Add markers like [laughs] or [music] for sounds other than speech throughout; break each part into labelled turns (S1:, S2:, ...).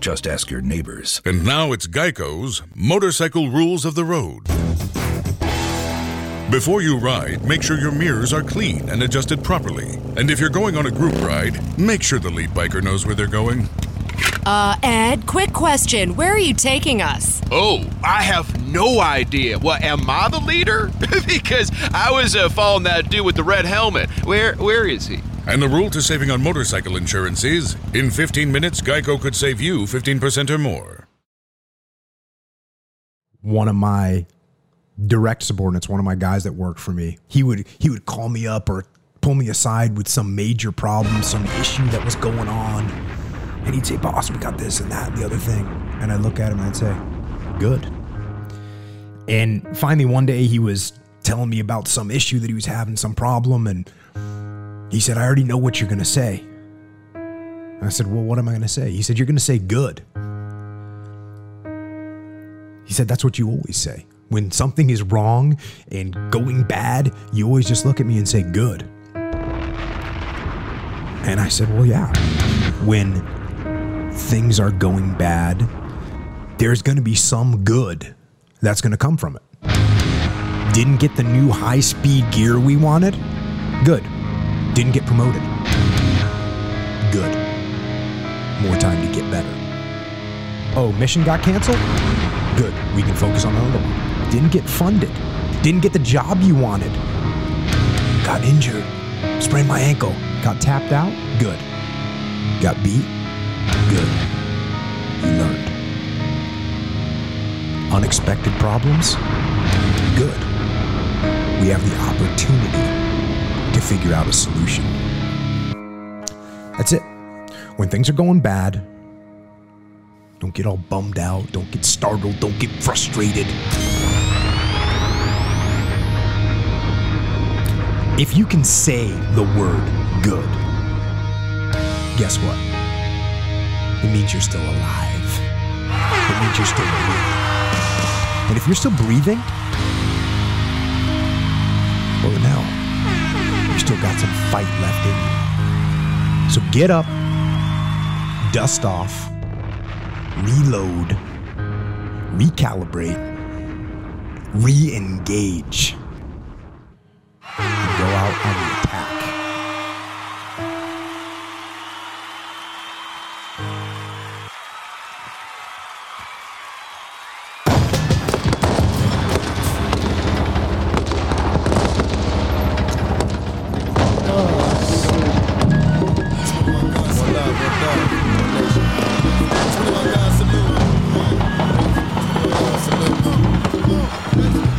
S1: Just ask your neighbors.
S2: And now it's Geico's Motorcycle Rules of the Road. Before you ride, make sure your mirrors are clean and adjusted properly. And if you're going on a group ride, make sure the lead biker knows where they're going.
S3: Uh, Ed, quick question. Where are you taking us?
S4: Oh, I have no idea. Well, am I the leader? [laughs] because I was uh, following that dude with the red helmet. Where Where is he?
S2: And the rule to saving on motorcycle insurance is in 15 minutes, Geico could save you 15% or more.
S5: one of my direct subordinates, one of my guys that worked for me, he would he would call me up or pull me aside with some major problem, some issue that was going on, and he'd say, "Boss, we got this and that and the other thing," and I'd look at him and I'd say, "Good." And finally, one day he was telling me about some issue that he was having, some problem, and he said, "I already know what you're gonna say." And I said, "Well, what am I gonna say?" He said, "You're gonna say good." He said, That's what you always say. When something is wrong and going bad, you always just look at me and say, Good. And I said, Well, yeah. When things are going bad, there's going to be some good that's going to come from it. Didn't get the new high speed gear we wanted? Good. Didn't get promoted? Good. More time to get better. Oh, mission got canceled? Good. We can focus on another one. Didn't get funded. Didn't get the job you wanted. Got injured. Sprained my ankle. Got tapped out. Good. Got beat. Good. You learned. Unexpected problems. Good. We have the opportunity to figure out a solution. That's it. When things are going bad, don't get all bummed out. Don't get startled. Don't get frustrated. If you can say the word good, guess what? It means you're still alive. It means you're still breathing. And if you're still breathing, well, then hell, you still got some fight left in you. So get up, dust off, reload, recalibrate, re engage, and go out on the attack.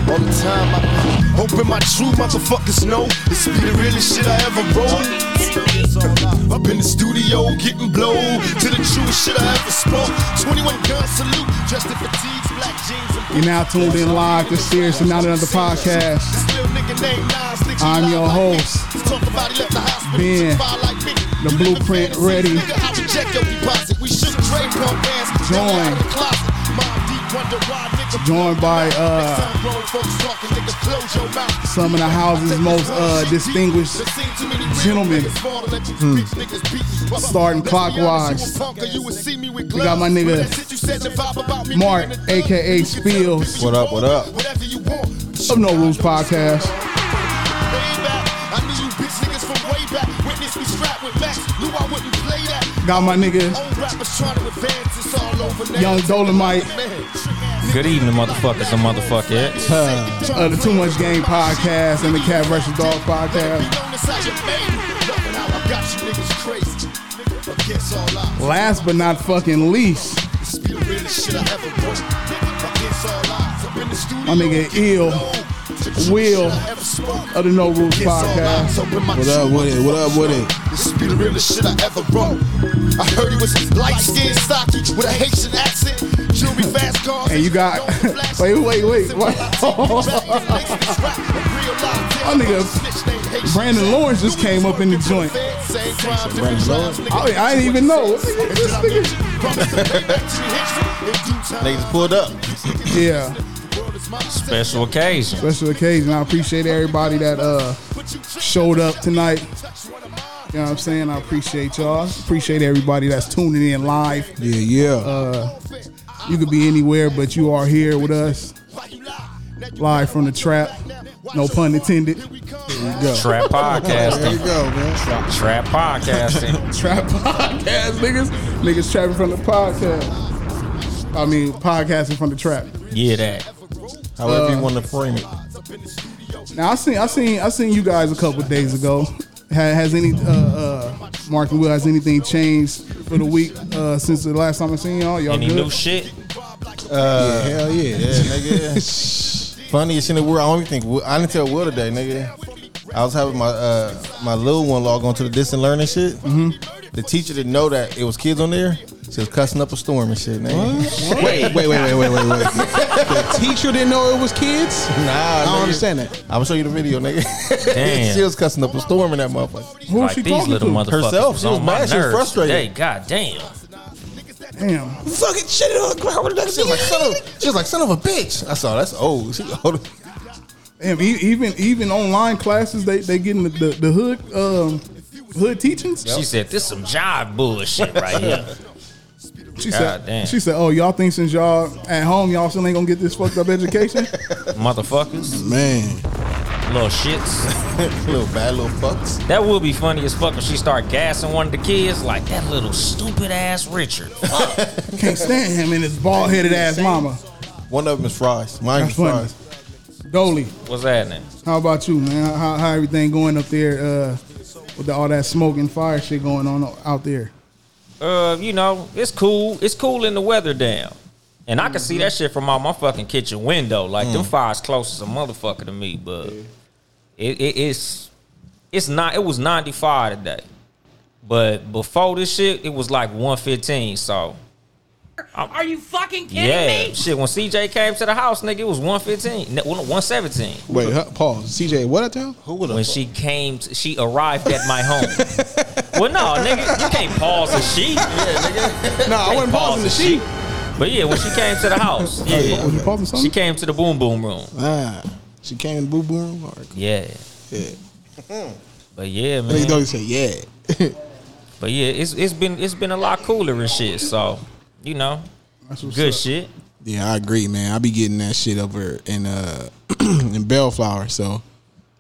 S6: All the time I've been hoping my true motherfuckers know this be the realest shit I ever wrote. Up in the studio, getting blown to the truest shit I ever spoke. 21 gun salute, dressed in fatigues, black jeans. and
S7: You're now tuned in live to Serious and Not Another podcast.
S6: This little nigga named Nas, nigga,
S7: I'm
S6: lie
S7: your
S6: like
S7: host,
S6: me. Talk about he left the hospital,
S7: Ben,
S6: just fly like me.
S7: the
S6: You live in
S7: Blueprint
S6: fantasies,
S7: ready.
S6: nigga, I reject your deposit. We shook trade pump bands, now
S7: Joined.
S6: out of the closet. Mom deep wonder why, nigga,
S7: Joined by, uh,
S6: Next time grown folks talking, nigga, close your mouth.
S7: some of the house's most uh, distinguished gentlemen. Hmm. Starting clockwise.
S6: We
S7: got my nigga Mark, aka Spills.
S6: What up, what up?
S7: of No Rules Podcast. Got my nigga Young Dolomite.
S8: Good evening, motherfuckers and motherfuckers.
S7: uh, of the Too Much Game Podcast and the Cat vs. Dog Podcast. Last but not fucking least,
S6: My
S7: my nigga Ill Will of the No Rules Podcast.
S6: What up with it? What up with it? This be the realest shit I ever wrote. I heard he was light skinned, stocky, with a Haitian accent. You
S7: And you got [laughs] wait, wait, wait. What? [laughs] My nigga Brandon Lawrence just came up in the joint. I, I didn't even know. This nigga-
S9: Niggas pulled up.
S7: Yeah,
S8: Special occasion.
S7: special occasion. I appreciate everybody that uh showed up tonight. You know what I'm saying? I appreciate y'all. Appreciate everybody that's tuning in live. Uh,
S9: Yeah, yeah.
S7: You could be anywhere, but you are here with us. Live from the trap. No pun intended.
S8: Trap
S9: there you
S8: podcasting.
S9: go, man.
S8: Trap podcasting.
S9: [laughs]
S7: Trap podcast, niggas. Niggas trapping from the podcast. I mean, podcasting from the trap.
S8: Yeah, that.
S9: However you want to frame it.
S7: Now I seen, I seen, I seen you guys a couple days ago. Ha- Has any uh, uh, Mark and Will has anything changed for the week uh, since the last time I seen y'all? Y'all
S8: Any
S7: good?
S8: new shit?
S9: Uh, hell yeah, yeah,
S8: [laughs]
S9: nigga. [laughs] Funniest in the world. I don't even think Will- I didn't tell Will today, nigga. I was having my uh, my little one log on to the distant learning shit. Mm-hmm. The teacher didn't know that it was kids on there. She was cussing up a storm and shit, nigga.
S10: Wait, wait, wait, wait, wait, wait, wait. [laughs] the teacher didn't know it was kids?
S9: Nah,
S10: I don't
S9: nigga.
S10: understand that.
S9: I'm gonna show you the video, nigga.
S8: Damn.
S9: [laughs] she was cussing up a storm in that motherfucker.
S7: Who was
S8: Like
S7: she
S8: these
S7: talking
S8: little
S7: to?
S8: motherfuckers.
S9: Herself,
S8: was
S9: she was
S8: on my
S9: mad, she was
S8: nerves
S9: frustrated.
S8: today. God damn.
S7: Damn,
S9: Fucking shit on She was like, son of, she was like, son of a bitch. I saw that's old. She old.
S7: damn. e- Even even online classes, they they getting the the, the hood um, hood teachings.
S8: She said, this some job bullshit
S9: [laughs]
S8: right here.
S7: She
S8: God
S7: said,
S8: damn.
S7: she said, oh y'all think since y'all at home, y'all still ain't gonna get this fucked up
S8: [laughs]
S7: education?
S8: Motherfuckers.
S10: Man.
S8: Little shits.
S9: [laughs] little bad little fucks.
S8: That would be funny as fuck if she start gassing one of the kids like that little stupid ass Richard.
S9: [laughs]
S7: Can't stand him and his bald headed ass mama.
S9: One of them is fries. Mine
S7: That's
S9: is
S7: funny.
S9: fries.
S7: Dolly,
S8: What's happening?
S7: how about you, man? How, how everything going up there uh, with the, all that smoke and fire shit going on out there?
S8: uh, you know, it's cool. It's cooling the weather down. And I can see that shit from out my fucking kitchen window. Like them fires close as a motherfucker to me, but it, it it's it's not it was 95 today. But before this shit, it was like 115. So
S1: Are you fucking
S8: yeah, shit. When CJ came to the house, nigga, it was 115. No, 117.
S10: Wait, huh, pause. CJ, what I tell?
S9: Who would
S8: When
S9: have?
S8: she came, to, she arrived at my home. well, no, nigga, you can't pause the sheet.
S10: [laughs] No, I wasn't pausing the sheet. Oh,
S8: But yeah, when she came to the house, Oh, yeah,
S7: Was you
S8: she
S7: posting something?
S8: came to the boom boom room.
S10: Ah, she came in the boo boo room. Or,
S8: Yeah.
S10: yeah.
S8: But yeah,
S10: They
S8: man.
S10: don't say, yeah.
S8: [laughs] But yeah, it's it's been it's been a lot cooler and shit. So, you know,
S7: That's what's
S8: good
S7: up.
S8: shit.
S10: Oh, yeah, I agree, man. I be getting that shit over in uh [clears throat] in Bellflower, so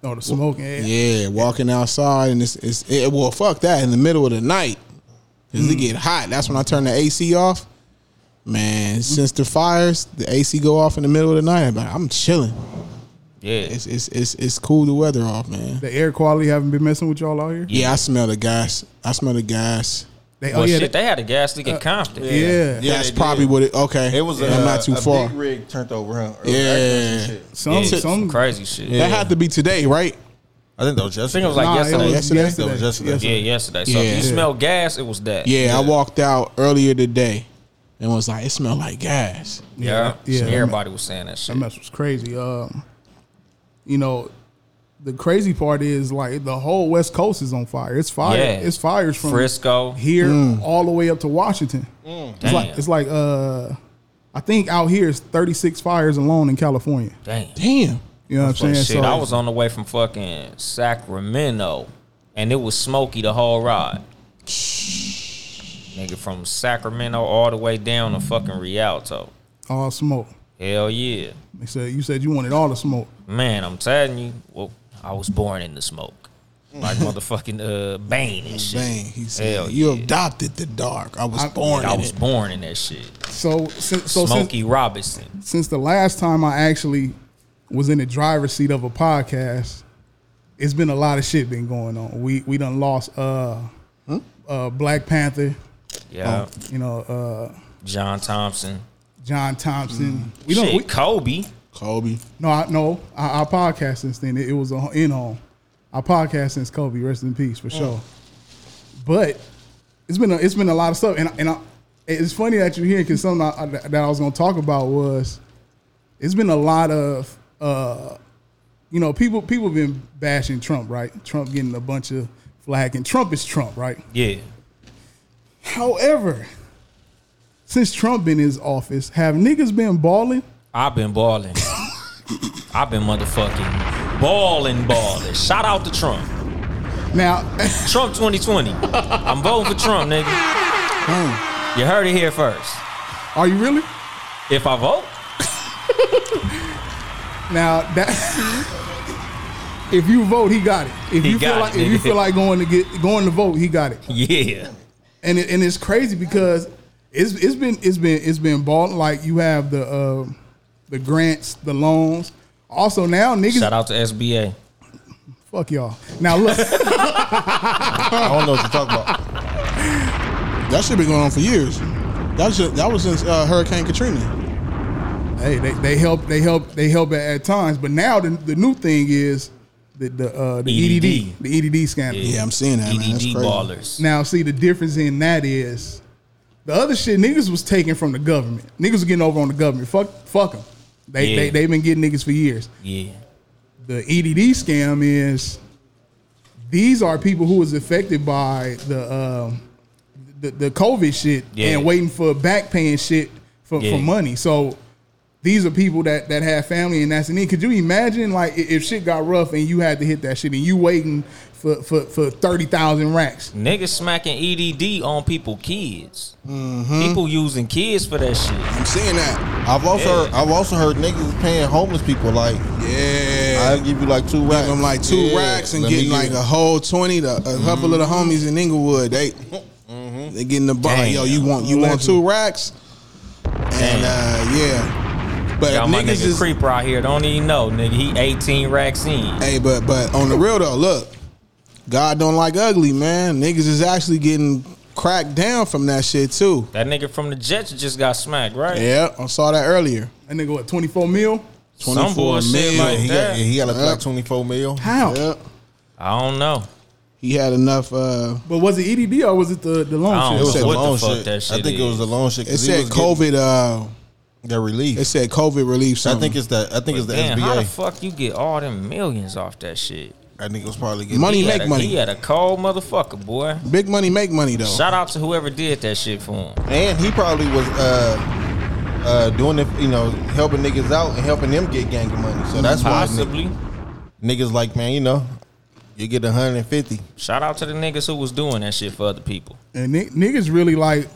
S7: Oh, the smoking. Yeah.
S10: Yeah, walking outside and it's, it's it, well, fuck that in the middle of the night. Cause
S7: Mm.
S10: it get hot. That's when I turn the AC off. Man, since the fires, the AC go off in the middle of the night. I'm, like, I'm chilling.
S8: Yeah.
S10: It's it's it's it's cool the weather off, man.
S7: The air quality haven't been messing with y'all out here.
S10: Yeah, I smell the gas. I smell the gas.
S7: They,
S8: Well,
S7: oh yeah,
S8: shit,
S7: they-
S8: they, had a gas leak in Compton.
S7: yeah.
S9: Yeah,
S10: uh, That's
S9: they
S10: probably
S9: did.
S10: what it. Okay,
S9: It was
S10: Yeah,
S9: a,
S10: I'm not too
S9: a
S10: far.
S9: big rig turned over, huh? Or
S10: Yeah.
S9: shit.
S7: Some
S8: Yeah.
S7: some.
S8: Some crazy shit.
S10: That had to be today, right?
S9: I think that was
S8: I think
S9: yesterday.
S8: it was like
S7: Nah, it
S8: yesterday.
S7: was
S10: Yesterday?
S7: yesterday.
S9: That was yesterday.
S8: yeah, yesterday. So
S10: Yeah.
S8: if you smell gas, it was that.
S10: Yeah, I walked out earlier today and was like, it smelled like gas.
S8: Yeah.
S7: Yeah.
S8: So Everybody was saying that shit.
S7: That mess was crazy. Um, you know, the crazy part is like the whole West Coast is on fire. It's fire.
S8: Yeah.
S7: It's fires from
S8: Frisco. Mm.
S7: here
S10: Mm.
S7: all the way up to Washington. It's
S8: Damn.
S7: like it's like uh, I think out here is 36 fires alone in California.
S8: Damn.
S10: Damn.
S7: You know what I'm saying?
S8: Shit,
S7: so
S8: I was on the way from fucking Sacramento, and it was smoky the whole ride. Nigga, from Sacramento all the way down to fucking Rialto.
S7: all smoke.
S8: Hell yeah,
S7: They said you said you wanted all the smoke.
S8: man! I'm telling you, well, I was born in the smoke, like motherfucking uh, Bane and shit.
S10: Bang. He said,
S8: Hell
S10: You
S8: yeah.
S10: adopted the dark. I was born
S8: I
S10: in
S8: was
S10: it.
S8: born in that shit.
S7: So since so since,
S8: Smokey Robinson.
S7: since the last time I actually was in the driver's seat of a podcast, it's been a lot of shit been going on. We we done lost uh uh Black Panther,
S8: Yeah,
S7: you know, uh
S8: John Thompson.
S7: John Thompson.
S11: Mm.
S7: We
S8: We
S7: don't
S8: shit,
S7: we,
S8: Kobe.
S10: Kobe.
S7: no I, no our, our podcast since then it, it was on in on our podcast since Kobe rest in peace for sure. But it's been a, it's been a lot of stuff and and I, it's funny that you're here because something I, I- that I was going to talk about was it's been a lot of uh, you know people people have been bashing Trump, right? Trump getting a bunch of flack, and Trump is Trump, right?
S8: Yeah.
S7: However, since Trump been in his office, have niggas been balling?
S8: I've been
S7: [laughs]
S8: balling. I've been motherfucking balling, balling. Shout out to Trump.
S7: Now,
S8: [laughs] Trump 2020. I'm voting for Trump, nigga. You heard it here first.
S7: Are you really?
S8: If I vote,
S7: Now that [laughs] if you vote, he got it. If
S8: He
S7: you feel
S8: got
S7: like
S8: it,
S7: if you
S8: nigga.
S7: feel like going to get going to vote, he got it.
S8: yeah.
S7: and it, and it's crazy because it's it's been it's been it's been balling. Like you have the uh, the grants, the loans. Also now niggas,
S8: Shout out to SBA.
S7: fuck y'all. Now look,
S9: [laughs] I don't know what you're talking about.
S11: That should be going on for years. That was just, that was since uh, Hurricane Katrina.
S7: hey, they, they help they help they help at, at times, but now the, the new thing is the the, uh, the EDD.
S8: EDD.
S7: the EDD scandal.
S11: Yeah, I'm seeing that. man. That's
S8: EDD
S11: crazy.
S8: E ballers.
S7: Now see the difference in that is the other shit niggas was taken from the government. Niggas was getting over on the government. Fuck fuck them. They
S8: Yeah.
S7: they they been getting niggas for years.
S8: Yeah.
S7: the EDD scam is these are people who was affected by the um, the, the COVID shit
S8: Yeah.
S7: and waiting for back paying shit for,
S8: Yeah.
S7: for money. So these are people that that have family and that's in need. Could you imagine like i- if shit got rough and you had to hit that shit and you waiting for for, for thirty thousand racks?
S8: Niggas smacking EDD on people, kids.
S7: Mm-hmm.
S8: People using kids for that shit.
S11: I'm seeing that.
S9: I've also heard, I've also heard niggas paying homeless people like
S11: Yeah.
S9: I'll give you like two racks.
S11: Give them like two
S9: Yeah,
S11: racks and
S9: let me
S11: getting
S9: give
S11: like
S9: you-
S11: a whole twenty to a couple of the homies in Inglewood. They they getting the bar.
S8: Damn.
S11: Yo, you want you want two racks? And uh, yeah, but
S8: Got
S11: if
S8: my
S11: niggas
S8: nigga
S11: is
S8: Creeper out here. Don't even know, nigga. He 18 racks in.
S11: hey, but but on the real though, look, God don't like ugly man. Niggas is actually getting cracked down from that shit too.
S8: That nigga from the Jets just got smacked, right?
S11: Yeah, I saw that earlier.
S7: That nigga what twenty four mil?
S8: Some
S11: 24
S8: bullshit
S11: mil.
S9: Yeah,
S8: like
S9: he got,
S8: that.
S9: he got like, like 24 mil.
S7: How?
S11: Yep.
S8: I don't know.
S11: He had enough. Uh,
S7: But was it EDD or was it the the
S8: I
S7: loan
S8: don't
S7: shit?
S9: It was
S8: What
S9: a
S8: the
S9: loan
S8: fuck
S9: shit.
S8: that
S9: I
S8: shit
S9: think it was
S8: is?
S9: a loan shit.
S11: it said COVID. Uh,
S9: The relief.
S11: it said COVID relief.
S9: I
S11: Something.
S9: think it's the. I think it's the
S8: Damn, how the
S9: SBA.
S8: fuck you get all them millions off that shit?
S9: I think it was probably getting
S11: Money
S8: He had
S11: make
S8: a-
S11: money.
S8: He had a cold motherfucker, boy.
S11: big money make money though.
S8: Shout out to whoever did that shit for him.
S9: And he probably was uh, uh, doing it. You know, helping niggas out and helping them get gang money. So that's why
S8: Possibly.
S9: ni- niggas like man, you know, you get 150.
S8: Shout out to the niggas who was doing that shit for other people.
S7: And ni- niggas really like,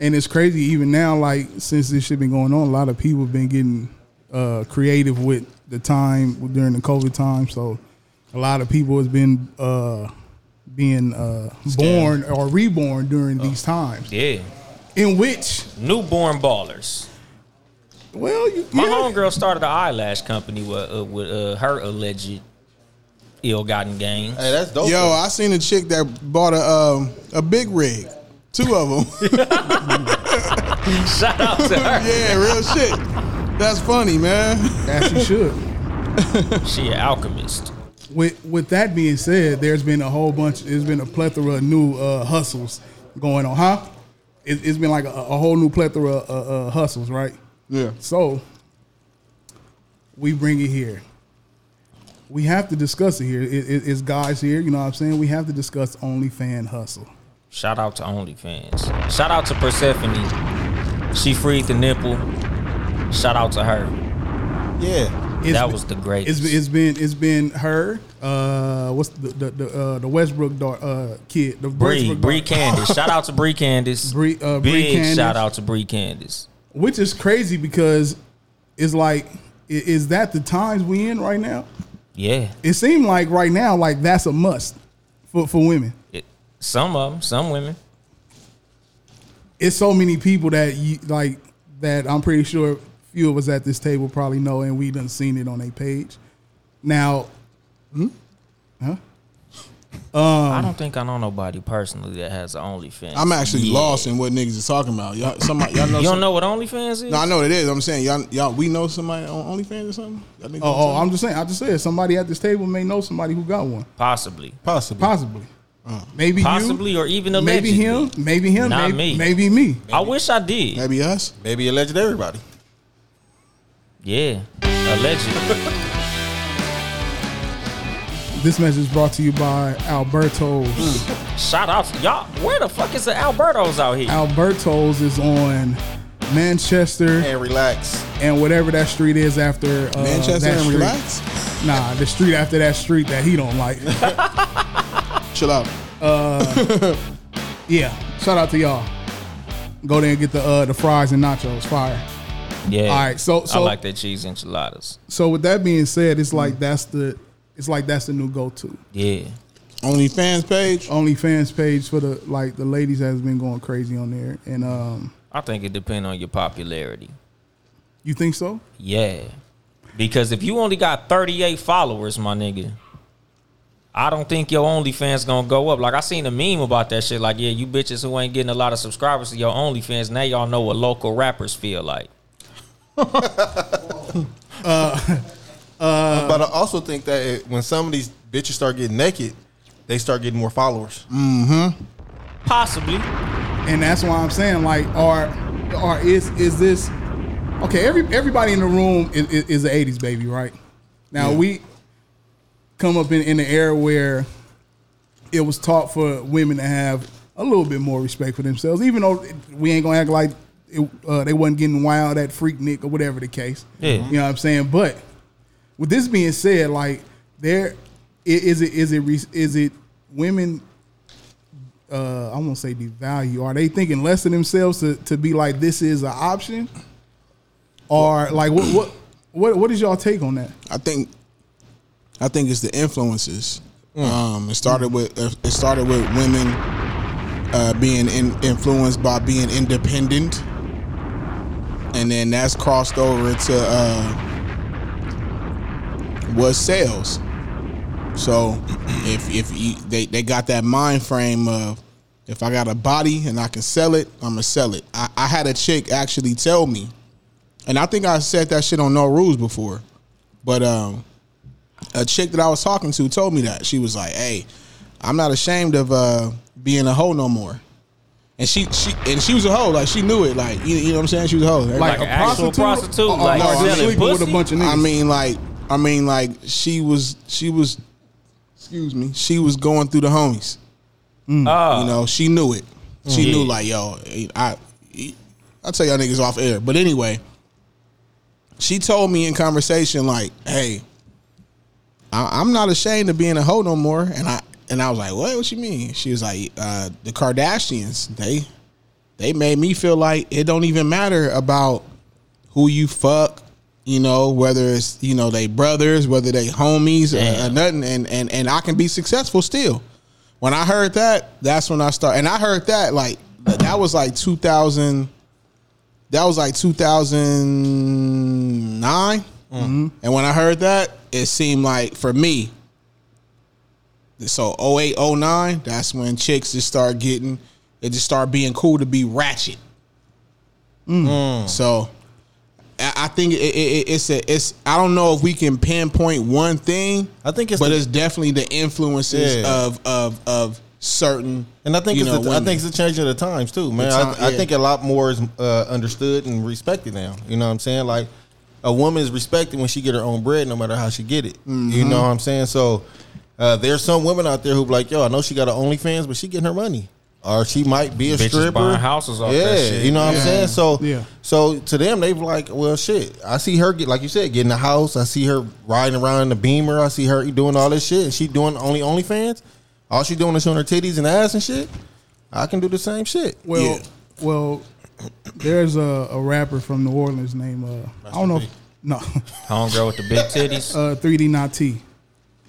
S7: and it's crazy even now. Like since this shit been going on, a lot of people been getting uh, creative with the time during the COVID time. So a lot of people has been uh, being uh, born or reborn
S11: Oh.
S7: during these times,
S8: Yeah.
S7: in which
S8: Newborn ballers.
S7: well, you,
S8: My
S7: yeah.
S8: homegirl started an eyelash company with, uh, with uh, her alleged ill-gotten gains.
S9: Hey, that's dope.
S11: Yo, I
S7: [laughs]
S11: seen a chick that bought a um, a big rig, two of them.
S7: [laughs]
S8: Shout out to her.
S11: yeah, real shit. That's funny, man.
S7: as you should.
S8: She an alchemist.
S7: With with that being said, there's been a whole bunch. There's been a plethora of new uh, hustles going on, huh? It, it's been like a, a whole new plethora of uh, uh, hustles, right?
S11: Yeah.
S7: So we bring it here. We have to discuss it here. It, it- it's guys here. You know what I'm saying? We have to discuss OnlyFan hustle.
S8: Shout out to OnlyFans. Shout out to Persephone. She freed the nipple. Shout out to her.
S9: Yeah,
S7: It's
S8: that
S7: been-
S8: was the greatest.
S7: It's, it's been it's been her. Uh, what's the the the, uh, the Westbrook dar- uh, kid? The
S8: Bree,
S7: Westbrook
S8: Bree
S7: dar-
S8: Candace. Shout out to Bree Candace.
S7: [laughs] Bree- uh, Bree
S8: Big
S7: Candace.
S8: shout out to Bree Candace.
S7: which is crazy because it's like i- is that the times we in right now?
S8: Yeah.
S7: It seemed like right now like that's a must for for women.
S8: It- some of them, some women.
S7: it's so many people that you like that I'm pretty sure few of us at this table probably know, and we done seen it on a page. Now, hmm?
S8: I don't think I know nobody personally that has an OnlyFans.
S11: Um, I'm actually
S8: Yeah.
S11: lost in what niggas is talking about. Y'all, somebody, y'all know.
S8: You don't
S11: some-
S8: know what OnlyFans is?
S11: No, I know what it is. I'm saying y'all, y'all, we know somebody on OnlyFans or something. Y'all niggas know
S7: oh, oh,
S11: something?
S7: I'm just saying, I just said somebody at this table may know somebody who got one,
S8: Possibly.
S9: possibly.
S7: possibly.
S11: Uh,
S6: Maybe you,
S8: possibly or even
S6: maybe
S8: allegedly.
S6: him, maybe him,
S8: Not
S6: maybe,
S8: me.
S6: maybe me.
S8: I wish I did.
S7: Maybe us.
S9: Maybe alleged everybody.
S8: Yeah, allegedly.
S6: This message is brought to you by Alberto's.
S8: Hmm. Shout out to y'all. Where the fuck is the Albertos out here?
S6: Alberto's is on Manchester
S9: And [laughs] relax.
S6: and whatever that street is after uh,
S7: Manchester
S6: that
S7: and
S6: street.
S7: relax.
S6: Nah, the street after that street that he don't
S7: [laughs]
S6: like.
S7: Chill out.
S6: Uh, yeah, shout out to y'all. Go there and get the uh, the fries and nachos. Fire.
S8: yeah.
S6: All right, so so
S8: I like that cheese enchiladas.
S6: so with that being said, it's
S7: Mm.
S6: like that's the it's like that's the new go to.
S8: Yeah.
S7: OnlyFans page.
S6: OnlyFans page for the like the ladies has been going crazy on there, and um,
S8: I think it depends on your popularity.
S6: you think so?
S8: Yeah. Because if you only got 38 followers, my nigga, I don't think your OnlyFans gonna go up. Like I seen a meme about that shit. Like, yeah, you bitches who ain't getting a lot of subscribers to your OnlyFans, now y'all know what local rappers feel like.
S9: but I also think that it, when some of these bitches start getting naked, they start getting more followers.
S7: Mm-hmm.
S8: Possibly.
S6: and that's why I'm saying like are are is is this okay? Every everybody in the room is is, is an '80s baby, right? Now we come up in in the era where it was taught for women to have a little bit more respect for themselves, even though we ain't gonna act like it, uh, they wasn't getting wild at freak Nick or whatever the case.
S8: Yeah.
S6: you know what I'm saying. But with this being said, like there i- is it is it re- is it women uh, I won't say devalue. Are they thinking less of themselves to, to be like this is an option, or like what what what what is y'all take on that?
S7: I think I think it's the influences.
S9: Mm.
S7: Um, it started with uh, it started with women uh, being in, influenced by being independent, and then that's crossed over to uh, was sales. So [clears throat] if if you, they they got that mind frame of if I got a body and I can sell it, I'm gonna sell it. I, I had a chick actually tell me, and I think I said that shit on No Rules before. But um, a chick that I was talking to told me that she was like, "Hey, I'm not ashamed of uh, being a hoe no more." And she she and she was a hoe, like she knew it, like you, you know what I'm saying. She was a hoe.
S8: Like an actual prostitute,
S6: or- or
S8: like
S6: Oh, just
S7: selling
S6: sleeping with a
S8: pussy?
S6: bunch of niggas.
S7: I mean, like I mean, like she was she was, excuse me, she was going through the homies.
S8: Oh.
S7: Mm. You know, she knew it. She
S8: Yeah.
S7: knew like, yo, I, I tell y'all niggas off air. But anyway, she told me in conversation like, hey, I, I'm not ashamed of being a hoe no more. And I and I was like, what? What you mean? She was like, uh, the Kardashians, they they made me feel like it don't even matter about who you fuck. You know, whether it's you know they brothers, whether they homies or, or nothing, and and and I can be successful still when I heard that, that's when I started. And I heard that like that was like 2000. That was like 2009.
S9: Mm.
S7: And when I heard that, it seemed like for me. So 08, 09, that's when chicks just start getting, it just start being cool to be ratchet. Mm.
S6: Mm.
S7: So I I think it, it, it- it's a, it's I don't know if we can pinpoint one thing.
S9: I think it's
S7: but
S9: the-
S7: it's definitely the influences
S9: Yeah.
S7: of of of certain.
S9: And I think
S7: you
S9: it's
S7: know,
S9: the, I
S7: women.
S9: think it's a change of the times too, man.
S7: The time-
S9: I, I
S7: yeah.
S9: think a lot more is uh, understood and respected now. You know what I'm saying? Like a woman is respected when she get her own bread, no matter how she get it.
S7: Mm-hmm.
S9: You know what I'm saying? So uh, there's some women out there who be like, yo, I know she got her OnlyFans, but she getting her money. Or she might be a
S8: Bitches
S9: stripper.
S8: buying houses off that
S9: yeah,
S8: shit.
S9: you know what I'm saying. So,
S6: Yeah.
S9: so to them, they've like, well, shit. I see her get, like you said, getting a house. I see her riding around in the Beamer. I see her doing all this shit. And she doing only OnlyFans. All she doing is showing her titties and ass and shit. I can do the same shit.
S6: well,
S7: yeah.
S6: well, there's a, a rapper from New Orleans named uh, I don't know, if- no, [laughs]
S8: Homegirl with the big titties.
S6: uh, 3D Not T.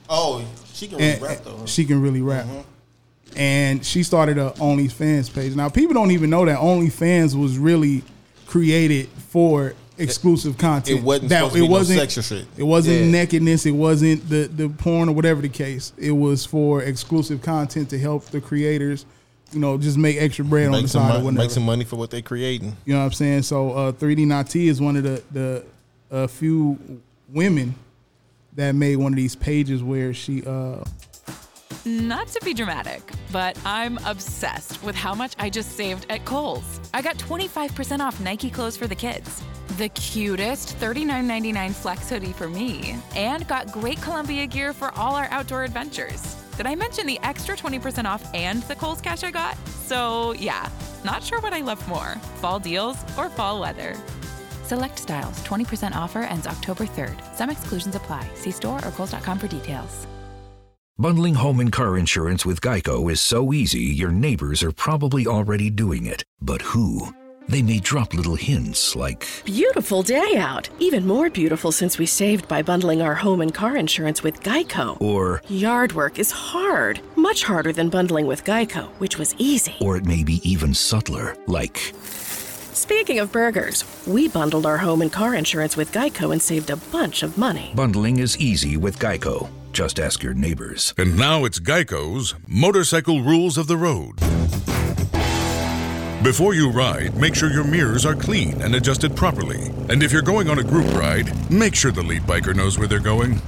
S9: Oh, she can
S6: and, and she can really rap.
S9: Mm-hmm.
S6: And she started a OnlyFans page. Now people don't even know that OnlyFans was really created for exclusive content.
S9: it wasn't
S6: that
S9: supposed to be no sex or shit.
S6: It wasn't
S9: Yeah.
S6: nakedness. It wasn't the the porn or whatever the case. It was for exclusive content to help the creators, you know, just make extra bread on
S9: make
S6: the
S9: some,
S6: side or
S9: money,
S6: whatever.
S9: make some money for what they creating.
S6: You know what I'm saying? So uh, 3D Nati is one of the the uh, few women that made one of these pages where she uh,
S12: Not to be dramatic, but I'm obsessed with how much I just saved at Kohl's. I got 25% off Nike clothes for the kids, the cutest $39.99 flex hoodie for me, and got great Columbia gear for all our outdoor adventures. Did I mention the extra 20% off and the Kohl's cash I got? So, yeah, not sure what I love more fall deals or fall weather. Select styles, 20% offer ends October 3rd. Some exclusions apply. See store or Kohl's.com for details.
S1: Bundling home and car insurance with Geico is so easy, your neighbors are probably already doing it. But who? They may drop little hints like,
S13: Beautiful day out. Even more beautiful since we saved by bundling our home and car insurance with Geico.
S1: or,
S13: Yard work is hard, much harder than bundling with Geico, which was easy.
S1: or it may be even subtler, like,
S13: Speaking of burgers, we bundled our home and car insurance with Geico and saved a bunch of money.
S1: Bundling is easy with Geico. Just ask your neighbors.
S2: And now it's Geico's Motorcycle Rules of the Road. Before you ride, make sure your mirrors are clean and adjusted properly. And if you're going on a group ride, make sure the lead biker knows where they're going.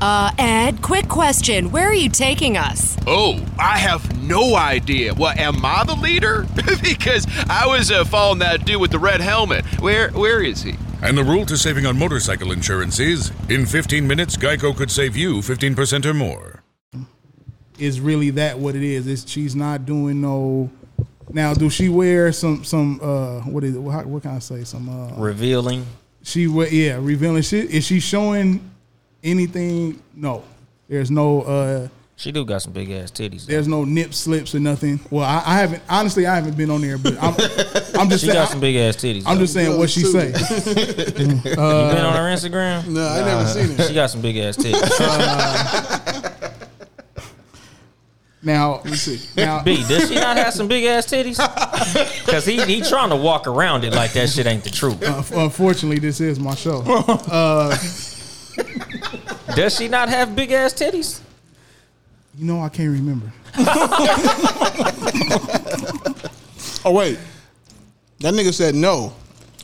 S3: Uh, Ed, quick question. Where are you taking us?
S14: Oh, I have no idea. Well, am I the leader? [laughs] because I was uh, following that dude with the red helmet. Where Where is he?
S2: And the rule to saving on motorcycle insurance is in 15 minutes, Geico could save you 15% or more.
S7: is really that what it is. It's she's not doing no. Now, do she wear some some uh what is it? What, what can I say? Some uh
S8: Revealing.
S7: she wear yeah revealing shit. Is she showing anything? No, there's no uh
S8: She do got some big ass titties.
S7: there's no nip slips or nothing. Well, I, I haven't honestly I haven't been on there, but I'm I'm just
S8: She
S7: saying
S8: got some big ass titties.
S7: I'm
S8: though.
S7: just saying what she say. Uh,
S8: you been on her Instagram?
S6: No, I never seen it.
S8: She got some big ass titties.
S7: Uh, Now, now
S8: B, does she not have some
S7: [laughs]
S8: big ass titties?
S6: [laughs]
S8: Cause he he trying to walk around it like that shit ain't the truth.
S7: unfortunately Uh, this is
S6: [laughs]
S7: my show. Uh,
S8: Does she not have big ass titties?
S7: You know I can't remember.
S6: [laughs] Oh wait, that nigga said no.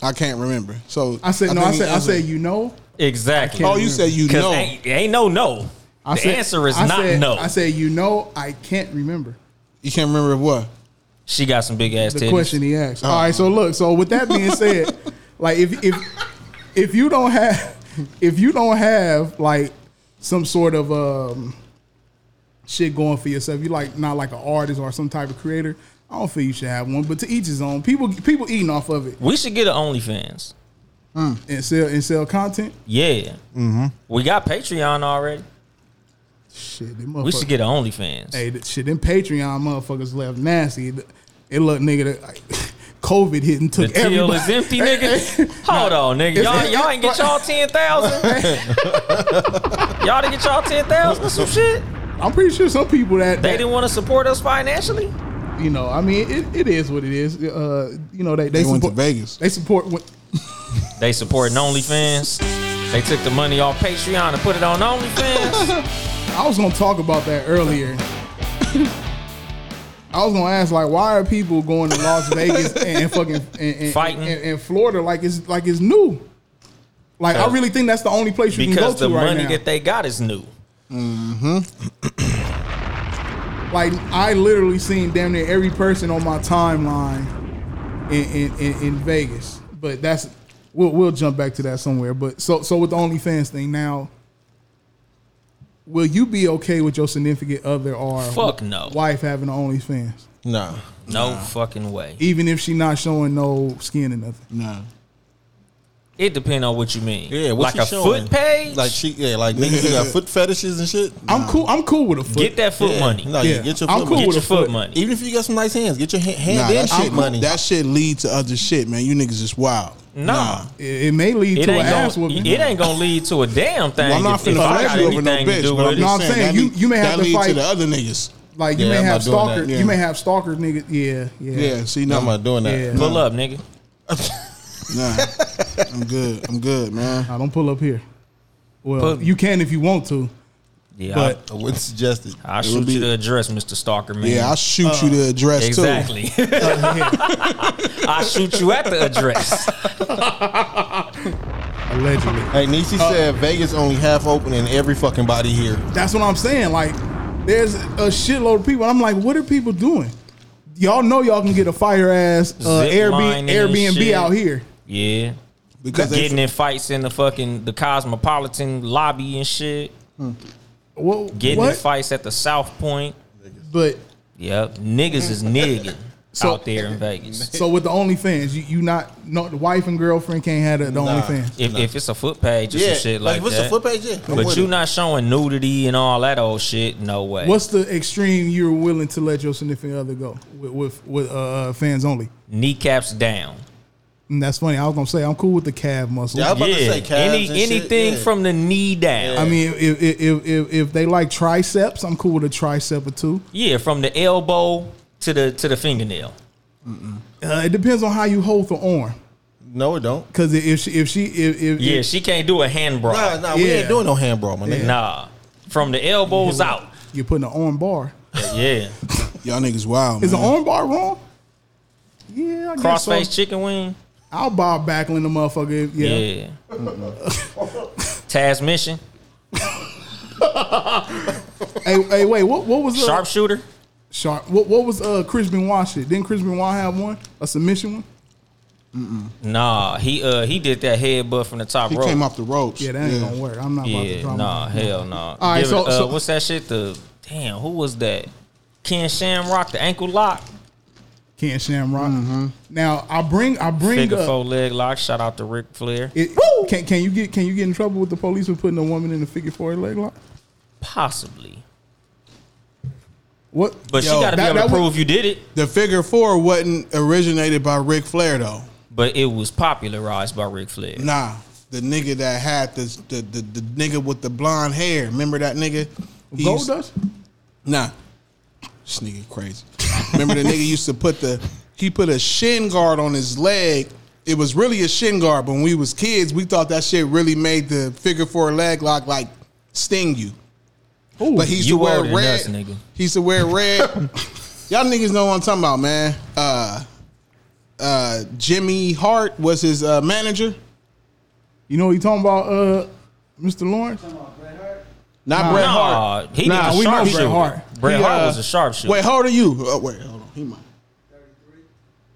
S6: I can't remember. So
S7: I said no. I
S6: think he
S7: said I
S6: answered.
S7: said you know.
S8: Exactly.
S6: Oh, you said you
S8: Cause
S6: know.
S8: ain't, ain't no no.
S7: I
S8: the
S7: said-
S8: answer is
S7: I
S8: not
S7: said-
S8: no.
S7: I said you know I can't remember.
S6: You can't remember what?
S8: she got some big ass
S7: the
S8: titties.
S7: question he asked. All right, so look, so with that being said, like if if if you don't have if you don't have like some sort of um shit going for yourself, you like not like an artist or some type of creator. I don't feel you should have one, but to each his own. People people eating off of it
S8: We should get an OnlyFans.
S7: and sell and sell content.
S8: Yeah. Mm-hmm. We got Patreon already.
S7: Shit, them
S8: We should
S7: motherfuckers.
S8: get an OnlyFans.
S7: Hey, that shit, them Patreon motherfuckers left nasty. It look nigga that like, [laughs] COVID hit and
S8: the
S7: took
S8: till
S7: everybody.
S8: is empty, nigga. [laughs] Hold on, nigga. Y'all, y'all ain't get y'all ten
S7: [laughs]
S8: thousand. y'all didn't get y'all ten thousand or some shit.
S7: I'm pretty sure some people that,
S8: They
S7: that
S8: didn't want to support us financially.
S7: you know, I mean, it, it is what it is. Uh, you know, they they,
S6: They went to
S7: support-
S6: Vegas.
S7: They support what [laughs]
S8: They supporting OnlyFans. They took the money off Patreon and put it on OnlyFans.
S7: I was gonna talk about that earlier. I was gonna ask like, why are people going to Las Vegas and, and fucking and, and,
S8: Fighting.
S7: and, and Florida like it's like it's new? Like I really think that's the only place you can go
S8: because
S7: to
S8: the
S7: right
S8: money
S7: now.
S8: that they got is new.
S7: Mm-hmm. [clears throat] like I literally seen damn near every person on my timeline in in, in, in Vegas. But that's we'll we'll jump back to that somewhere. But so so with the OnlyFans thing now, will you be okay with your significant other or
S8: Fuck no.
S7: wife having an OnlyFans,
S6: Nah,
S8: No fucking way.
S7: even if she not showing no skin or nothing?
S6: nah.
S8: It depends on what you mean.
S9: Yeah, what
S8: like a
S9: she showing?
S8: foot page.
S9: Like she, yeah, like niggas who
S8: [laughs]
S9: got foot fetishes and shit.
S7: I'm cool. I'm cool with a foot.
S8: get that foot
S9: Yeah.
S8: money.
S9: No,
S7: Yeah.
S9: yeah. get your
S7: I'm
S9: foot
S7: cool
S9: money.
S8: get
S7: with
S8: your
S7: a
S8: foot
S7: foot.
S8: money.
S9: Even if you got some nice hands, get your ha- hand
S6: Nah,
S9: and
S6: that
S9: shit
S6: shit,
S9: money.
S6: that shit lead to other shit, man. You niggas is wild.
S8: Nah.
S7: It, it may lead
S8: It
S7: to an
S8: ain't,
S7: ass
S8: gonna,
S7: whooping.
S8: it ain't gonna lead to a damn thing.
S6: Well, I'm not
S8: if- if
S6: finna
S8: I
S6: flash
S8: got
S6: you over no
S8: anything to
S6: bitch,
S8: do
S6: but
S8: with
S6: I'm
S8: it.
S7: No,
S6: just
S7: I'm
S6: saying
S7: saying
S6: that
S7: you-
S6: lead-
S7: you may have
S6: that
S7: to
S6: lead
S7: fight-
S6: to the other niggas.
S7: Like you
S9: Yeah,
S7: may
S9: I'm
S7: have
S9: not doing that.
S7: stalker.
S6: Yeah.
S7: You may have stalker nigga. Yeah, yeah.
S6: Yeah, see, no,
S9: no, I'm not doing that.
S7: Yeah.
S8: Pull up,
S6: [laughs]
S8: nigga.
S6: Nah, I'm good. I'm good, man.
S7: I don't pull up here. Well,
S8: Pull-
S7: you can if you want to.
S8: Yeah,
S7: But-
S9: I wouldn't suggest it.
S8: I, I
S6: it
S8: shoot
S6: would be- Uh,
S8: you the address, Mister Stalker man.
S6: Yeah, I'll shoot you the address too. [laughs]
S8: exactly. [laughs] I shoot you at the address.
S7: Allegedly. Uh,
S9: Hey, Nisi said Vegas only half open and every fucking body here.
S7: That's what I'm saying. Like,
S6: there's a shitload of people. I'm like, what are people doing? Y'all know y'all can get a fire ass uh,
S8: Zip
S6: Airbnb,
S8: lining and
S6: Airbnb
S8: shit.
S6: out here.
S8: Yeah.
S6: Because they-
S8: getting in fights in the fucking the cosmopolitan lobby and shit.
S6: Well,
S8: Getting in
S6: what?
S8: fights at the South Point.
S6: But
S8: Yep. Niggas is nigging out there in Vegas.
S6: [laughs] so with the OnlyFans, you, you not no the wife and girlfriend can't have the, the OnlyFans.
S8: If, if it's a foot page or
S6: Yeah,
S8: some shit like,
S6: like, if it's a
S8: that.
S6: foot page, yeah, I'm
S8: But
S6: with
S8: you
S6: it.
S8: not showing nudity and all that old shit, no way.
S6: What's the extreme you're willing to let your significant other go with with, with uh, fans only?
S8: kneecaps down?
S6: And that's funny. I was gonna say I'm cool with the calf muscle.
S8: Any, anything from the knee down.
S6: I mean, if if, if if if they like triceps, I'm cool with a tricep or two.
S8: Yeah, from the elbow to the to the fingernail.
S6: Uh, it depends on how you hold the arm.
S9: No, it don't.
S6: Because if she if she if, if
S8: Yeah,
S6: if-
S8: she can't do a hand brawl.
S6: Nah, nah, we ain't Yeah. doing no
S9: hand brawl,
S6: my nigga.
S8: Nah, from the elbows out.
S6: you're putting an arm bar.
S8: Yeah,
S7: Y'all niggas wild.
S6: Is an
S7: man.
S6: arm bar wrong? Yeah, I guess
S8: Mm-hmm. crossface
S6: so.
S8: chicken wing.
S6: I'll Bob Backlund the motherfucker. if- Yeah.
S8: Yeah. Taz mission.
S6: hey, hey, wait. What what was uh,
S8: sharpshooter?
S6: Sharp. What what was uh Chris Benoit shit? Didn't Chris Benoit have one? A submission one?
S8: Nah, he uh he did that headbutt from the top
S7: He
S8: rope.
S7: came off the ropes.
S6: Yeah, that ain't gonna work. I'm not about to
S8: Yeah,
S6: drama.
S8: nah, hell nah.
S6: All right,
S8: Give it-
S6: so-
S8: uh,
S6: so-
S8: what's that shit? The damn, who was that? Ken Shamrock, the ankle lock,
S6: Ken Shamrock.
S7: Mm-hmm.
S6: Now I bring I bring
S8: figure
S6: up-
S8: four leg lock. Shout out to Ric Flair.
S6: It, can can you get can you get in trouble with the police for putting a woman in a figure four leg lock?
S8: Possibly,
S6: What?
S8: but she got to be able to prove you did it.
S7: The figure four wasn't originated by Ric Flair though.
S8: But it was popularized by Ric Flair.
S7: Nah, the nigga that had this, the, the the nigga with the blonde hair. Remember that nigga? He used-
S6: Goldust?
S7: Nah, this nigga crazy. Remember the nigga used to put the he put a shin guard on his leg. It was really a shin guard. But when we was kids, we thought that shit really made the figure four leg lock like sting you. but he used
S8: you
S7: to wear
S8: older than
S7: red.
S8: us, nigga.
S7: He used to
S6: [laughs]
S7: wear red. Y'all niggas know what I'm talking about, man. Uh, uh, Jimmy Hart was his uh, manager.
S6: You know what you talking about, uh, Mr. Lawrence?
S7: Not
S6: Nah.
S7: Bret
S6: Nah,
S7: Hart.
S6: he Nah, did a we know Bret sharpshooter. Hart.
S8: Bret
S7: He,
S8: Hart
S7: uh,
S8: was a sharpshooter.
S7: Wait, how old are you? Uh, wait, hold on. He might.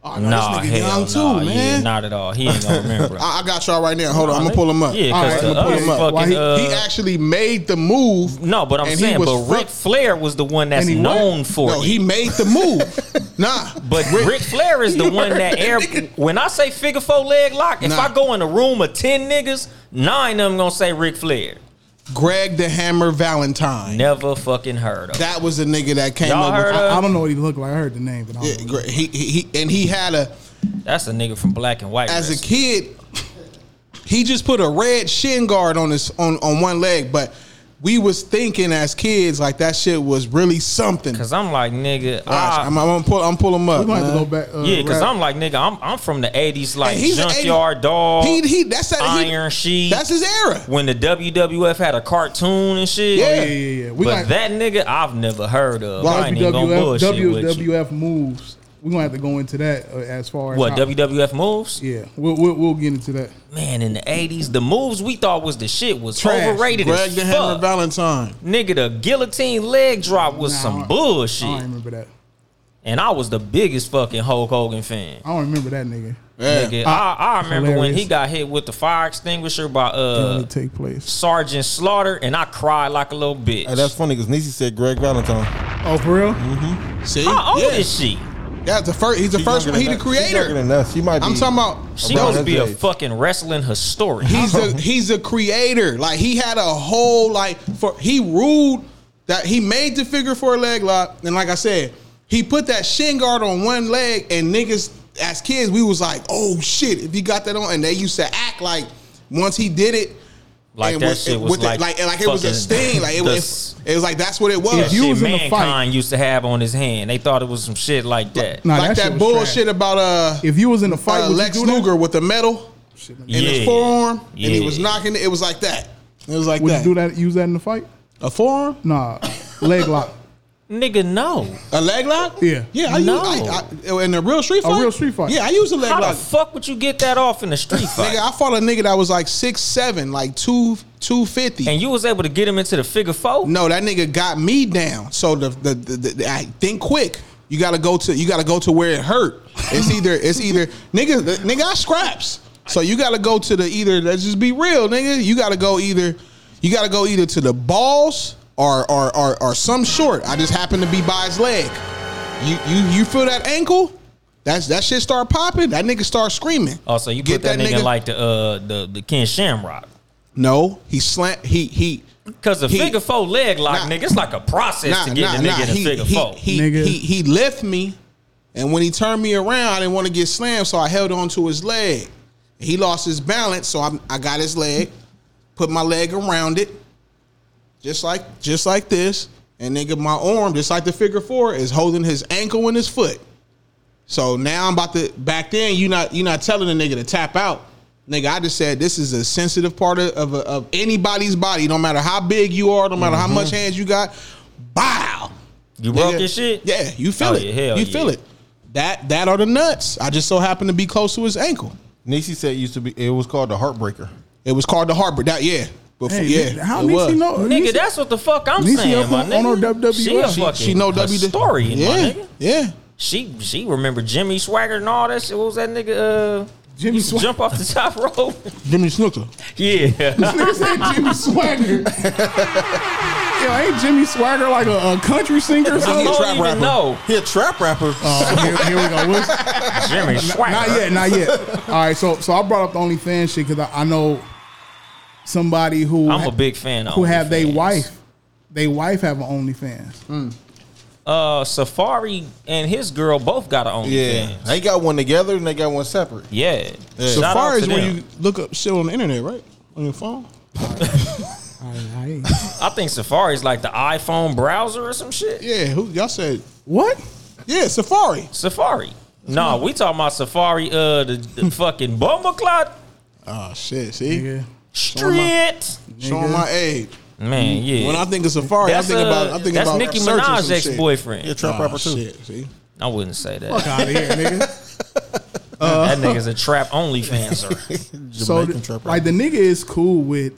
S7: Oh, no,
S8: Nah,
S7: this nigga
S8: hell
S7: young
S8: nah,
S7: too,
S8: yeah,
S7: man.
S8: not at all. He ain't gonna remember.
S7: [laughs] I, I got y'all right now. Hold on, I'm
S8: Nah,
S7: gonna pull him up.
S8: yeah,
S7: All
S8: 'cause the
S7: I'ma pull
S8: other
S7: him up.
S8: fucking,
S7: Why he,
S8: uh,
S7: he actually made the move.
S8: No, but I'm
S7: and he
S8: saying,
S7: was
S8: but
S7: fr-
S8: Ric Flair was the one that's
S7: and he
S8: known
S7: went-
S8: for
S7: No,
S8: it.
S7: he made the move. nah,
S8: But Ric Flair is
S7: [laughs]
S8: the
S7: You
S8: one
S7: heard
S8: that
S7: that
S8: air.
S7: nigga.
S8: When I say figure four leg lock, if
S7: Nah.
S8: I go in a room of ten niggas, nine of them gonna say Ric Flair.
S7: Greg the Hammer Valentine.
S8: Never fucking heard of.
S7: That was the nigga that came
S8: Y'all
S7: up.
S8: heard
S7: with,
S8: of-
S6: I don't know what he looked like. I heard the name, but I don't
S7: Yeah, Greg- he, he, he and he had a
S8: That's a nigga from Black and White.
S7: as a
S8: Wrestling.
S7: kid, he just put a red shin guard on his on, on one leg, but we was thinking as kids like that shit was really something.
S8: Cause I'm like nigga,
S7: Gosh,
S8: I,
S7: I'm, I'm gonna pull I'm pulling him up.
S6: We're gonna have to
S7: man.
S6: go back. Uh,
S8: yeah, cause
S6: rap.
S8: I'm like nigga, I'm I'm from the '80s, like
S7: Hey, he's an 80
S8: Junkyard Dog,
S7: He, he that's that he-
S8: Iron Sheik.
S7: that's his era.
S8: when the WWF had a cartoon and shit.
S7: Yeah.
S6: Oh, yeah, yeah, yeah. We
S8: but
S6: like
S8: that nigga I've never heard of. I ain't even gonna
S6: WWF,
S8: bullshit with you.
S6: WWF moves. We're gonna have to go into that uh, as far as
S8: What
S6: how-
S8: WWF moves?
S6: Yeah, we'll, we'll we'll get into that.
S8: Man, in the '80s, the moves we thought was the shit was
S7: Trash.
S8: overrated
S7: Greg
S8: as
S7: the
S8: fuck.
S7: Hammer Valentine.
S8: Nigga, the guillotine leg drop was
S6: Nah, I
S8: some
S6: don't- I don't
S8: bullshit.
S6: remember that.
S8: And I was the biggest fucking Hulk Hogan fan.
S6: I don't remember that nigga.
S8: Nigga, I, I remember when he
S6: Hilarious.
S8: got hit with the fire extinguisher by
S6: Didn't
S8: uh
S6: it take place.
S8: Sergeant Slaughter, and I cried like a little bitch.
S9: Hey, that's funny because Niecy said Greg Valentine.
S6: Oh, for real?
S7: See,
S8: How old
S7: Yeah.
S8: is she?
S7: that's the first. He's the
S9: She
S7: first
S9: younger
S7: one. He
S9: than
S7: the
S9: us. She younger
S7: creator.
S9: than us. She might
S7: I'm
S9: be-
S7: talking about.
S8: She
S9: About
S8: must
S9: his
S8: be a
S9: age.
S8: fucking wrestling historian. [laughs]
S7: He's a he's a creator. Like he had a whole like for he ruled that he made the figure four leg lock, and like I said, he put that shin guard on one leg, and niggas as kids we was like, oh shit, if he got that on, and they used to act like once he did it.
S8: Like
S7: and
S8: that
S7: with-
S8: shit was
S7: with the-
S8: like
S7: like, like it was a
S8: fucking
S7: sting. Like it
S8: the
S7: was,
S8: s-
S7: it was like that's what it was.
S8: That
S6: you
S8: shit
S6: was in a fight-
S8: mankind used to have on his hand. They thought it was some shit like that.
S6: Nah,
S7: like
S6: that
S7: that,
S6: shit was
S7: bullshit
S6: trash.
S7: about uh,
S6: If you was in a fight
S7: uh
S6: with
S7: Lex
S6: you do that?
S7: Luger with the medal in
S8: Yeah.
S7: his forearm, and he
S8: Yeah.
S7: was knocking it. It was like that. It was like
S6: Would
S7: that.
S6: you do that? Use that in the fight?
S7: A forearm?
S6: Nah, [laughs] leg lock.
S8: Nigga, no.
S7: A leg lock?
S6: Yeah.
S7: Yeah, I
S8: No.
S7: use I, I, in a real street fight.
S6: real street fight.
S7: Yeah, I use a leg
S8: How
S7: lock.
S8: the fuck would you get that off in the street fight?
S7: [laughs] Nigga, I fought a nigga that was like six seven, like two two fifty.
S8: and you was able to get him into the figure four?
S7: No, that nigga got me down. So the the, the, the, I think quick. You gotta go to you gotta go to where it hurt. It's either it's either nigga the- nigga I scraps. So you gotta go to the either. Let's just be real, nigga. You gotta go either. You gotta go either to the balls or or or, or some short. I just happen to be by his leg. You you you feel that ankle? That's that shit start popping. That nigga start screaming.
S8: Oh, so you put
S7: Get
S8: that,
S7: that
S8: nigga,
S7: nigga-
S8: like the uh the, the Ken Shamrock.
S7: No, he slant. He he.
S8: Cause the
S7: He-
S8: figure four leg lock,
S7: Nah.
S8: nigga, it's like a process to get the nigga in the
S7: He,
S8: figure
S7: he,
S8: four.
S7: He,
S6: Nigga.
S7: he he left me, and when he turned me around, I didn't want to get slammed, so I held onto his leg. He lost his balance, so I, I got his leg, put my leg around it, just like just like this, and nigga, my arm, just like the figure four, is holding his ankle and his foot. So now I'm about to back then you not you not telling the nigga to tap out. Nigga, I just said this is a sensitive part of of, of anybody's body, no matter how big you are, no matter how
S9: Mm-hmm.
S7: much hands you got. Bow.
S8: you broke
S7: Nigga,
S8: your shit?
S7: Yeah, you feel
S8: Oh,
S7: it.
S8: yeah, hell
S7: you
S8: yeah.
S7: feel it. That that are the nuts. I just so happened to be close to his ankle.
S9: Nisi said it used to be. It was called the heartbreaker.
S7: It was called the harbor. That yeah. Before,
S6: Hey,
S7: yeah.
S6: how
S7: it
S6: Nisi
S7: was.
S6: know?
S8: Nigga,
S6: Nisi-
S8: that's what the fuck I'm
S6: Nisi
S8: saying,
S6: up
S8: my
S6: on- on
S8: nigga.
S6: her WWF.
S8: She, a
S6: She-
S8: fucking
S7: she know WW.
S8: historian, my
S7: Yeah,
S8: nigga.
S7: yeah.
S8: She she remember Jimmy Swagger and all that shit. What was that nigga? Uh,
S6: Jimmy
S8: used to
S6: Swag-
S8: jump off the top [laughs] rope.
S7: Jimmy Snooker.
S8: yeah,
S6: Nigga said Jimmy Swagger. [laughs] Yo, ain't Jimmy Swagger like a, a country singer or
S8: I
S6: something?
S8: don't even know
S9: He a trap rapper.
S6: Oh, here, here we go. What's-
S8: Jimmy Swagger.
S6: Not yet, not yet. All right, so so I brought up the OnlyFans shit because I, I know somebody who
S8: I'm a big fan of
S6: who have they
S8: OnlyFans.
S6: wife, they wife have an OnlyFans.
S8: Uh, Safari and his girl both got an
S9: yeah,
S8: OnlyFans.
S9: they got one together and they got one separate.
S8: Yeah, yeah.
S7: Safari is where you look up shit on the internet, right? On your phone.
S8: I think Safari's like the iPhone browser or some shit.
S7: Yeah, who y'all said?
S6: What?
S7: Yeah, Safari.
S8: Safari. No, we talking about Safari. Uh, the, the fucking Bumbleclot
S7: Oh shit, see,
S6: Yeah.
S8: Street.
S7: showing my age.
S9: Mm.
S8: Man, yeah.
S7: When I think of Safari, I
S8: That's,
S7: think
S8: uh,
S7: about I think
S8: that's
S7: about
S8: Nicki
S7: searching
S8: Minaj's
S7: some shit.
S8: ex-boyfriend.
S9: Yeah, trap
S7: Oh,
S9: rapper too.
S7: shit, see,
S8: I wouldn't say that.
S6: Fuck out of here, nigga.
S8: [laughs]
S7: Uh,
S8: that nigga's a trap only
S7: [laughs]
S8: fanser. [laughs]
S6: so
S9: Jamaican trap
S6: th- like the nigga is cool with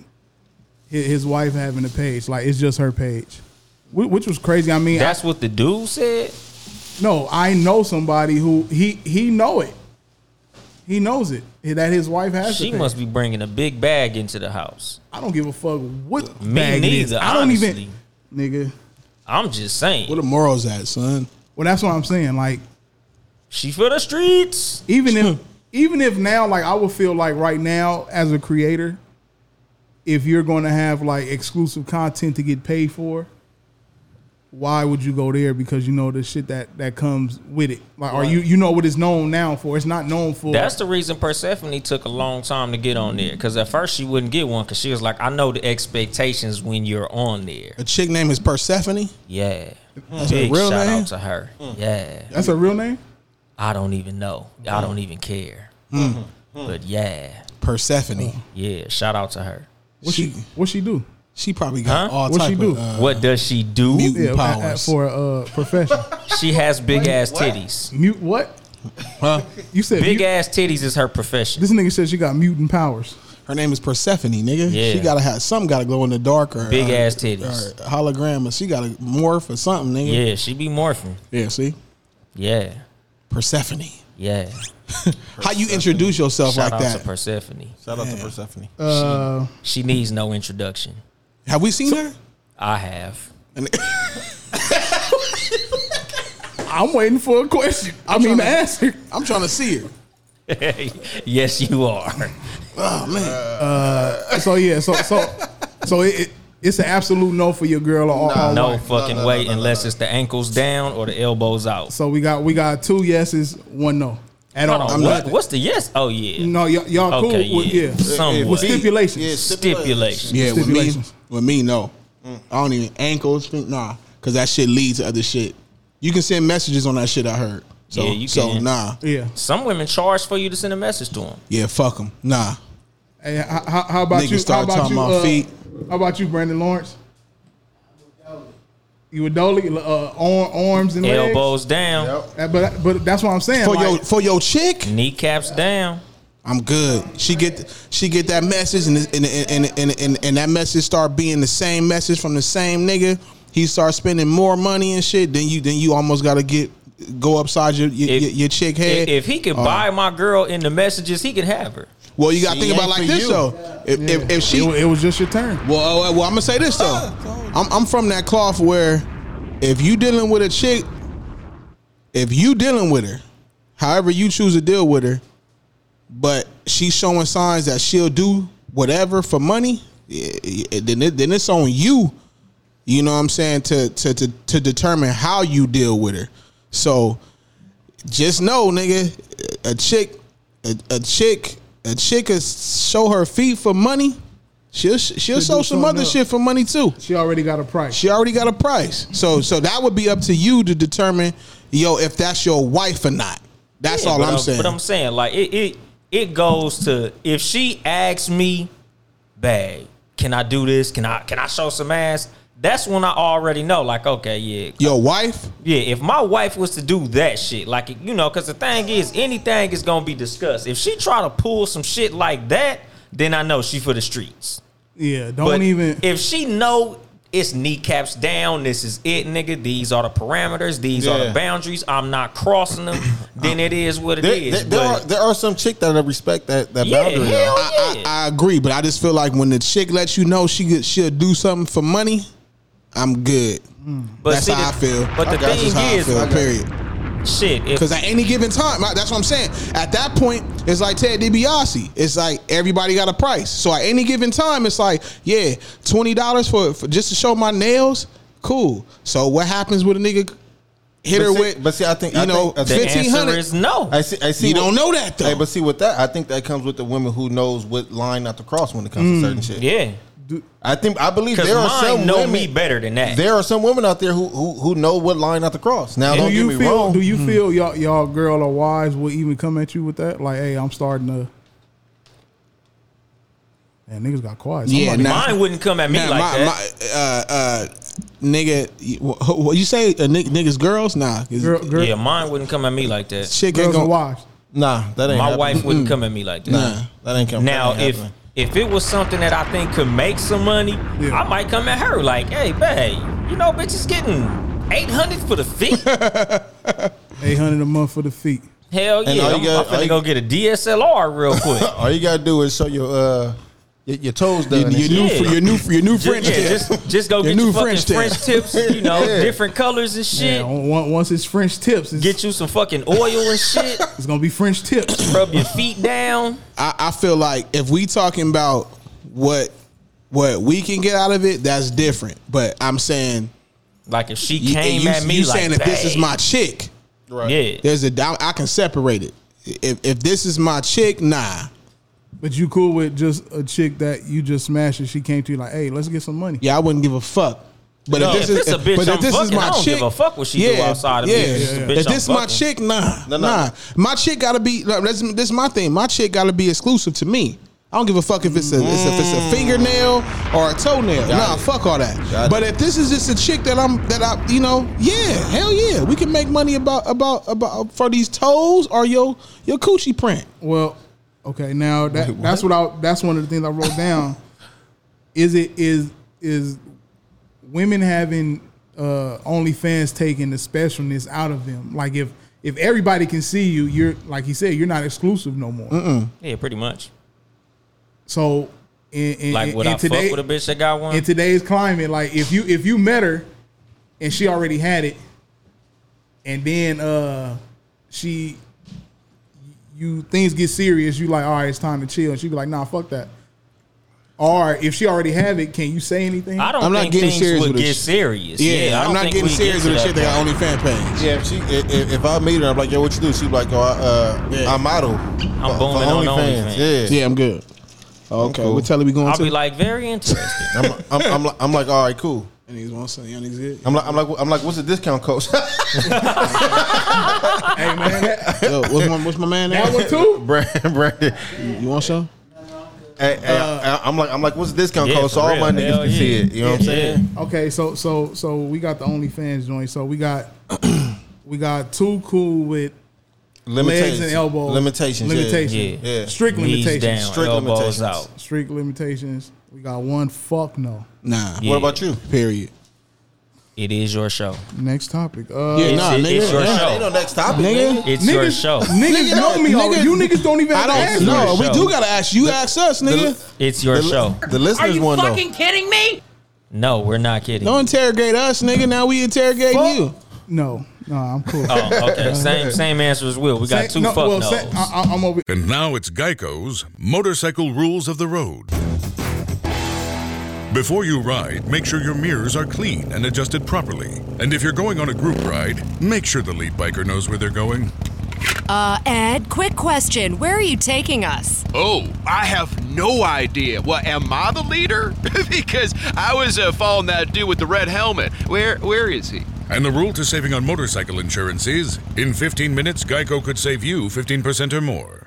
S6: hi- his, wife having a page. Like it's just her page, Wh- which was crazy. I mean, I-
S8: That's what the dude said.
S6: no, I know somebody who he he know it. He knows it that his wife has. a
S8: She
S6: page.
S8: must be bringing a big bag into the house.
S6: I don't give a fuck what
S8: Me
S6: bag it is.
S8: neither,
S6: I don't
S8: honestly.
S6: even, nigga.
S8: I'm just saying.
S7: where the morals at, son?
S6: Well, that's what I'm saying. Like,
S8: She for the streets.
S6: even
S8: [laughs]
S6: if even if now, like, I would feel like right now as a creator, if you're going to have like exclusive content to get paid for, why would you go there? Because you know the shit that that comes with it. Like, or you you know what it's known now for? It's not known for.
S8: That's the reason Persephone took a long time to get on there. Because at first she wouldn't get one because she was like, I know the expectations when you're on there.
S7: A chick name is Persephone.
S8: Yeah. Big
S7: real
S8: shout
S7: name?
S8: out to her.
S7: Hmm.
S8: Yeah.
S6: that's a real name.
S8: I don't even know. I don't even care.
S6: Hmm.
S8: But yeah.
S7: Persephone.
S8: Yeah. Shout out to her.
S6: What she, what she do?
S7: She probably got
S8: Huh?
S7: all
S6: What she
S7: type
S6: do?
S7: of uh,
S8: what does she do?
S6: Yeah,
S7: mutant powers.
S6: a- a- for a uh, profession.
S7: [laughs]
S8: She has big ass titties.
S6: Mute what?
S7: huh?
S6: You said
S8: Big
S6: mute-
S8: ass titties is her profession.
S6: This nigga said she got mutant powers.
S7: Her name is Persephone, nigga.
S8: Yeah.
S7: She gotta have something. Gotta glow in the dark or
S8: Big
S7: or-
S8: ass titties.
S7: or hologram. Or she gotta morph or something, nigga.
S8: Yeah, she be morphing.
S7: Yeah, see,
S8: Yeah,
S7: Persephone.
S8: yeah.
S7: How you introduce yourself
S8: Shout
S7: like
S8: out to
S7: that?
S8: Persephone.
S9: Shout out to Persephone.
S6: Uh,
S8: She needs no introduction.
S7: Have we seen her?
S8: I have. [laughs]
S6: I'm waiting for a question. I mean, the answer.
S7: I'm trying to
S8: [laughs]
S7: see her.
S8: yes, you are.
S7: Oh man.
S6: Uh, So yeah, so so so it, it it's an absolute no for your girl or, or
S8: No
S6: wife.
S8: fucking way unless it's the ankles down or the elbows out.
S6: So we got we got two yeses, one no. At
S8: Hold
S6: all.
S8: on,
S7: I'm
S8: what-
S7: not-
S8: what's the yes? Oh yeah.
S6: No, y'all, y'all
S8: Okay,
S6: cool with
S8: yeah.
S6: yeah.
S8: Somewhat.
S6: With stipulations.
S9: Yeah,
S8: Stipulation.
S7: Yeah, with me,
S6: Stipulations.
S7: with me, no.
S8: Mm.
S7: I don't even ankles, fin- nah, because that shit leads to other shit. You can send messages on that shit. I heard. So,
S8: Yeah, you
S7: so
S8: can.
S7: nah.
S6: Yeah.
S8: Some women charge for you to send a message to them.
S7: Yeah, fuck them. Nah.
S6: Hey, how, how- how about
S7: Niggas
S6: you? uh, How
S7: started
S6: about
S7: talking
S6: you?
S7: about
S6: uh,
S7: feet.
S6: How about you, Brandon Lawrence? Udoli, uh, arm, arms and legs.
S8: Elbows down.
S6: Uh, But but that's what I'm saying.
S7: for
S6: like-
S7: your for your chick.
S8: Kneecaps down.
S7: I'm good. She get she get that message and and and and, and, and that message start being the same message from the same nigga. He start spending more money and shit. Then you then you almost gotta get go upside your your, your, your chick head.
S8: If, if he can
S7: Uh,
S8: buy my girl in the messages, he can have her.
S7: Well, you got to think about it like this though. If, if, if she,
S8: It wa- it
S6: was just your turn.
S7: Well, uh, well, I'm gonna say this though. I'm, I'm from that cloth where, if you dealing with a chick, if you dealing with her, however you choose to deal with her, but she's showing signs that she'll do whatever for money, yeah, yeah, then it, then it's on you. You know what I'm saying to to to to determine how you deal with her. So just know, nigga, a chick, a, a chick, a chick could show her feet for money. She'll she'll
S6: do
S7: show some
S6: something
S7: other
S6: else.
S7: shit for money too.
S6: She already got a price.
S7: She already got a price. So so that would be up to you to determine, yo, if that's your wife or not. That's
S8: Yeah,
S7: all
S8: but
S7: I'm saying.
S8: But I'm saying like it it it goes to if she asks me, "Babe, can I do this? Can I can I show some ass?" That's when I already know. Like, okay, yeah,
S7: your wife.
S8: Yeah, if my wife was to do that shit, like you know, because the thing is, anything is gonna be discussed. If she try to pull some shit like that, then I know she for the streets.
S6: Yeah, don't
S8: But
S6: even.
S8: If she know it's kneecaps down, this is it, nigga. These are the parameters. These are
S9: Yeah.
S8: the boundaries. I'm not crossing
S9: [coughs]
S8: them. then it is what it
S9: There,
S8: is.
S9: there, there are,
S8: but-
S9: there are some chick that respect that, that
S8: Yeah,
S9: boundary.
S8: hell
S9: though.
S7: I, I, I agree, but I just feel like when the chick lets you know she could, she'll do something for money, I'm good.
S8: Mm. But
S7: that's
S8: see,
S7: how
S8: the-
S7: I feel.
S8: but the
S7: That's just
S8: thing
S7: how I
S8: is-
S7: feel,
S8: Okay.
S7: period.
S8: shit. if-
S7: Because at any given time, I- that's what I'm saying. At that point, it's like Ted DiBiase. It's like everybody got a price. So at any given time, it's like, yeah, twenty dollars for, for just to show my nails. Cool. So what happens with a nigga hit
S9: But
S7: her
S9: see-
S7: with?
S9: But see, I think
S7: you
S9: I
S7: know,
S9: think, I think-
S7: fifteen hundred.
S9: I see. I see.
S7: You don't know that, though.
S9: Hey, but see, with that, I think that comes with the women who knows what line not to cross when it comes
S8: Mm,
S9: to certain shit.
S8: Yeah.
S9: I think I believe
S8: 'Cause
S9: there are
S8: mine
S9: some
S8: know
S9: women
S8: me better than that.
S9: There are some women out there who who, who know what line not to cross. Now,
S6: do
S9: don't
S6: you
S9: get me
S6: feel?
S9: wrong. Mm.
S6: Do you feel y'all y'all girl or wives will even come at you with that? Like, hey, I'm starting to. Man, niggas got quiet.
S7: Yeah,
S6: Somebody-
S7: nah.
S8: Mine wouldn't come at me
S7: Nah,
S8: like
S7: my-
S8: that.
S7: my- uh, uh, nigga, you- wh- wh- what you say? Uh, ni- niggas, girls? Nah, 'cause-
S8: Yeah, mine wouldn't come at me like that.
S7: Chick ain't gonna-
S9: Nah, that ain't
S8: my
S9: happening.
S8: wife wouldn't
S9: Mm-mm.
S8: come at me like that.
S9: Nah, that ain't come- that
S8: Now,
S9: ain't
S8: if
S9: happening.
S8: if it was something that I think could make some money, I might come at her like, "Hey, babe, you know, bitch is getting eight hundred for the
S9: [laughs]
S8: feet.
S6: [laughs] Eight hundred a month for the feet.
S8: Hell
S9: And
S8: yeah,
S9: all you
S8: I'm,
S9: got-
S8: I'm
S9: all
S8: finna
S9: you-
S8: go get a DSLR real
S7: uh,
S8: quick.
S9: all you gotta do is show your uh your, [laughs] your toes done.
S8: Your- your new- Yeah. your new-
S7: your new
S8: Just- yeah, just just go get your fucking French, tips,
S9: [laughs]
S8: you know,
S6: Yeah.
S8: different colors and shit.
S6: Yeah, on- on- once it's French tips, it's,
S8: Get you some fucking oil and shit.
S6: [laughs] it's gonna be French tips.
S8: [clears throat] Rub your feet down.
S7: I, I feel like if we talking about what what we can get out of it, that's different. But I'm saying,
S8: like if she
S7: you,
S8: came
S7: you,
S8: at me
S7: you
S8: like,
S7: saying if this is
S8: "Babe."
S7: my chick,
S8: Right. Yeah.
S7: There's a I I can separate it. If if this is my chick, nah.
S6: But you cool with just a chick that you just smashed and she came to you like, hey, let's get some money.
S7: Yeah, I wouldn't give a fuck. But
S8: No,
S7: if
S8: if
S7: this is
S8: it's a bitch
S7: but if
S8: I'm
S7: this is
S8: fucking,
S7: my
S8: I don't
S7: chick,
S8: give a fuck what she do outside of me.
S7: Yeah,
S8: If it's a bitch
S7: if
S8: I'm
S7: this my
S8: fucking.
S7: chick, nah,
S8: No, no.
S7: nah. My chick gotta be. Like, this, this is my thing. My chick gotta be exclusive to me. I don't give a fuck if it's a it's if it's
S8: Mm.
S7: a fingernail or a toenail.
S9: Got
S7: nah,
S9: it.
S7: fuck all that.
S9: Got it.
S7: but if this is just a chick that I'm that I you know yeah hell yeah we can make money about about about for these toes or your your coochie print.
S6: Well, okay, now that that's what I that's one of the things I wrote down. is it is is women having uh OnlyFans taking the specialness out of them? Like if if everybody can see you, you're like he said, you're not exclusive no more.
S8: yeah, pretty much.
S6: So in, in,
S8: Like,
S6: in-
S8: would
S6: in
S8: I
S6: today,
S8: fuck with a bitch that got one?
S6: in today's climate, like if you if you met her and she already had it, and then uh she you things get serious, you like, all right, it's time to chill. And she be like, nah, fuck that. Or if she already have it, can you say anything?
S8: I don't I'm not think getting things serious would with get this. serious. Yeah, Yeah, I I'm don't not think getting we serious get to with the that shit that
S7: only fan page.
S9: Yeah, if she if, if I meet her, I'm like, yo, what you do? She be like, oh, I, uh, I model.
S8: I'm booming on OnlyFans.
S9: Yeah,
S7: yeah, I'm good. Okay,
S9: cool.
S7: what tell her we going
S8: I'll
S7: to?
S8: be like, very interesting.
S9: I'm, I'm, I'm, like, I'm like, all right, cool.
S7: And he's one son, young niggas good.
S9: I'm like, I'm like, I'm like, what's the discount code? [laughs]
S6: hey man, that,
S7: Yo, what's my what's my man?
S6: That
S7: name?
S6: one too?
S9: Brandon, Brandon,
S7: you want some?
S9: Hey, hey,
S7: Uh,
S9: I, I, am like, I'm like, what's the discount code? So all my niggas can see it. You know what I'm saying?
S7: Okay, so so so we got the OnlyFans joint. So we got [clears throat] we got too cool with legs and elbows.
S9: Limitations. yeah.
S7: Limitations.
S9: Yeah.
S7: Strict limitations.
S9: Strict limitations.
S7: Strict limitations. We got one fuck no.
S5: Nah.
S8: Yeah. about
S5: you? Period.
S8: It is your show.
S7: Next topic. Uh,
S8: Yeah, It's- nah, it's nigga. your Nah, show. ain't no next topic, nigga. It's your show.
S7: Niggas
S5: Nigga,
S7: know me.
S5: nigga,
S7: already. you niggas don't even
S5: I
S7: have to ask
S5: don't
S7: me.
S5: know.
S8: your
S5: We
S8: show.
S5: do gotta ask you. Ask us, nigga.
S8: It's your
S5: The-
S8: show.
S5: the listeners Are you wanna know. fucking
S15: kidding me?
S8: No, we're not kidding.
S5: Don't interrogate us, nigga. Now we interrogate you.
S7: No, no, I'm cool.
S8: Oh,
S5: [laughs]
S8: okay. Same same answer as Will. We got two fuck no's.
S7: I'm over.
S2: And now it's Geico's Motorcycle Rules of the Road. Before you ride, make sure your mirrors are clean and adjusted properly. And if you're going on a group ride, make sure the lead biker knows where they're going.
S3: Uh, Ed, quick question. Where are you taking us?
S16: Oh, I have no idea. Well, am I the leader? [laughs] because I was uh, following that dude with the red helmet. Where Where is he?
S2: And the rule to saving on motorcycle insurance is in 15 minutes, Geico could save you 15% or more.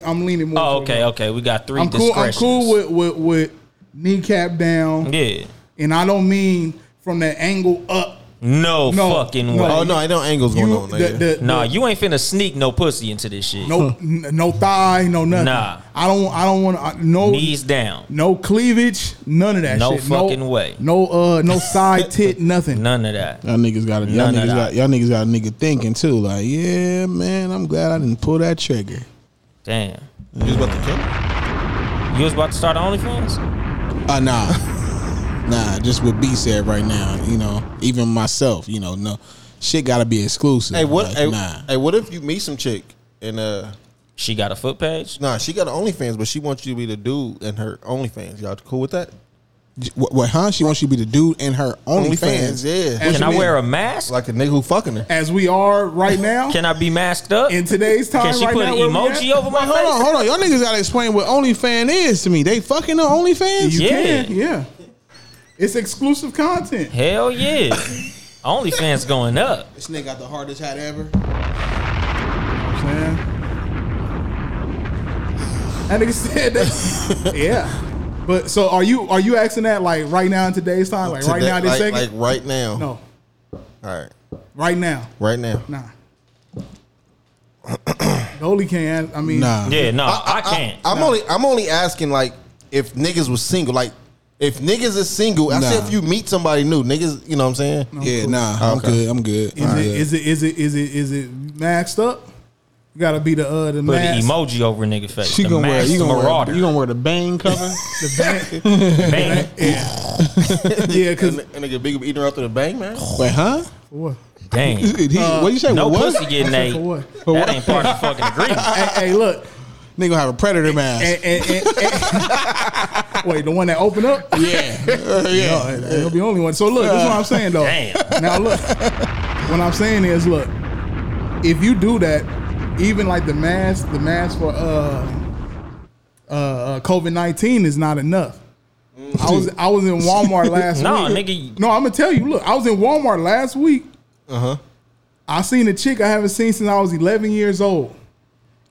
S7: I'm leaning more.
S8: Oh, okay, okay. We got three
S7: I'm cool. I'm
S8: discretions.
S7: cool with with, with kneecap down.
S8: Yeah.
S7: and I don't mean from that angle up.
S8: No,
S7: No,
S8: fucking
S7: no.
S8: way.
S7: Oh, no,
S8: I
S7: ain't no angles going You- on, nigga. the- the-
S8: nah,
S7: the-
S8: you ain't finna sneak no pussy into this shit.
S7: No, n- no thigh, no nothing.
S8: Nah.
S7: I don't. I don't want to. No
S8: Knees down.
S7: No cleavage. None of that.
S8: No
S7: shit.
S6: Oh,
S8: fucking way.
S7: No uh. No side tit. Nothing.
S8: None of that.
S5: Y'all niggas got y'all
S8: None of
S5: niggas
S8: that.
S5: got y'all niggas got a nigga thinking too. Like, yeah, man, I'm glad I didn't pull that trigger.
S8: Damn.
S5: You was about to kill
S8: You was about to start OnlyFans?
S5: Uh, nah, [laughs] nah. Just what B said right now. You know, even myself. You know, no shit got to be exclusive.
S9: Hey, what?
S5: Like,
S9: hey,
S5: nah.
S9: hey, what if you meet some chick and uh,
S8: she got a foot page?
S9: Nah, she got an OnlyFans, but she wants you to be the dude in her OnlyFans. Y'all cool with that?
S5: What, what? Huh? She wants you to be the dude in her OnlyFans.
S9: yeah.
S7: Can I wear
S8: a mask?
S9: Like a nigga who fucking her.
S7: As we are right now.
S8: Can I be masked up
S7: in today's time?
S8: Can she
S7: right
S8: put
S7: now,
S8: an
S7: where we
S8: emoji
S7: at?
S8: over my
S5: Wait, hold on, hold on. Y'all niggas gotta explain what OnlyFans is to me. They fucking on OnlyFans.
S7: You can. Yeah. It's exclusive content.
S8: Hell yeah. OnlyFans going up.
S5: This nigga got the hardest hat ever.
S7: That nigga said that.
S5: [laughs]
S7: yeah. But so are you are you asking that like right now in today's time? Like right
S9: Today-
S7: now this
S9: like,
S7: second?
S9: like right now.
S7: No.
S9: All right.
S7: Right now.
S9: Right now.
S7: Nah. Dolly can't ask- I mean
S9: I'm only I'm only asking like if niggas was single. Like if niggas is single, I said
S5: Nah.
S9: if you meet somebody new, niggas, you know what I'm saying?
S5: Yeah, nah, I'm good. I'm good.
S7: Is it, is it is it is it is it maxed up? You gotta be the uh the
S8: Put an
S7: mask.
S8: emoji over a nigga face.
S5: She
S8: the
S5: gonna wear.
S8: masked
S5: You gonna
S8: marauder.
S5: wear, you gonna wear the Bane cover?
S7: [laughs]
S5: [laughs]
S7: the
S5: Bane.
S8: Bang.
S7: yeah, because
S9: and nigga big eating her after the bang, man.
S5: Wait, huh?
S7: What?
S8: Dang.
S5: He-
S7: Uh,
S5: what you say?
S8: No
S5: what?
S8: pussy getting
S5: I
S8: ate.
S5: said, for what?
S8: That
S5: For what?
S8: ain't part of the
S7: [laughs]
S8: fucking agreement.
S7: hey, hey, look.
S5: Nigga have a predator mask.
S7: And, and, and, and-
S5: [laughs]
S7: wait, the one that opened up? [laughs]
S5: Yeah. yeah.
S7: No, it'll be the only one. So look, that's what I'm saying though.
S8: Damn.
S7: Now look, what I'm saying is look, if you do that, even like the mask, the mask for uh uh, uh COVID nineteen is not enough. I was I was in
S8: [laughs]
S7: Walmart last
S8: Nah,
S7: week.
S8: nigga.
S7: No, I'm gonna tell you. Look, I was in Walmart last week.
S9: Uh-huh.
S7: Uh huh. I seen a chick I haven't seen since I was 11 years old.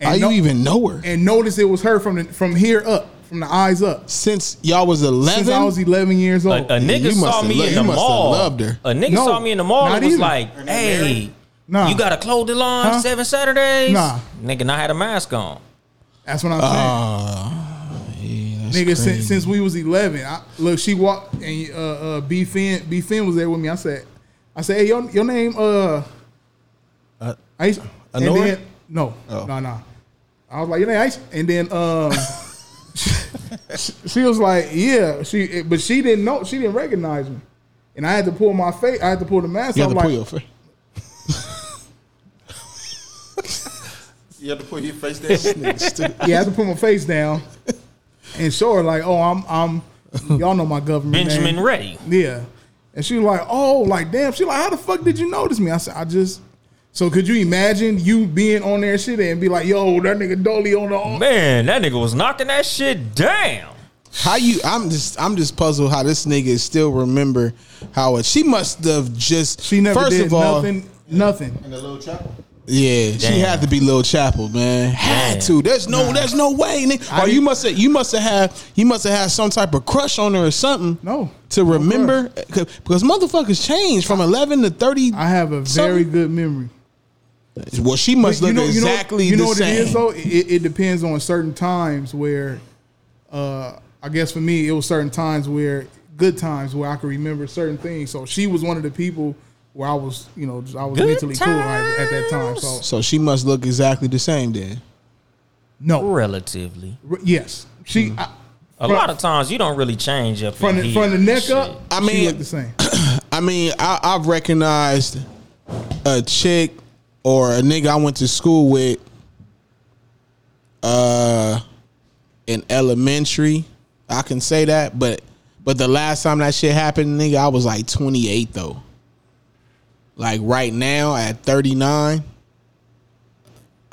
S5: How you even know her?
S7: And notice it was her from the, from here up, from the eyes up.
S5: Since y'all was 11?
S7: Since I was 11 years old.
S8: A nigga saw me in the mall. A nigga
S7: No,
S8: saw me in the mall
S7: not
S8: and was
S7: even.
S8: like, "Hey,
S7: Nah.
S8: you got a clothing line
S7: Huh?
S8: seven Saturdays?"
S7: Nah.
S8: nigga, and I had a mask on.
S7: That's what I'm
S5: Oh,
S7: saying.
S6: Ah,
S7: Nigga, since, since we was 11, I, look, she walked and uh, uh, B Finn, B Finn was there with me. I said, I said, hey, your, your name, uh,
S9: Uh,
S7: I used, and
S9: Honora?
S7: then, no,
S9: Oh.
S7: no, no. I was like, your name, Ice, and then, um,
S5: [laughs]
S7: [laughs] she was like, yeah, she, but she didn't know, she didn't recognize me, and I had to pull my face, I had to pull the mask.
S5: You
S7: off,
S5: have to
S7: like,
S5: pull your face.
S9: You have to put your face down.
S7: [laughs]
S9: [laughs]
S7: yeah, I had to put my face down.
S6: and show her like, oh, I'm I'm y'all know my government
S8: Benjamin
S6: name.
S8: Ray.
S6: Yeah. And she was like, oh, like damn. She like, how the fuck did you notice me? I said, I just. So could you imagine you being on there and shit and be like, yo, that nigga Dolly on the on.
S8: Man, that nigga was knocking that shit down.
S7: How you? I'm just I'm just puzzled how this nigga still remember how it. She must have just. She
S6: Never
S7: First
S6: did
S7: of all,
S6: nothing, nothing.
S7: Yeah, she
S6: Damn.
S7: had to be Lil Chapel, man. Had
S6: Damn.
S7: to. There's no, there's no way. nigga. Or you must have, you must have had, you must have had some type of crush on her or something. No, to remember because motherfuckers change from 11 to 30. I
S6: have a very good memory.
S7: Well, she must
S6: But
S7: look exactly
S6: You know
S7: the
S6: what
S7: same.
S6: it is though. It, it depends on certain times where, uh, I guess for me, it was certain times where good times where I could remember certain things. So she was one of the people where I was, you know, I was
S7: Good
S6: mentally cool at, at that time. So
S7: So she must look exactly the same then.
S6: No,
S8: relatively.
S6: r- yes, she I,
S8: Mm. A
S6: From-
S8: lot of times you don't really change up
S6: from
S8: in
S6: the,
S8: here.
S6: from the neck up.
S7: I
S6: she
S7: mean-
S6: looked the same.
S7: [clears throat] I mean, I, I've recognized a chick or a nigga I went to school with uh in elementary. I can say that, but but the last time that shit happened, nigga, I was like 28 though. Like right now at 39.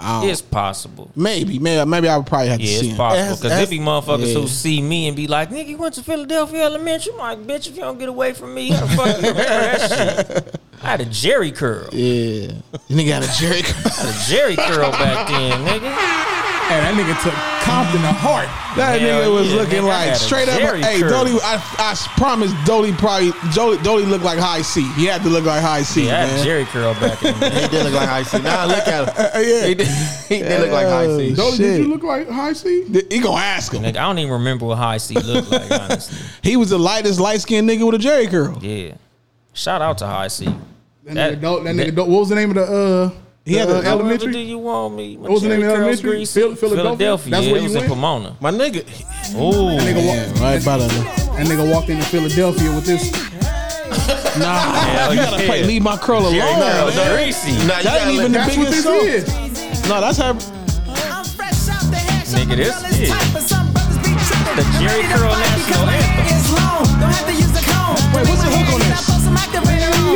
S7: I don't-
S8: It's possible.
S7: maybe, maybe, maybe I would probably have to
S8: Yeah, it's
S7: see him.
S8: possible. Because there be motherfuckers
S7: Yeah.
S8: who see me and be like, nigga, you went to Philadelphia Elementary. I'm like, bitch, if you don't get away from me,
S7: [laughs]
S8: how the fuck you remember that shit? I had a Jerry curl.
S7: Yeah. Nigga had a jerry curl.
S8: I had a Jerry curl back then, nigga.
S6: And that nigga took Compton to heart.
S7: That
S8: Hell
S7: nigga was
S8: yeah,
S7: looking
S8: nigga, I
S7: like
S8: had a
S7: straight up.
S8: Jerry
S7: hey,
S8: curl.
S7: Dolly, I, I s- promise Dolly probably Dolly, Dolly looked like High C. He had to look like High C.
S8: Yeah, I had
S7: man.
S8: a Jerry curl back
S7: [laughs]
S8: in the day.
S9: He did look like High C. Nah,
S6: [laughs]
S9: look at him.
S7: yeah.
S9: He did, he did look like High C.
S6: Dolly, did you look like High C?
S7: He gonna ask him.
S8: Nigga, I don't even remember what high C looked like, honestly.
S7: [laughs] He was the lightest light skinned nigga with a Jerry curl.
S8: Yeah. Shout out to high C.
S6: That, nigga, Dol- that nigga Dol- what was the name of the uh?
S7: He had
S6: the,
S7: a-
S6: uh, elementary.
S8: Do you want me? My
S6: What was the name of the
S8: Jerry curls
S6: elementary?
S8: greasy.
S6: Phil- Philadelphia? That's
S8: yeah,
S6: where
S8: it
S6: you
S8: was
S6: went?
S8: in Pomona.
S9: My nigga.
S8: Oh,
S7: right by the.
S6: That nigga walked into Philadelphia with this.
S7: Nah, you gotta play, leave my curl alone.
S6: Jerry curls
S7: man.
S6: are greasy. Nah, you
S7: that
S6: gotta
S7: ain't even the
S6: let- That's what
S7: biggest song.
S6: this
S7: No, that's how.
S8: Nigga, this is the Jerry Curl National Anthem.
S7: Wait, what's the hook on this?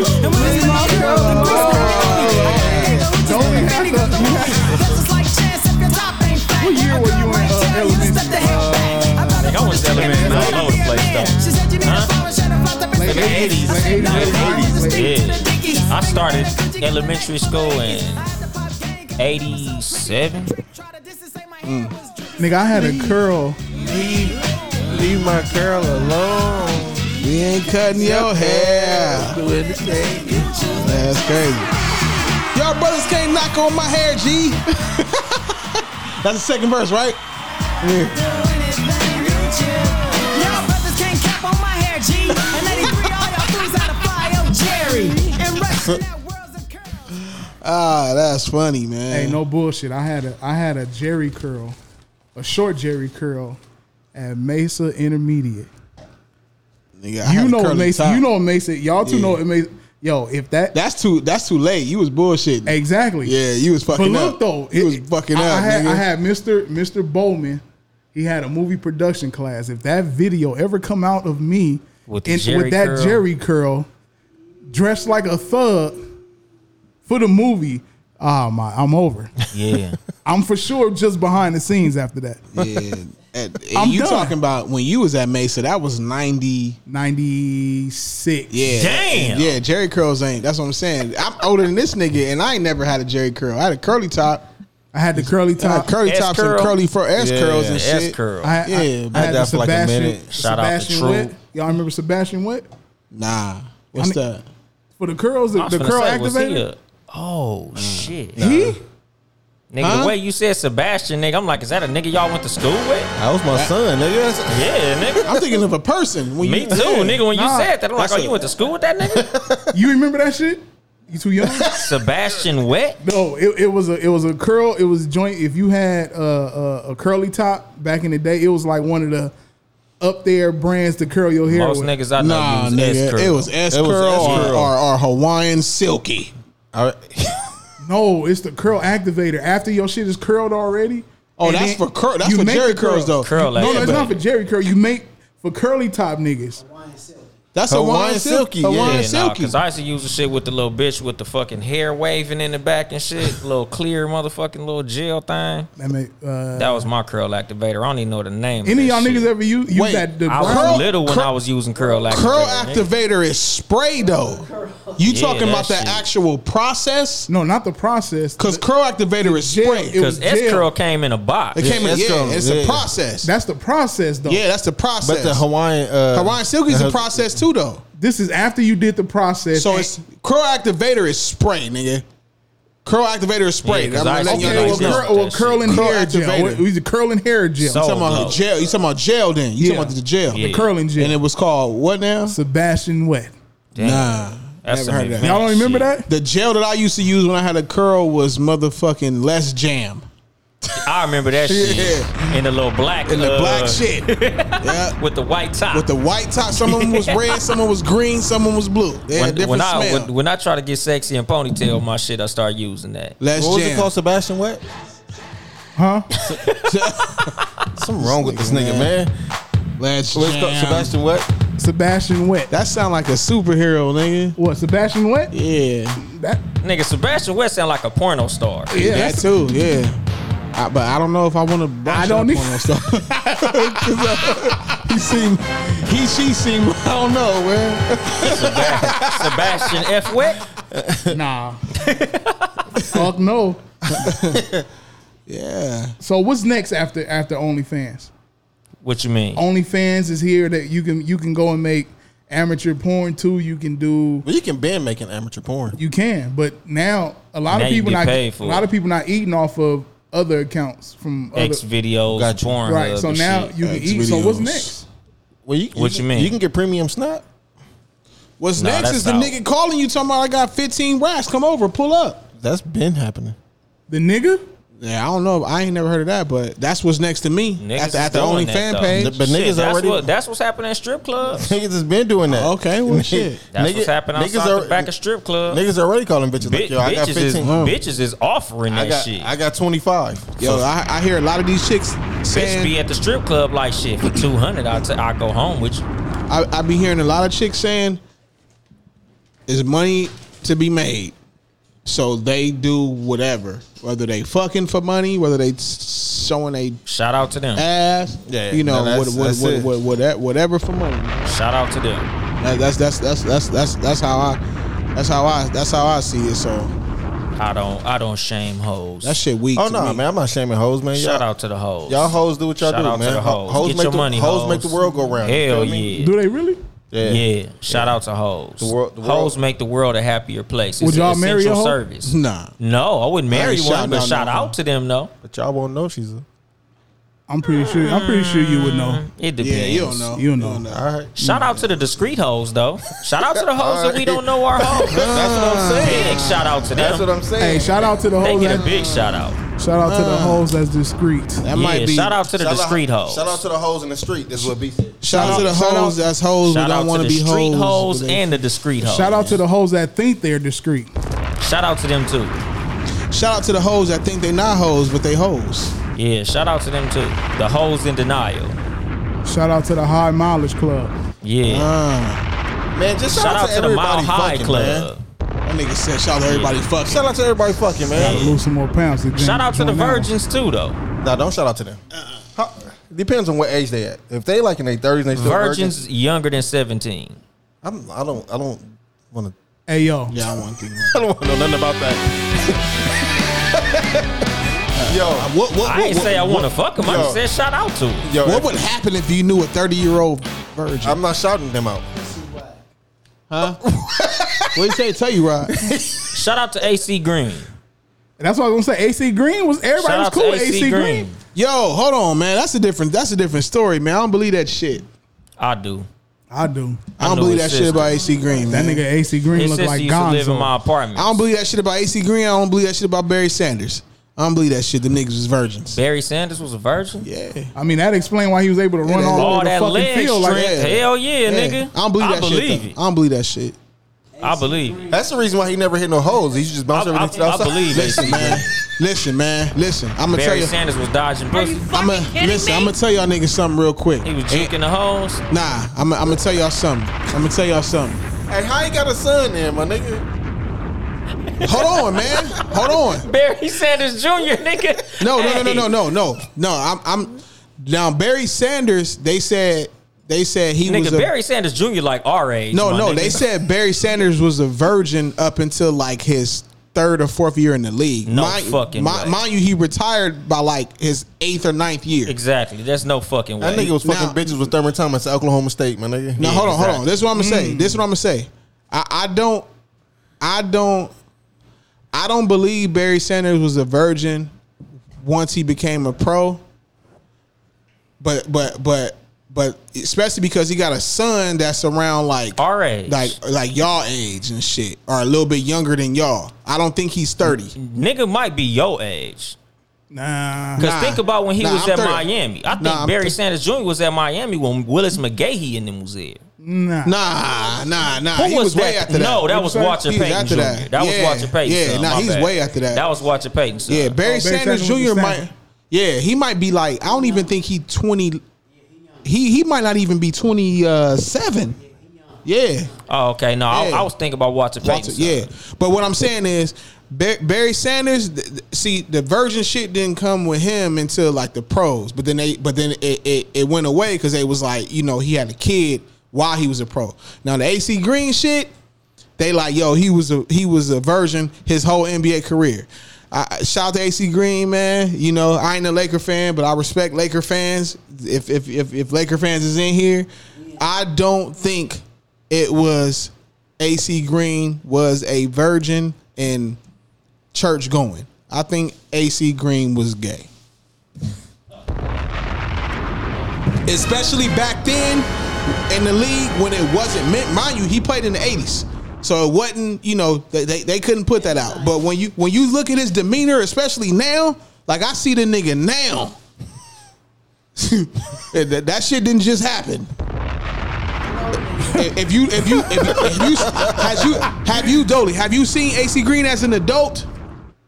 S6: What year were you in uh, elementary?
S8: Nigga, I went to elementary all over the place, though. Huh?
S6: Late eighties. Late
S8: eighties. Yeah. I started elementary school in 87.
S6: Nigga, I had a curl.
S9: Leave, leave my girl alone.
S7: We ain't cutting your hair.
S9: Doing the same.
S7: That's crazy. Y'all brothers can't knock on my hair, G. [laughs] That's the second verse, right? [laughs] Yeah. Ah, that's funny, man.
S6: Hey, no bullshit. I had a I had a Jerry curl, a short Jerry curl, at Mesa Intermediate.
S7: Nigga, I had
S6: you
S7: a
S6: know what
S7: curly
S6: Mesa?
S7: top.
S6: You know what Mesa? Y'all two
S7: Yeah.
S6: know what Mesa? Yo, if that
S7: that's too that's too late. You was bullshitting.
S6: Exactly.
S7: Yeah, you was fucking
S6: but look
S7: up.
S6: though,
S7: you
S6: it-
S7: was fucking
S6: I,
S7: up.
S6: I had,
S7: nigga.
S6: I had Mr. Mr. Bowman. He had a movie production class. If that video ever come out of me
S8: With the
S6: and,
S8: Jerry
S6: with that
S8: curl.
S6: Jerry curl, dressed like a thug for the movie, ah my, I'm
S7: [laughs]
S6: over.
S8: Yeah.
S6: I'm for sure just behind the scenes after that.
S7: Yeah. And- and
S6: [laughs] I'm
S7: you
S6: done.
S7: talking about when you was at Mesa? That was 90,
S6: 96.
S7: Yeah,
S6: Damn.
S7: Yeah, Jerry curls ain't. That's what I'm saying. I'm older than this nigga, and I ain't never had a Jerry curl. I had a curly top.
S6: I had the curly
S7: I
S6: top,
S7: had curly
S6: S
S7: tops
S6: curl.
S7: and curly fro S
S6: Yeah,
S7: curls and
S6: S
S7: shit.
S8: curl.
S6: I,
S7: yeah,
S6: I, I had the
S8: Shout out to
S6: Sebastian, Sebastian
S8: True.
S6: Witt. Y'all remember Sebastian Witt?
S7: Nah, what's
S6: I mean-
S7: that?
S6: For the curls,
S8: I
S6: the,
S8: was
S6: the
S8: finna
S6: curl
S8: say, was he
S6: activator?
S8: a- Oh, shit.
S6: He?
S8: Nigga,
S7: Huh?
S8: the way you said Sebastian, nigga, I'm like, is that a nigga y'all went to school with?
S9: That was my son, nigga. That's-
S8: Yeah, nigga.
S7: I'm thinking of a person. When
S8: Me
S7: you, [laughs]
S8: too, nigga. When you
S6: Nah,
S8: said that, I'm like,
S7: that's
S8: oh,
S7: a-
S8: you
S7: [laughs]
S8: went to school with that nigga?
S6: You remember that shit? You too
S7: [laughs]
S6: young?
S8: Sebastian Wet?
S6: no, it, it was a it was a curl. It was joint. If you had a, a, a curly top back in the day, it was like one of the up there brands to curl your hair.
S8: Most
S6: with.
S8: niggas I know
S7: Nah,
S8: use S
S7: nigga,
S8: curl.
S7: it was S curl or, or, or Hawaiian silky.
S9: I-
S6: No, it's the curl activator. After your shit is curled already,
S7: Oh,
S6: And
S7: that's
S6: then
S7: for cur- that's
S6: you
S7: for
S6: make
S7: Jerry
S6: the curl.
S7: curls, though. Curl
S6: no,
S7: like
S6: no,
S7: that.
S6: it's not for Jerry curl. You make for curly top niggas.
S7: That's
S6: Hawaiian silky, Hawaiian
S8: yeah,
S6: silky.
S8: Because I used to use the shit with the little bitch with the fucking hair waving in the back and
S7: [laughs]
S8: shit, little clear motherfucking little gel thing.
S6: That, make, uh,
S8: That was my curl activator. I don't even know the name.
S6: Any of y'all
S8: of that shit.
S6: niggas ever use, use that? The
S8: I was
S6: brown-
S8: little when
S6: curl-
S8: I was using curl activator.
S7: Curl
S8: nigga.
S7: activator is spray though. You
S8: Yeah,
S7: talking about the
S8: that shit.
S7: actual process?
S6: No, not the process.
S7: Because curl activator is spray.
S8: Because S curl came in a box.
S7: It came in. Yeah, it's a process.
S6: That's the process, though.
S7: Yeah, that's the process.
S9: uh,
S7: Hawaiian silky is a process too, though.
S6: This is after you did the process.
S7: So it's curl activator is spray, nigga. Curl activator is spray.
S6: Yeah, 'cause
S7: I'm
S6: I
S7: not letting
S6: used to
S7: y'all
S6: like
S7: know.
S6: that Curl- shit. or curling hair gel. What- we used to curling hair gel.
S7: You talking
S6: Solo.
S7: about the gel? You talking about gel? Then you talking about the gel?
S6: The curling gel.
S7: And it was called what now?
S6: Sebastian Wet.
S7: Nah.
S8: That's
S7: never heard of that.
S6: Y'all don't remember that?
S7: The gel that I used to use when I had a curl was motherfucking less jam.
S8: I remember that shit. In the little black.
S7: In the
S8: uh, [laughs]
S7: black shit.
S8: With the white top.
S7: With the white top. Some of them was red, some of them was green, some of them was blue. They had
S8: When,
S7: different
S8: when I
S7: smell.
S8: when, when I try to get sexy and ponytail my shit, I start using that.
S7: Let's What was it jam. called,
S9: Sebastian Wet?
S6: Huh?
S9: [laughs] Something wrong with this nigga, man.
S7: Let's
S9: What's called Sebastian Wet?
S6: Sebastian Wet.
S7: That sound like a superhero, nigga.
S6: What, Sebastian Wet?
S7: Yeah.
S6: That
S8: Nigga, Sebastian West sound like a porno star.
S7: Yeah, that too. Yeah. I, but I don't know if I want to. I don't need. On that stuff. [laughs] 'Cause, uh, [laughs] he seemed. He she seemed. [laughs] I don't know, man.
S8: Sebastian F. Wet.
S6: Nah. Fuck no.
S7: [laughs] yeah.
S6: So what's next after after OnlyFans?
S8: What you mean?
S6: OnlyFans is here that you can you can go and make amateur porn too. You can do.
S9: Well, you can ban making amateur porn.
S6: You can, but now a lot
S8: Now
S6: of
S8: you
S6: people
S8: get
S6: not
S8: paid for
S6: a lot
S8: it.
S6: of people not eating off of other accounts from other,
S8: X videos, porn.
S6: Right, so now you can eat. So what's next?
S9: Well, you,
S8: What you mean?
S9: You can get premium snot.
S7: What's
S9: Nah,
S7: next
S9: that's
S7: is the
S9: out.
S7: nigga calling you talking about I got 15 racks. Come over, pull up.
S9: That's been happening. [laughs]
S6: The nigga?
S7: Yeah, I don't know. I ain't never heard of that, but that's what's next to me.
S8: Niggas
S7: at the,
S8: is
S7: at the
S8: doing
S7: only
S8: that,
S7: fan
S8: though.
S7: page.
S9: But niggas
S8: Shit, that's
S9: already-
S8: what, that's what's happening in strip
S7: [laughs]
S8: clubs.
S9: Niggas has been doing that.
S7: Okay, well, Oh,
S9: [laughs]
S7: shit.
S8: That's what's happening outside the back of strip clubs.
S9: Niggas already calling bitches
S8: Bi-
S9: like, yo, I got Mm.
S8: bitches, is,
S9: 15.
S8: bitches is offering
S9: I
S8: that
S9: got,
S8: shit.
S9: I got 25.
S7: Yo, I, I hear a lot of these chicks
S8: Bitch
S7: saying.
S8: be at the strip club like shit for two hundred. I ta- I go home with you.
S7: I, I be hearing a lot of chicks saying, "Is money to be made?" So they do whatever, whether they fucking for money, whether they s- showing they
S8: Shout out to them.
S7: ass,
S8: Yeah,
S7: you
S8: no,
S7: know,
S8: that's-
S7: what, what,
S8: that's
S7: what,
S8: it.
S7: what, what, whatever for money.
S8: Shout out to them.
S7: That, that's that's that's that's that's that's how I, that's how I that's how I see it. So
S8: I don't I don't shame hoes.
S7: that shit weak.
S9: Oh,
S7: to
S9: nah,
S7: me.
S9: man. I'm not shaming hoes, man.
S8: Shout
S9: Y'all-
S8: out to the hoes.
S9: Y'all hoes do what y'all
S8: Shout
S9: do,
S8: out
S9: man.
S8: To the hoes.
S9: Hoes
S8: Get
S9: make
S8: your
S9: the-
S8: money.
S9: hoes make the world go round. You
S8: Hell
S9: feel me?
S8: yeah.
S6: Do they really?
S9: Yeah.
S8: Yeah. Shout out to hoes.
S9: The world- the
S8: hoes make the world a happier place. It's
S9: Would
S8: an
S9: y'all marry
S8: essential
S9: a hoe?
S8: service?
S7: Nah.
S8: No, I wouldn't
S9: I
S8: marry
S9: ain't
S8: one,
S9: shouting
S8: but
S9: out
S8: shout
S9: no
S8: out to them though.
S9: But y'all won't know she's a.
S6: I'm pretty sure. I'm pretty sure you would know.
S8: It depends.
S7: Yeah, you don't know.
S6: You know.
S9: All right.
S8: Shout out to the discreet hoes though. Shout out to the hoes that we don't know our hoes.
S9: That's what I'm saying.
S8: Big shout out to them.
S9: That's what I'm saying.
S6: Hey, shout out to the
S8: They
S6: hoes.
S8: get a
S6: That,
S8: big shout out.
S6: shout out to the hoes that's discreet.
S7: Uh, That
S8: yeah,
S7: might be.
S8: shout out to the
S9: Shout out-
S8: discreet hoes.
S9: Shout out to the hoes in the street. That's what B said.
S7: Shout out to the
S6: shout
S7: hoes.
S6: out-
S7: That's hoes.
S8: Shout
S7: Shout
S8: out
S7: don't want
S8: to
S7: to
S8: the
S7: be
S8: street
S7: hoes.
S8: hoes and the discreet hoes.
S6: Shout out to the hoes that think they're discreet.
S8: Shout out to them too.
S7: Shout out to the hoes that think they not hoes, but they hoes.
S8: Yeah, shout out to them too. The hoes in denial.
S6: Shout out to the High Mileage Club.
S8: Yeah.
S7: Ah,
S9: Man, just shout,
S8: shout out to the Mile
S9: everybody
S8: High
S9: fucking,
S8: Club.
S9: man.
S7: That nigga said, shout out to everybody fucking.
S9: Shout out to everybody fucking,
S6: Gotta
S9: man.
S6: lose some more pounds. then
S8: Shout out to the
S6: join that one.
S8: virgins too though.
S9: Nah, don't shout out to them. How- Uh-uh. Depends on what age they at. If they like in their thirties, they still virgins.
S8: Virgins younger than 17.
S9: I'm, I don't. I don't want to.
S6: Hey yo,
S7: Yeah, I
S9: [laughs]
S7: want to.
S9: I don't want to know nothing
S7: [laughs]
S9: about that. yo,
S7: What, what,
S8: I ain't
S7: what-
S8: say I
S7: what-
S8: want to fuck them. I
S9: yo.
S8: just said shout out to 'em.
S9: yo,
S7: What would happen if you knew a 30 year old virgin?
S9: I'm not shouting them out.
S7: what you say? Tell you, Rod.
S8: [laughs] Shout out to AC Green.
S6: that's what I was gonna say. AC Green was everybody
S8: Shout
S6: was
S8: out
S6: cool.
S8: to
S6: with AC Green.
S7: Yo, hold on, man. That's a different. That's a different story, man. I don't believe that shit.
S8: I do.
S6: I do.
S7: I don't
S8: know
S7: believe
S8: his
S7: that shit
S8: sister.
S7: about AC Green,
S6: That
S7: man.
S6: nigga AC Green
S8: His
S6: looked
S8: sister
S6: like
S8: used to live in my
S6: Gonzo.
S8: apartment.
S7: I don't believe that shit about AC Green. I don't believe that shit about Barry Sanders. I don't believe that shit. The niggas was virgins.
S8: Barry Sanders was a virgin.
S7: Yeah.
S6: I mean, that explained why he was able to run
S7: that-
S6: all
S8: All
S6: over the
S8: that
S6: fucking
S8: leg
S6: field like
S8: strength.
S6: that.
S8: Hell yeah, nigga.
S7: I don't believe
S8: I
S7: that
S8: believe
S7: shit.
S8: it.
S7: though. I don't believe that shit.
S8: I believe it.
S9: That's the reason why he never hit no holes. He's just
S8: I,
S9: bounced
S8: I,
S9: everything to the
S8: I
S9: outside.
S8: believe AC Green.
S7: Man, Listen, man. Listen, I'm gonna
S8: Barry
S7: tell you.
S8: Sanders was dodging pussy.
S7: I'm gonna listen. I'm gonna tell y'all niggas something real quick. He
S8: was juking the hoes.
S7: Nah, I'm gonna tell y'all something. I'm gonna tell y'all something.
S9: Hey, how you got a son there, my nigga?
S7: Hold on, man. Hold on.
S8: Barry Sanders Jr., nigga. [laughs]
S7: No, no, no, no, no, no, no. No, I'm, I'm now Barry Sanders. They said they said he
S8: nigga,
S7: was a,
S8: Barry Sanders Jr. like our age.
S7: No,
S8: my
S7: no,
S8: nigga.
S7: they said Barry Sanders was a virgin up until like his third or fourth year in the league.
S8: No fucking
S7: mi-
S8: way.
S7: mind you, he retired by like his eighth or ninth year.
S8: Exactly. There's no fucking way.
S9: That nigga was fucking bitches with Thurman Thomas at Oklahoma State, my nigga.
S7: Now hold on, hold on. This is what I'm gonna say. This is what I'm gonna say. I, I don't, I don't, I don't believe Barry Sanders was a virgin once he became a pro. But but but but especially because he got a son that's around like
S8: our age,
S7: like like y'all age and shit, or a little bit younger than y'all. I don't think he's thirty.
S8: Nigga might be your age.
S6: Nah.
S8: Because think about when he
S7: Nah,
S8: was
S7: I'm
S8: at
S7: 30.
S8: Miami. I think
S7: Nah, I'm
S8: Barry
S7: thir-
S8: Sanders Jr. was at Miami when Willis McGahee and them was there.
S6: Nah.
S7: Nah, nah, nah.
S8: Who
S7: he
S8: was
S7: was, way
S8: that?
S7: after that.
S8: No, that
S7: You
S8: was
S7: know what I'm
S8: Walter
S7: saying? He
S8: Payton Jr. That, was
S7: Yeah,
S8: Walter Payton.
S7: Yeah,
S8: son.
S7: nah,
S8: My
S7: he's
S8: bad.
S7: way after that.
S8: That was Walter Payton. Son.
S7: Yeah, Oh, Barry Sanders Jr. might. Yeah, he might be like I don't even think he twenty. He he might not even be twenty uh, seven. Yeah,
S8: Oh, okay. No, I,
S7: Yeah.
S8: I was thinking about Walter Payton.
S7: Walter-
S8: son.
S7: yeah. But what I'm saying is Bar- Barry Sanders. th- th- See, the virgin shit didn't come with him until like the pros. But then they but then it it, it went away because they was like you know he had a kid while he was a pro. Now the AC Green shit. They like, yo, he was a he was a virgin his whole NBA career. I, I- shout out to AC Green, man. You know, I ain't a Laker fan, but I respect Laker fans. If if if, if Laker fans is in here, I don't think it was AC Green was a virgin and church going. I think AC Green was gay. Especially back then in the league when it wasn't meant. Mind you, he played in the 80s. So it wasn't, you know, they, they, they couldn't put that out. But when you when you look at his demeanor, especially now, like I see the nigga now. [laughs] that, that shit didn't just happen. If you if you if, if you has you have you Dolly have you seen AC Green as an adult?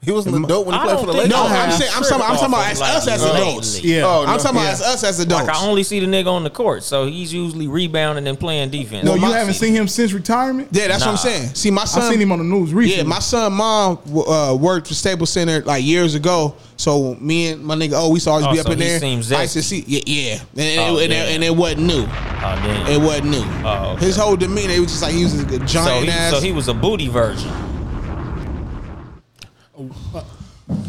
S9: He was an adult when he
S8: I
S9: played
S8: don't
S9: for the
S8: think
S9: Lakers.
S7: No,
S8: I
S7: I'm
S8: have
S7: saying I'm
S8: tripped
S7: talking, I'm talking
S8: off
S7: about
S8: of
S7: as
S8: like
S7: us as
S8: lately.
S7: adults.
S8: Yeah.
S7: Oh,
S8: no,
S7: I'm talking
S8: yeah.
S7: about as us as adults.
S8: Like I only see the nigga on the court, so he's usually rebounding and playing defense.
S6: No, you haven't seen him since retirement.
S7: Yeah, that's what
S8: Nah.
S7: I'm saying. See, my son.
S6: I seen him on the news recently.
S7: Yeah, my son, mom w- uh, worked for Staples Center like years ago. So me and my nigga, oh, we used to always
S8: Oh,
S7: be up
S8: so
S7: in
S8: he
S7: there.
S8: seems
S7: I used to
S8: zesty.
S7: see, yeah, yeah. and,
S8: Oh,
S7: it, and,
S8: damn.
S7: it, and it wasn't new.
S8: Oh, damn.
S7: It wasn't new.
S8: Oh, okay.
S7: His whole demeanor, it was just like he was a giant
S8: so, he,
S7: ass.
S8: so he was a booty virgin.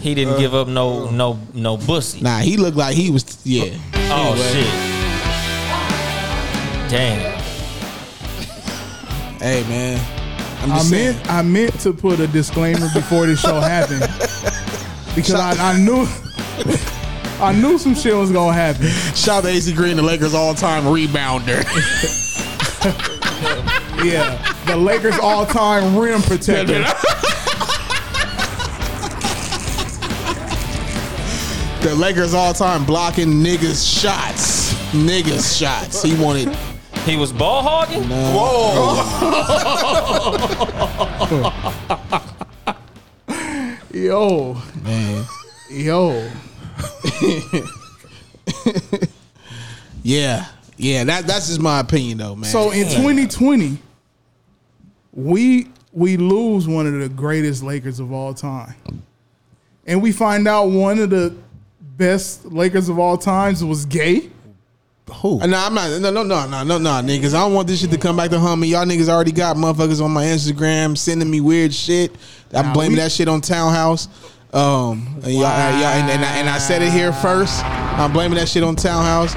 S8: He didn't give up no no no bussy.
S7: nah, he looked like he was, yeah.
S8: Oh
S7: Anyway.
S8: shit! Damn.
S7: Hey man, I'm
S6: I
S7: just saying.
S6: meant I meant to put a disclaimer before this show
S7: [laughs]
S6: happened because I, I knew [laughs] I knew some shit was gonna happen.
S7: Shout out to AC Green, the Lakers all-time rebounder.
S6: [laughs] Yeah, the Lakers all-time rim protector.
S7: [laughs] the Lakers all-time blocking niggas shots. Niggas shots. He wanted.
S8: He was ball hogging.
S7: [laughs]
S6: Yo,
S7: Man. [laughs]
S6: yo,
S7: Yeah, yeah. That that's just my opinion though, man.
S6: So in 2020, we we lose one of the greatest Lakers of all time, and we find out one of the best Lakers of all times was gay.
S7: who? No, Uh, I'm not. No, no, no, no, no, no, niggas. I don't want this shit to come back to haunt me. Y'all niggas already got motherfuckers on my Instagram sending me weird shit. I'm
S6: Nah,
S7: blaming
S6: we-
S7: that shit on Townhouse. Um, and y'all, uh, y'all, and, and, I, and I said it here first. I'm blaming that shit on Townhouse.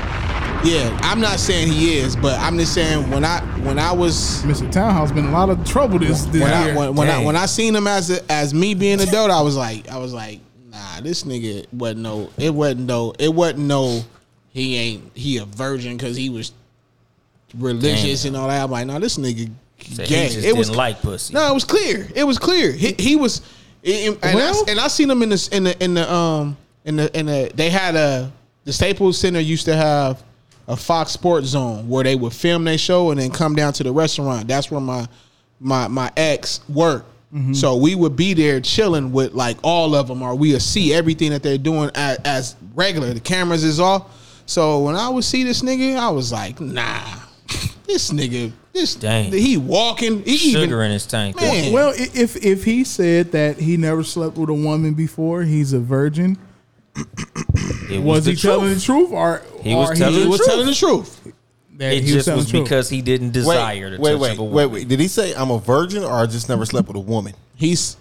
S7: Yeah, I'm not saying he is, but I'm just saying when I when I was
S6: Mr. Townhouse been in a lot of trouble this, this
S7: when I
S6: year.
S7: when, when I
S8: Dang.
S7: when I seen him as a, as me being adult, I was like, I was like, nah, this nigga wasn't no, it wasn't no, it wasn't no, he ain't he a virgin because he was religious and all that. I'm like, nah, this nigga
S8: So
S7: gay.
S8: he just
S7: it was
S8: didn't like pussy.
S7: no, it was clear. It was clear. He, he was, and, and
S6: Well-
S7: I, and I seen him in the in the in the um in the in the they had a the Staples Center used to have a Fox Sports Zone where they would film their show and then come down to the restaurant. That's where my my my ex worked.
S6: Mhm.
S7: So we would be there chilling with like all of them, or we would see everything that they're doing as, as regular. The cameras is off. So when I would see this nigga, I was like, nah, [laughs] this nigga, this
S8: Dang.
S7: he walking, he even
S8: Sugar in his tank.
S6: Well, well, i- if if he said that he never slept with a woman before, he's a virgin.
S8: It
S6: was,
S8: the
S6: he telling the truth, or
S8: He was
S6: or
S8: telling the truth.
S7: truth?
S6: That
S8: It
S6: he
S8: just
S6: telling
S8: was
S6: the truth.
S8: because he didn't desire to
S9: wait, wait,
S8: touch
S9: wait,
S8: up a
S9: Wait,
S8: woman.
S9: wait. Did he say I'm a virgin or I just never slept with a woman?
S7: He's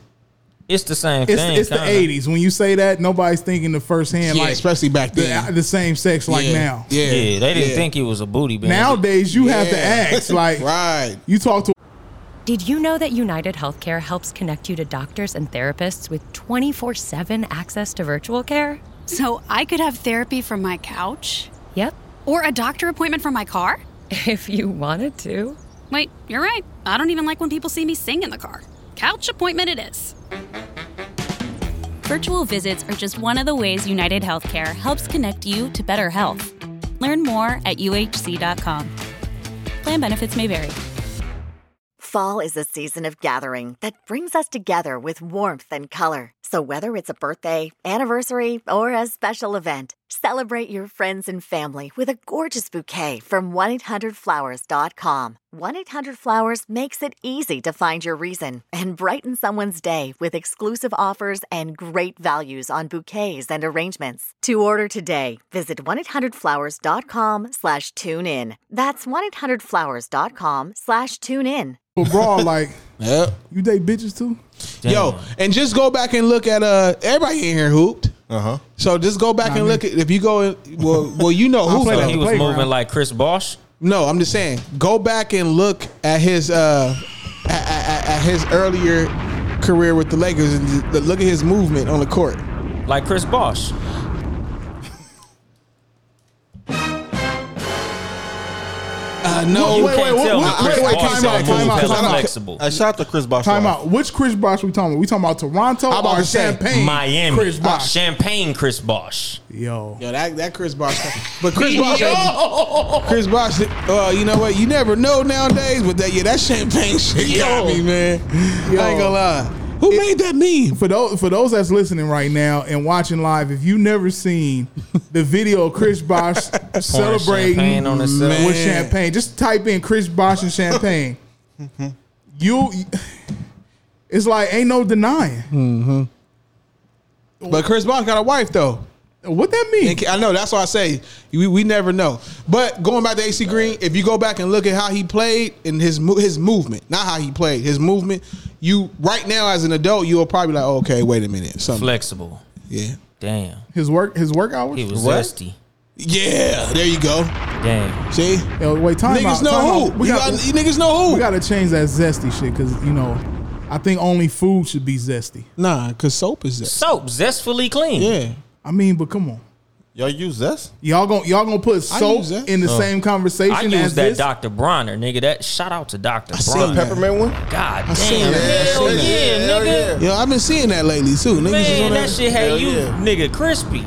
S8: It's the same
S6: It's,
S8: thing.
S6: it's the
S8: kinda.
S6: '80s. When you say that, nobody's thinking the first hand,
S8: Yeah,
S6: like
S7: especially back
S6: the-
S7: then.
S6: the, same sex like now.
S8: Yeah, they didn't
S6: Yeah.
S8: think he was a booty bandit.
S6: Nowadays, you have to
S8: Yeah.
S6: ask, like,
S7: right?
S6: You talk to
S17: Did you know that United Healthcare helps connect you to doctors and therapists with 24 7 access to virtual care?
S18: So I could have therapy from my couch?
S17: Yep,
S18: Or a doctor appointment from my car?
S17: [laughs] if you wanted to.
S18: Wait, you're right. I don't even like when people see me sing in the car. Couch appointment it is. Virtual visits are just one of the ways United Healthcare helps connect you to better health. Learn more at uhc.com. Plan benefits may vary.
S19: Fall is a season of gathering that brings us together with warmth and color. So, whether it's a birthday, anniversary, or a special event, celebrate your friends and family with a gorgeous bouquet from 1 800flowers.com. 1 800 Flowers makes it easy to find your reason and brighten someone's day with exclusive offers and great values on bouquets and arrangements. To order today, visit 1-800-Flowers.com slash tune in. That's 1-800-Flowers.com slash tune in.
S6: a broad, like,
S7: [laughs] Yep.
S6: you date bitches too?
S7: Yo, and just go back and look at uh everybody in here hooped. Uh
S8: Uh-huh.
S7: huh. So just go back and look at if you go in, well well you know who
S8: So he was moving like Chris Bosch.
S7: No, I'm just saying go back and look at his uh at, at, at his earlier career with the Lakers and just look at his movement on the court.
S8: Like Chris Bosch.
S7: Uh, no,
S8: You can't tell me Chris Bosh
S6: time out,
S8: don't
S6: time
S8: move
S6: out,
S8: hella
S6: time out.
S8: flexible.
S9: I shot the Chris Bosh.
S6: Time out. Which Chris Bosh we talking about? We talking about Toronto
S7: I'm about
S6: or
S7: to say,
S6: Champagne?
S8: Miami.
S6: Chris Bosh.
S8: Champagne Chris Bosch.
S6: Yo.
S7: Yo, that, that Chris Bosh. But Chris Bosh,
S6: Yo.
S7: Chris Bosh, uh, you know what? You never know nowadays, but that yeah, that
S9: [laughs]
S7: champagne shit got me, man. I ain't gonna lie. Who made that meme?
S6: For those for those that's listening right now and watching live, if you never seen the video of Chris Bosh
S7: [laughs]
S6: celebrating
S8: champagne on himself.
S6: with
S8: Man.
S6: champagne, just type in Chris Bosh and
S7: [laughs]
S6: champagne. you, it's like ain't no denying.
S7: Mm-hmm. But Chris Bosh got a wife though.
S6: What that mean?
S7: I know that's why I say we, we never know. But going back to AC Green, if you go back and look at how he played and his mo- his movement, not how he played, his movement, you right now as an adult, you'll probably like, okay, wait a minute, something.
S8: Flexible.
S7: Yeah.
S8: Damn.
S6: His work his work hours.
S8: He was
S7: What?
S8: zesty.
S7: Yeah, there you go.
S8: Damn.
S7: See?
S6: Yo, wait, time
S7: Niggas
S6: out,
S7: know
S6: time
S7: who.
S6: out. We
S7: You
S6: got-
S7: got- you niggas know who.
S6: We got to change that zesty shit because you know, I think only food should be zesty.
S7: Nah, cause soap is zesty.
S8: Soap, zestfully clean.
S7: Yeah.
S6: I mean, but come on,
S9: Y'all use zest?
S6: y'all gonna y'all gonna put
S8: I
S6: soap
S8: use that.
S6: in the
S8: Oh.
S6: same conversation
S8: I
S6: as
S8: used that
S6: this?
S8: Dr. Bronner, nigga. That shout out to Dr.
S7: seen
S8: Bronner.
S7: that. Peppermint
S9: one?
S8: God
S7: I seen
S8: damn.
S7: that. I
S8: Hell
S7: seen
S8: yeah,
S7: that.
S9: Hell
S8: nigga.
S7: Yo, I've been seeing that lately too. Niggas is
S8: Man,
S7: on
S8: that shit had
S7: Hell
S8: you
S7: yeah. Mm-hmm.
S8: nigga crispy.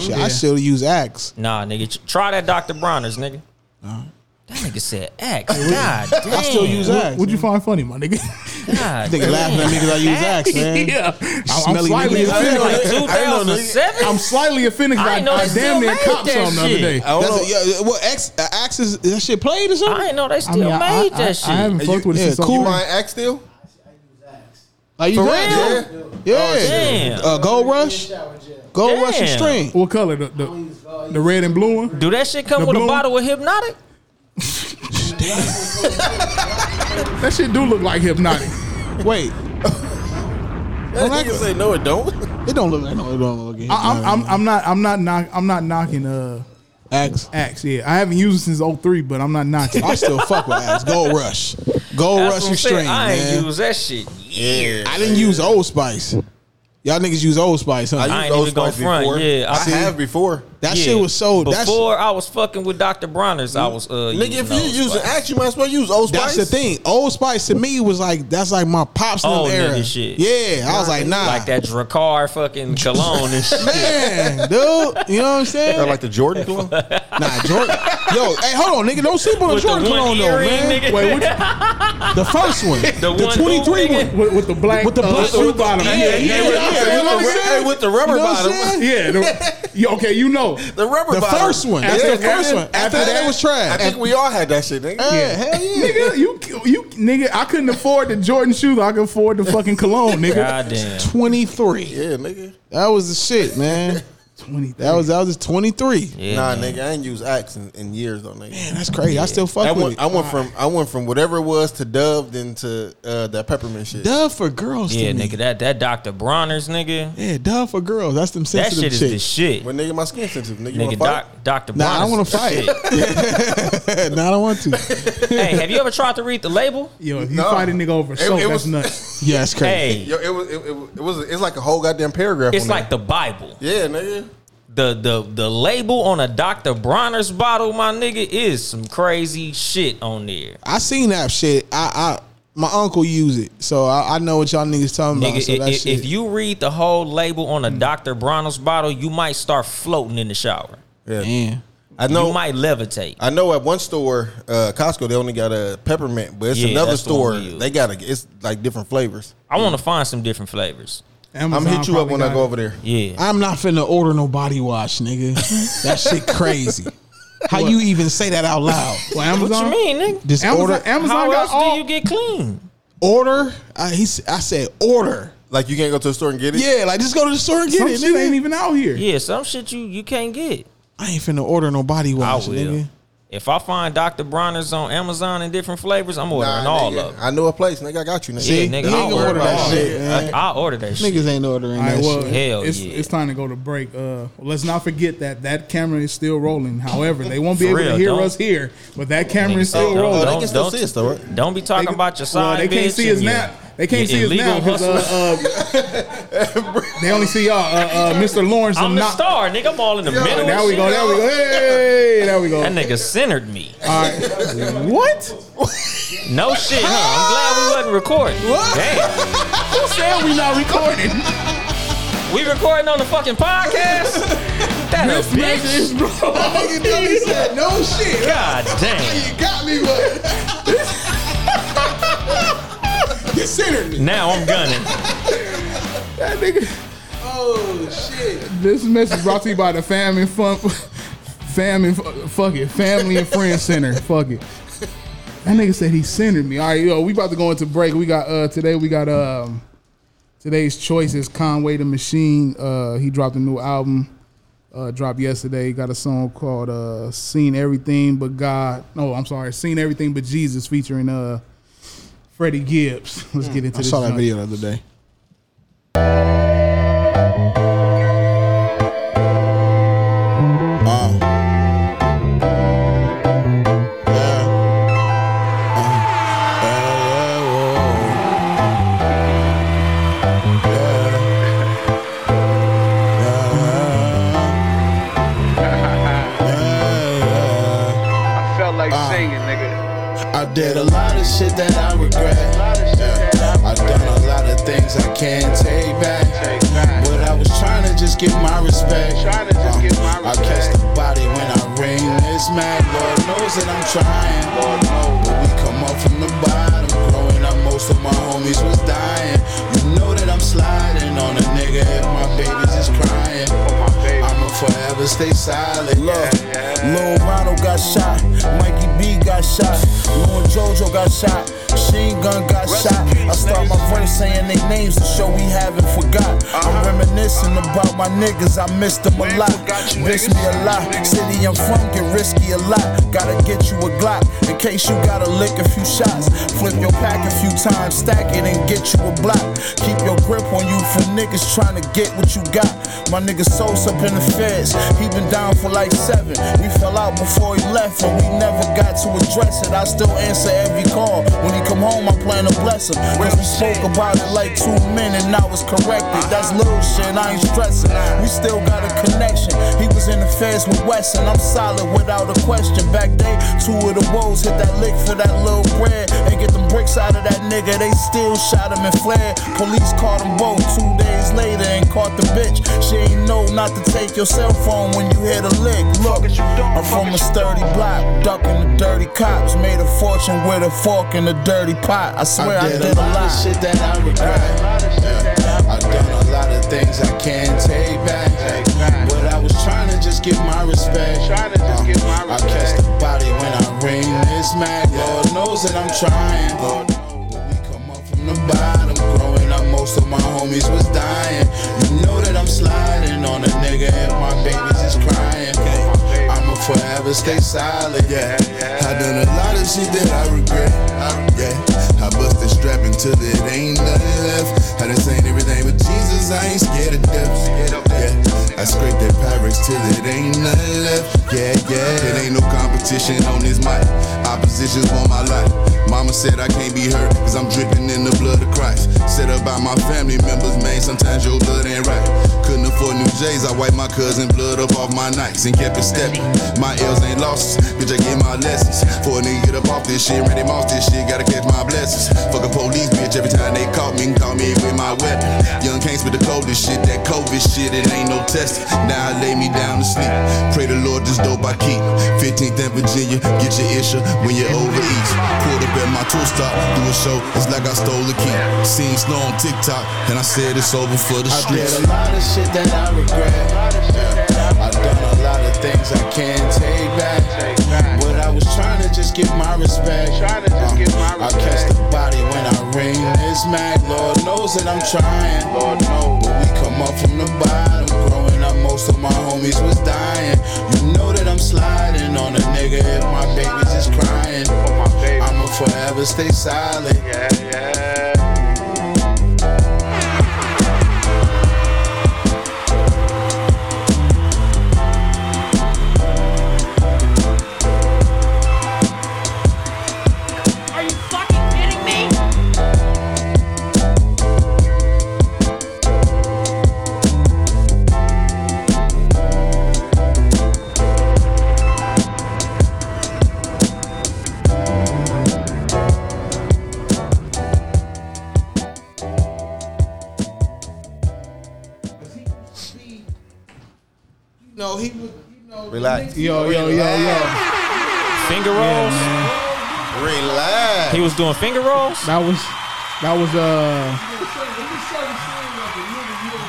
S7: Shit, I still use Axe.
S8: Nah, nigga. tr- Try that Dr. Bronner's, nigga. That nigga said X. God damn.
S7: [laughs] I still use
S6: What-
S7: Axe.
S6: What'd you find funny, my nigga? [laughs]
S8: God
S7: Nigga laughing at me 'cause I use Axe, man.
S6: yeah, I'm, I'm
S7: Smelly
S6: slightly
S7: niggas. I
S6: offended.
S7: didn't know that- I didn't know that-
S6: I'm slightly offended. 'cause
S7: I
S6: I,
S7: didn't know
S6: I
S7: they still
S6: damn near
S7: made
S6: copped
S7: that
S6: something the other
S7: shit.
S6: day.
S7: I don't That's know. yeah, well, X, uh, Axe is that shit played or something?
S8: I didn't know they
S6: still mean, I- made I- that I shit. haven't fucked with it since
S7: cool.
S6: I was
S7: Mind
S6: young.
S7: Axe still? I use Axe.
S6: real?
S7: Yeah. Yeah.
S8: Oh,
S6: Damn.
S7: Uh, Gold Rush. Gold Rush and String.
S6: What color? The, the, the red and blue one.
S8: Do that shit come
S6: The
S8: with
S6: blue
S8: a
S6: one?
S8: bottle of hypnotic?
S6: That shit do look like hypnotic.
S7: [laughs] Wait.
S9: That nigga say no, it don't.
S7: It don't look like no. It don't look like.
S6: I, I'm, I'm, I'm not I'm not knock, I'm not knocking uh
S7: Axe.
S6: Axe, yeah. I haven't used it since 03, but I'm not knocking.
S7: I still fuck with Axe. Gold Rush. Gold
S8: That's
S7: Rush
S8: what I'm saying.
S7: and String.
S8: I ain't
S7: man.
S8: use that shit. Yeah.
S7: I didn't use Old Spice. Y'all niggas use Old Spice, huh?
S8: I ain't even gonna front. Yeah,
S7: See?
S9: before.
S7: That shit was so.
S8: Before
S7: that's,
S8: I was fucking with Dr. Bronner's, I was uh,
S7: Nigga,
S8: using
S7: if you
S8: Old
S7: using
S8: Spice.
S7: Axe, you might as well use Old Spice. That's the thing. Old Spice to me was like that's like my pop slim
S8: old
S7: era.
S8: nigga shit,
S7: Yeah, I was like nah.
S8: like that Dracar
S7: [laughs]
S8: fucking cologne and shit.
S7: Man, dude, you know what I'm saying?
S8: Or like [laughs]
S9: the Jordan cologne?
S7: nah, Jordan. Yo, hey, hold on, nigga. Don't sleep on the
S8: With the
S7: Jordan
S8: one
S7: cologne, though,
S8: earring,
S7: man.
S8: nigga.
S7: Wait, which- the first one. The,
S8: [laughs] The one hoop
S7: 23
S8: nigga.
S7: one. With,
S6: the black,
S7: with the
S6: uh,
S7: black
S6: shoe
S7: with the-
S6: bottom.
S7: Yeah,
S6: Yeah,
S7: yeah,
S6: yeah,
S7: yeah.
S6: yeah.
S7: You know what I'm
S9: Hey,
S7: saying?
S9: with the rubber
S7: You know what I'm
S9: bottom.
S7: saying?
S6: Yeah, the, yeah, okay, you know
S9: the rubber
S6: The
S9: bottom.
S6: first one.
S9: That's
S6: Yeah,
S9: the first
S6: after-
S9: one.
S6: after
S9: After, that,
S6: that-
S9: it was trash.
S6: I think
S9: we all had that shit,
S7: Uh,
S9: nigga.
S6: nigga, you you nigga, I couldn't afford the Jordan shoes. I could afford the fucking cologne, nigga.
S8: Goddamn.
S7: 23.
S9: Yeah, nigga.
S7: That was the shit, man. That was that was just 23.
S9: nah, nigga, I ain't used Axe in, in years though, nigga. Man,
S7: that's crazy. I still fuck
S9: I
S7: with
S9: went,
S7: it.
S9: I went from I went from whatever it was to Dove, then to uh, that peppermint shit.
S7: Dove for girls.
S8: Yeah,
S7: to me.
S8: nigga, that that Dr. Bronner's nigga.
S7: Yeah, Dove for girls. That's them
S8: That shit
S7: sensitive
S8: is
S7: chicks.
S8: the shit.
S9: Well, nigga, my skin sensitive. Nigga, you wanna
S8: Nigga,
S9: fight?
S8: doc, Dr.
S7: Nah, I
S8: Bronner's
S7: wanna
S8: is the
S7: fight.
S8: shit.
S7: [laughs] no, I don't want to.
S8: hey, have you ever tried to read the label?
S6: Yo, if
S9: you No. fight a nigga
S6: over
S9: It- soap, it that's was-
S6: nuts.
S7: yeah, it's
S8: Hey,
S9: Yo, it was it, it, it was it's like a whole goddamn paragraph.
S8: it's
S9: on
S8: like the Bible.
S9: there. yeah, nigga.
S8: The the the label on a Dr. Bronner's bottle, my nigga, is some crazy shit on there.
S7: I seen that shit. I, I my uncle use it, so I, I know what y'all niggas talking about.
S8: Nigga,
S7: So
S8: i-
S7: that
S8: i-
S7: shit.
S8: if you read the whole label on
S6: Hmm.
S8: a Dr. Bronner's bottle, you might start floating in the shower.
S9: Yeah.
S8: I
S9: I
S8: know
S9: know-
S8: you might levitate.
S9: I know at one store, uh, Costco, they only got a peppermint, but it's
S8: Yeah,
S9: another
S8: that's the one
S9: store.
S8: we use.
S9: They got a, it's like different flavors.
S8: I want
S6: Hmm.
S8: to find some different flavors.
S9: I'm hit you up when I go over there.
S8: Yeah.
S7: I'm not finna order no body wash, nigga. That shit crazy. How you even say that out loud?
S6: Well,
S8: [laughs]
S6: Amazon.
S8: What you mean, nigga?
S7: Just
S6: Amazon-
S7: order.
S6: Amazon
S8: How
S6: got
S8: else
S6: all.
S8: do you get clean?
S7: Order. I, he, s- I said order.
S9: Like you can't go to the store and get it.
S7: Yeah, like just go to the store and get
S6: Some
S7: it.
S6: shit
S7: Nigga.
S6: ain't even out here.
S8: Yeah, some shit you you can't get.
S7: I ain't finna order no body
S8: I
S7: wash,
S8: will.
S7: nigga.
S8: If I find Dr. Bronner's on Amazon in different flavors, I'm ordering
S9: Nah,
S8: all
S9: nigga,
S8: of them.
S9: I know a place, nigga. I got you, nigga.
S8: Yeah, nigga,
S7: you ain't
S8: I'll
S7: gonna
S8: order,
S7: order that
S8: all
S7: shit,
S8: of
S7: man.
S8: them. I'll order that shit.
S7: Niggas ain't ordering
S6: All right,
S7: that
S6: well,
S7: shit.
S8: Hell
S6: it's,
S8: yeah.
S6: it's time to go to break. Uh, let's not forget that that camera is still rolling. However, they won't be
S8: For
S6: able
S8: real,
S6: to hear
S8: don't-
S6: us here, but that camera is
S8: Niggas,
S6: still
S8: don't-
S6: rolling.
S9: they can still see us, though, right?
S8: Don't be talking about your
S6: Well,
S8: side
S6: they can't
S8: bitch
S6: see us
S8: and
S6: now.
S8: your-
S6: They can't
S8: your
S6: see us now
S8: illegal
S6: because
S8: [laughs]
S6: uh, uh, they only see y'all. Uh, uh, Mr. Lawrence,
S8: I'm the
S6: not.
S8: star, nigga. I'm all in the middle.
S6: There we
S8: and
S6: go.
S8: shit.
S6: There we go. Hey, there we go.
S8: That nigga centered me.
S6: All right.
S8: [laughs]
S6: What?
S8: No shit, huh? I'm glad we wasn't recording. Damn.
S6: Who said we not recording?
S8: We recording on the fucking
S6: [laughs]
S8: podcast? That a bitch?
S6: bro.
S8: [laughs]
S7: Nigga, Dummy said no shit.
S8: God damn.
S7: You got me [laughs] one. you centered me.
S8: Now I'm gunning.
S6: That nigga.
S7: Oh shit.
S6: This message brought to you by the Family Fun, Family, fuck it, Family and Friends Center. Fuck it. That nigga said he centered me. All right, yo, we about to go into break. We got uh today. We got um today's choice is Conway the Machine. Uh, he dropped a new album. Uh, dropped yesterday. He got a song called uh "Seen Everything But God." No, I'm sorry, "Seen Everything But Jesus" featuring uh Freddie Gibbs. [laughs] Let's get into
S7: Mm. I
S6: this.
S7: saw that
S6: joint.
S7: video the other day.
S20: I felt like singing, nigga.
S21: Uh, I did a lot of shit that I regret. Yeah. I done a lot of things I can't take back. But I was trying to just get my respect. Uh, I catch the body when I ring this mad. Lord knows that I'm trying. But we come up from the bottom. Growing up, most of my homies was dying. You know that I'm sliding on a nigga if my baby's just crying. I'ma forever stay silent. Look,
S22: Lil Ronald got shot, Mikey B got shot, Lil Jojo got shot, Sheen Gun got shot. I start my verse saying they names to show we haven't forgot. I'm
S21: Uh-huh.
S22: reminiscing about my niggas, I missed them a lot. Miss me a lot, city I'm from get risky a lot. Gotta get you a Glock in case you gotta lick a few shots. Flip your pack a few times, stack it and get you a block. Keep your grip on you from niggas trying to get what you got. My nigga Sos up in the feds, he been down for like seven. We fell out before he left and we never got to address it. I still answer every call. When he come home, I plan to bless him. Cause we spoke about
S6: about it like two men and I was corrected. That's little shit, I ain't stressing. We still got a connection. He was in affairs with Wesson. I'm solid without a question. Back day, two of the woes hit that lick for that little bread. And get them bricks out of that nigga. They still shot him and fled. Police caught them both two days later and caught the bitch. She ain't know not to take your cell phone when you hit a lick. Look, I'm from a sturdy block, ducking the dirty cops. Made a fortune with a fork in a dirty pot. I swear I did, a lot.
S21: of shit that I regret. Yeah. I've done a lot of things I can't take back. But I was trying to just get my respect. Uh, I catch the body when I ring this mag. Lord knows that I'm trying. Lord from the bottom. Growing up, most of my homies was dying. You know that I'm sliding on a nigga and my babies is crying. I'ma forever stay silent. Yeah, I done a lot of shit that I regret. Yeah, I busted strap until there ain't nothing left. I done seen everything but Jesus. I ain't scared of death. Yeah, I scraped that Pyrex till it ain't nothing left. Yeah, yeah, it ain't no competition on this mic. Oppositions want my life. Mama said I can't be hurt, cause I'm dripping in the blood of Christ. Said about my family members, man, sometimes your blood ain't right. Couldn't afford new J's, I wiped my cousin blood up off my nights and kept it stepping. My L's ain't losses, bitch, I get my lessons. For a nigga get up off this shit, ready moss this shit, gotta catch my blessings. Fuck a police bitch, every time they caught me, caught me with my weapon. Young Kings with the coldest shit, that COVID shit, it ain't no testing. Now I lay me down to sleep. Pray the Lord this dope I keep. 15th and Virginia, get your issue when you're over east. Pulled up at my two stop, do a show, it's like I stole a key. Seen snow on TikTok, and I said it's over for the
S23: I did
S21: streets.
S23: a lot of shit that I regret.
S21: Yeah. I've done a lot of things I can't take back. But I was trying to just get my respect. Uh, I catch the body when I ring this mag. Lord knows that I'm trying. Lord knows. But we come up from the bottom. Growing up, most of my homies was dying. You know that I'm sliding on a nigga if my baby's just crying. I'ma forever stay silent. Yeah, yeah.
S24: Are you fucking kidding me?
S21: No, he was. You know,
S25: Relax.
S7: Yo, yo, yo, yo.
S8: Finger rolls.
S25: Relax.
S8: He was doing finger rolls.
S7: That was that was uh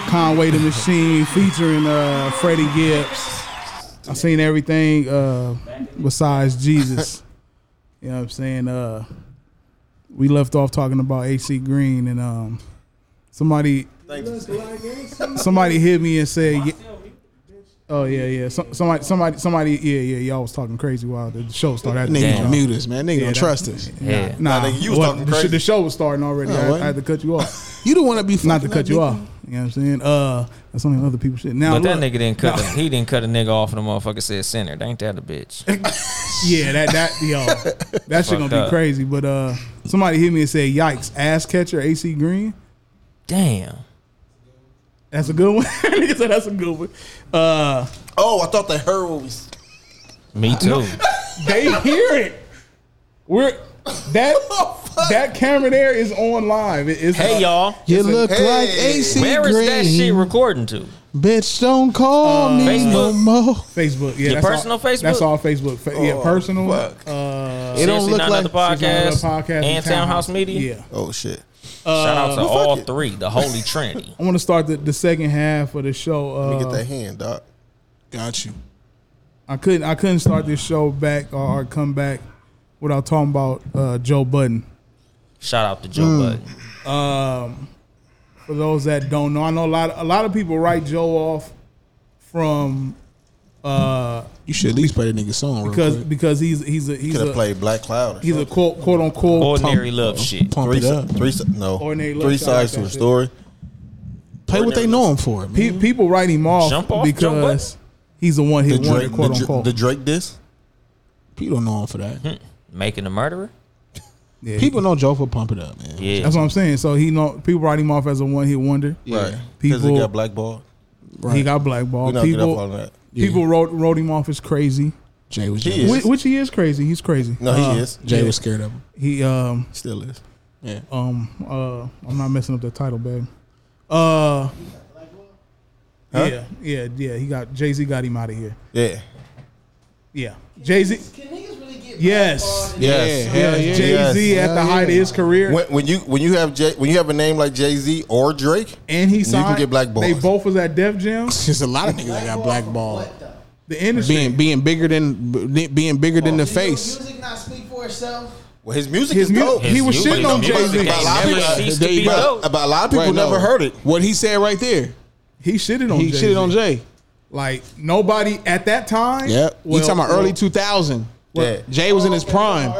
S7: Conway the Machine featuring uh Freddie Gibbs. I seen everything uh besides Jesus. You know what I'm saying? Uh we left off talking about AC Green and um somebody somebody hit me and said "Ye- Oh yeah, yeah. Some, somebody, somebody, somebody. Yeah, yeah. Y'all was talking crazy while the show started.
S9: Nigga
S7: Damn.
S9: don't mute us, man. Nigga don't
S7: that-
S9: trust us. Yeah.
S7: Nah,
S9: Nah, nigga, you was
S7: well,
S9: talking
S7: the, sh-
S9: crazy.
S7: the show was starting already.
S9: Nah,
S7: I- I,
S9: wasn't.
S7: had to cut you off.
S9: [laughs] you don't want to be
S7: not to
S9: fucking
S7: cut
S9: up,
S7: you
S9: nigga.
S7: off. You know what I'm saying? Uh, that's only other people's shit. Now
S8: but that
S7: look.
S8: nigga didn't cut.
S7: Now-
S8: a- he didn't cut a nigga off, and the motherfucker said center. Ain't that a
S7: [laughs]
S8: bitch?
S7: yeah, that that yo, [laughs] that shit gonna
S8: Fucked
S7: be
S8: up.
S7: crazy. But uh, somebody hit me and said, "Yikes, ass catcher, AC Green."
S8: Damn,
S7: that's a good one. [laughs] nigga said that's a good one. Uh,
S25: oh, I thought they heard what we.
S8: Me too.
S7: they hear it. We're
S25: [laughs]
S7: that
S25: Oh,
S7: that camera there is on live. It is.
S8: Hey, y'all.
S7: You
S9: look like AC
S8: Where is that
S9: Green.
S8: shit recording to?
S9: Bitch, don't call
S7: Uh,
S9: me no
S7: Facebook.
S9: more.
S7: Facebook. Yeah,
S8: Your
S7: that's all-
S8: personal Facebook?
S7: That's all Facebook. Fa- yeah,
S9: Oh,
S7: personal.
S9: fuck.
S8: It
S7: Uh,
S8: don't Seriously look Not Another like- Podcast
S7: Podcast
S8: and Townhouse Media?
S7: Yeah.
S25: Oh shit!
S8: Shout out to
S7: Uh,
S8: all three, the [laughs] holy trinity.
S7: I want to start the, the second half of the show. Uh,
S25: [laughs] Let me get that hand, doc.
S9: Got you.
S7: I couldn't. I couldn't start this show back or, or come back without talking about uh, Joe Budden.
S8: Shout out to Joe
S7: Mm.
S8: Budden.
S7: Um, for those that don't know, I know a lot. A lot of people write Joe off from uh,
S9: You should at least play the nigga song real
S7: because
S9: quick.
S7: because he's he's a he's
S25: Coulda
S7: a
S25: played Black Cloud or
S7: He's a quote quote unquote
S25: Ordinary love
S8: shit.
S9: Pump
S25: three,
S9: it up.
S25: Three, si- no.
S7: Ordinary love
S25: three
S7: shot, I
S25: sides to
S7: think
S25: a
S7: it-
S25: story.
S9: Play what they know him for. Man.
S7: Pe- people write him off,
S9: Jump off, jump
S7: because he's a one
S9: The
S7: hit wonder
S9: Drake-
S7: quote
S9: the Dra-
S7: unquote.
S25: The Drake diss.
S9: People don't know him for that.
S8: Making a murderer.
S6: Yeah.
S7: People know Joe for Pump It Up, man.
S8: Yeah.
S6: That's what I'm saying. So he know people write him off as a one hit wonder.
S9: Right. 'Cause he
S6: People
S9: got blackballed.
S6: He
S9: Right.
S6: got blackballed.
S9: We don't get
S6: people
S9: up on that.
S6: people wrote wrote him off as crazy.
S7: Jay was
S9: He is.
S6: which, which he is crazy. He's crazy. Uh,
S9: No, he is. Jay was
S7: scared of him.
S6: He um
S9: still is. Yeah.
S6: Um uh I'm not messing up the title, babe. Uh
S9: Huh?
S6: Yeah, yeah, yeah. He got Jay Z got him out of here.
S9: Yeah.
S6: Yeah. Jay Z Yes.
S9: Yes.
S6: Jay Z at the height of his career.
S9: When, when you when you have Jay, when you have a name like Jay Z or Drake,
S6: and he
S9: you can
S6: signed-
S9: get
S6: [laughs]
S9: blackballed.
S6: They both was at Def Jam.
S7: There's a lot of niggas that got blackballed.
S6: The industry
S7: being being bigger than b- being bigger
S9: Oh.
S7: than the face.
S26: Music not speak for itself.
S9: Well, his music
S7: His
S9: is
S7: mu-
S9: dope.
S7: he His was music shitting on is dope. Jay-Z.
S9: But a lot of
S7: Never
S9: people-
S7: ceased to be
S9: but-
S7: dope.
S9: but a lot of people
S7: Right, no.
S9: never heard it.
S7: What he said right there.
S6: He shitted on
S7: He
S6: Jay-Z.
S7: shitted on Jay.
S6: Like nobody at that time.
S7: Yep.
S6: Well,
S7: you talking about
S6: well,
S7: early 2000.
S6: Yeah.
S7: Jay was in his prime.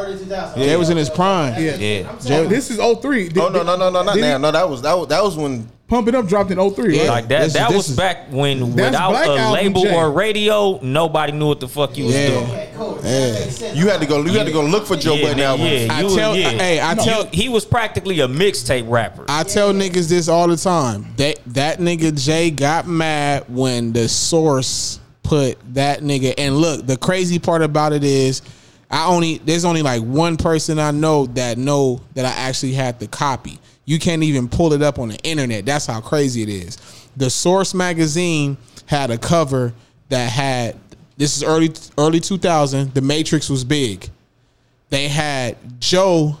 S7: Jay was in his prime.
S6: Yeah.
S9: Yeah.
S7: Jay-
S6: this is 03.
S9: oh no no no no not
S7: Did he-
S9: now no that was that was, that was when
S6: Pump It Up dropped
S7: oh
S6: in 03, right?
S8: Like that. that was back when
S6: That's
S8: without
S6: Black
S8: a
S6: Album
S8: label
S6: Jay.
S8: or radio, nobody knew what the fuck you was
S7: Yeah.
S8: doing.
S9: You had to go. You had to go look for Joe Budden albums.
S8: Yeah,
S7: I
S8: you was-
S7: tell-
S8: yeah.
S7: I- hey, I
S8: You-
S7: tell-
S8: he was practically a mixtape rapper.
S7: I tell niggas this all the time. That that nigga Jay got mad when the source put that nigga. And look, the crazy part about it is, I only there's only like one person I know that know that I actually had the copy. You can't even pull it up on the internet. That's how crazy it is. The Source magazine had a cover that had this is early early 2000. The Matrix was big. They had Joe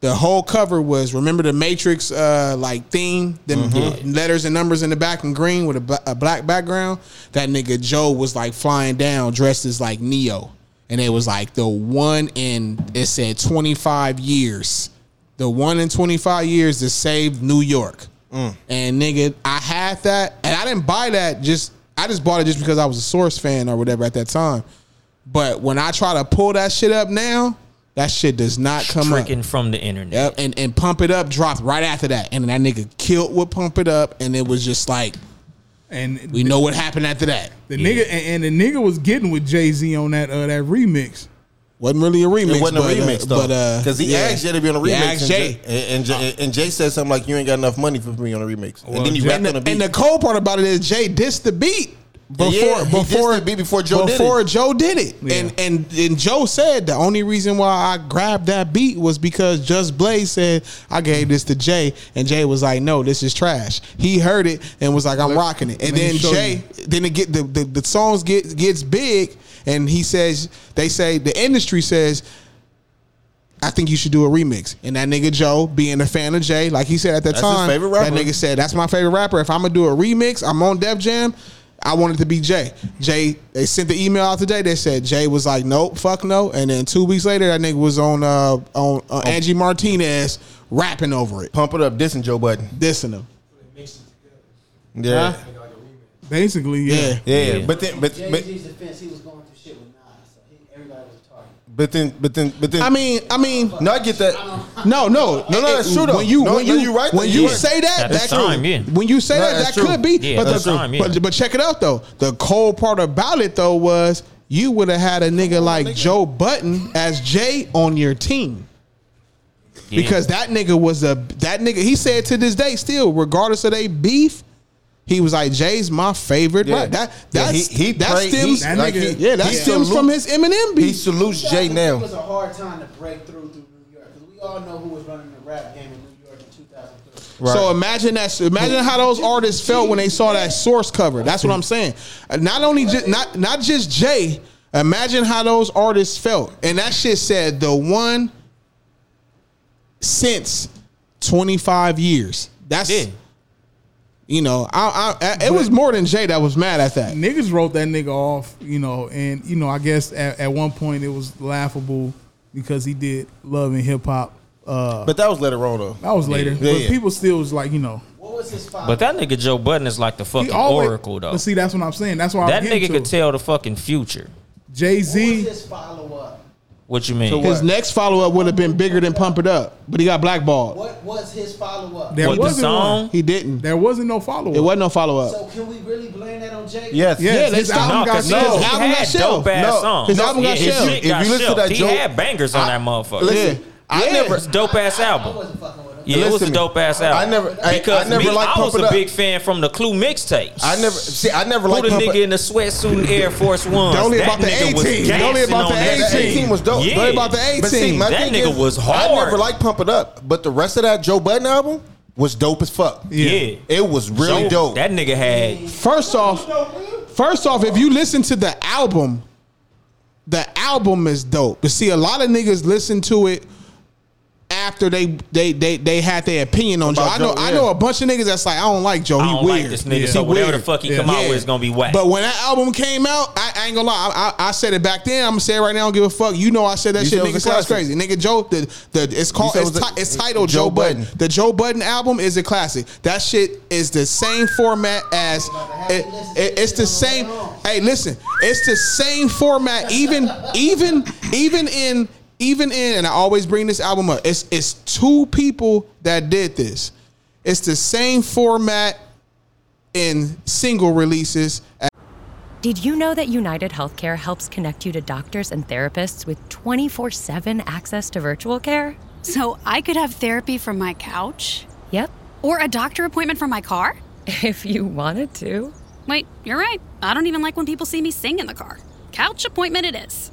S7: the whole cover was remember the Matrix uh like theme, the
S9: Mhm.
S7: letters and numbers in the back in green with a, bla- a black background. That nigga Joe was like flying down dressed as like Neo, and it was like the one in it said twenty five years, the one in twenty five years to save New York. And nigga, I had that, and I didn't buy that. Just I just bought it just because I was a Source fan or whatever at that time. But when I try to pull that shit up now, that shit does not come up.
S8: Tricking from the internet.
S7: Yep, and and pump it up dropped right after that, and that nigga killed with pump it up, and it was just like,
S6: and
S7: we know what happened after that.
S6: The nigga and, and the nigga was getting with Jay Z on that uh, that remix.
S7: Wasn't really a remix.
S9: It wasn't
S7: but,
S9: a remix
S7: uh,
S9: though,
S7: but, uh,
S9: because he
S7: yeah.
S9: asked Jay to be on a
S7: He
S9: remix.
S7: asked
S9: and
S7: Jay.
S9: and, Jay and Jay said something like, "You ain't got enough money for me on a remix." and then he
S7: Jay-
S9: rapped on
S7: and,
S9: a beat.
S7: the cold part about it is Jay dissed the beat before
S9: Yeah, he dissed
S7: before
S9: the beat before Joe did it.
S7: before Joe did it, and and and Joe said the only reason why I grabbed that beat was because Just Blaze said I gave this to Jay, and Jay was like, "No, this is trash." He heard it and was like, "I'm rocking it," and
S9: let me
S7: then
S9: show
S7: Jay then it get the, the the songs get gets big, and he says they say the industry says. I think you should do a remix. And that nigga Joe, being a fan of Jay, like he said at the
S9: That's his
S7: time,
S9: favorite
S7: that
S9: rapper.
S7: nigga said, "That's my favorite rapper. If I'm gonna do a remix, I'm on Def Jam. I want it to be Jay." Jay, they sent the email out today. They said Jay was like, "Nope, fuck no." And then two weeks later, that nigga was on uh, on uh, Angie Martinez rapping over it,
S9: Oh. pump it up, dissing Joe Budden,
S7: dissing him.
S9: yeah.
S7: Huh?
S6: Basically,
S9: yeah,
S6: yeah.
S9: yeah, But then, but,
S26: Jay
S9: but
S26: Z's defense, he was going through shit with Nas, so he, everybody was targeted.
S9: but then, but then, but then.
S7: I mean, I mean,
S9: no, I get that.
S7: No, no,
S9: no, no. That's true. though.
S7: When you
S9: No,
S7: when
S9: no,
S7: you
S9: you right
S7: when
S9: though.
S7: you
S9: You're right.
S7: say that,
S9: At the
S7: that
S9: time,
S7: could,
S9: yeah.
S7: when you say
S9: No,
S7: that, that
S9: that's true.
S7: could be.
S9: Yeah,
S7: but,
S9: that's
S7: the,
S9: true. Time, yeah.
S7: but but check it out though. The cold part about it though was you would have had a nigga like Joe Button as Jay on your team.
S8: Yeah.
S7: Because that nigga was a that nigga. He said to this day, still, regardless of they beef, he was like Jay's my favorite.
S9: Yeah.
S7: Right? That
S9: Yeah,
S7: that's,
S9: he- he
S7: that
S9: played-
S7: stems.
S9: he- like, he-
S7: yeah, that
S9: he
S7: stems from
S9: salute-
S7: his Eminem beef.
S9: he salutes Jay
S26: It
S9: now.
S26: was a hard time to break through through New York because we all know who was running the rap game in New York in 2003.
S7: So imagine that. Imagine how those artists felt when they saw that source cover. That's what I'm saying. Not only just not not just Jay. Imagine how those artists felt, and that shit said the one since 25 years. That's you know, I, I, I it was more than Jay that was mad at that.
S6: Niggas wrote that nigga off, you know, and you know, I guess at, at one point it was laughable because he did love and hip hop. Uh,
S9: But that was later on though.
S6: that was later.
S8: Yeah,
S6: but
S8: yeah.
S6: people still was like, you know,
S8: But that nigga Joe Budden is like the fucking
S6: always-
S8: oracle though.
S6: But see, that's what I'm saying. That's why
S8: that
S6: I'm getting
S8: nigga could
S6: to.
S8: tell the fucking future.
S6: Jay Z.
S8: What you mean?
S7: His next follow up would have been bigger than Pump It Up, but he got blackballed.
S26: What was his follow up?
S7: There What, the wasn't song? one.
S6: He
S7: didn't.
S6: There wasn't no follow up.
S7: It wasn't no follow up.
S26: So can we really blame that on Jay?
S7: yeah, they stopped.
S8: album got shelved. He had dope-ass songs.
S7: His album
S8: Yeah,
S7: got
S8: his
S7: shelved.
S8: shit got shelved. He had bangers on that motherfucker.
S9: Listen,
S8: I never dope ass album. yeah, it was a
S9: Listen to me.
S8: dope ass album.
S9: I never- I- I
S8: because
S9: never
S8: me,
S9: liked
S8: I was
S9: Pump It
S8: a
S9: Up.
S8: big fan from the Clue mixtapes.
S9: I never see. I never
S8: Who
S9: liked
S8: the
S9: Pump
S8: nigga
S9: It-
S8: in the sweatsuit and
S9: [laughs]
S8: Air Force One?
S9: Don't leave about the 18. Don't leave about the 18. was dope.
S8: Yeah.
S9: Don't leave about the 18.
S8: But see,
S9: my
S8: that
S9: thing
S8: nigga
S9: is,
S8: was
S9: I never
S8: hard.
S9: liked Pump It Up, but the rest of that Joe Budden album was dope as fuck.
S8: Yeah.
S9: It was really
S8: So,
S9: dope.
S8: That nigga had
S7: First off, first off, if you listen to the album, the album is dope. But see, a lot of niggas listen to it after they they they they had their opinion on Joe.
S6: About
S7: I know
S6: Joe,
S7: I
S6: yeah.
S7: know a bunch of niggas that's like, I don't like Joe.
S8: I
S7: He
S8: don't
S7: weird.
S8: like this nigga, so
S7: He
S8: whatever the fuck he come out with is gonna be whack.
S7: But when that album came out, I, I ain't gonna lie. I, I, I said it back then. I'm gonna say it right now. I don't give a fuck. You know, I said that
S9: You
S7: shit.
S9: said it
S7: Nigga
S9: was a
S7: sounds
S9: classic.
S7: crazy. Nigga Joe, the, the it's called
S9: said it
S7: it's,
S9: was a-
S7: ti- it's titled Joe,
S9: Joe
S7: Budden.
S9: Budden.
S7: The Joe Budden album is a classic. That shit is the same format as it, it- it's the same. Hey, listen, it's the same format. Even even even in even in and I always bring this album up. It's it's two people that did this. It's the same format in single releases. As
S17: Did you know that United Healthcare helps connect you to doctors and therapists with 24 7 access to virtual care?
S18: So I could have therapy from my couch?
S17: Yep,
S18: Or a doctor appointment from my car?
S17: [laughs] if you wanted to.
S18: Wait, you're right. I don't even like when people see me sing in the car. Couch appointment it is.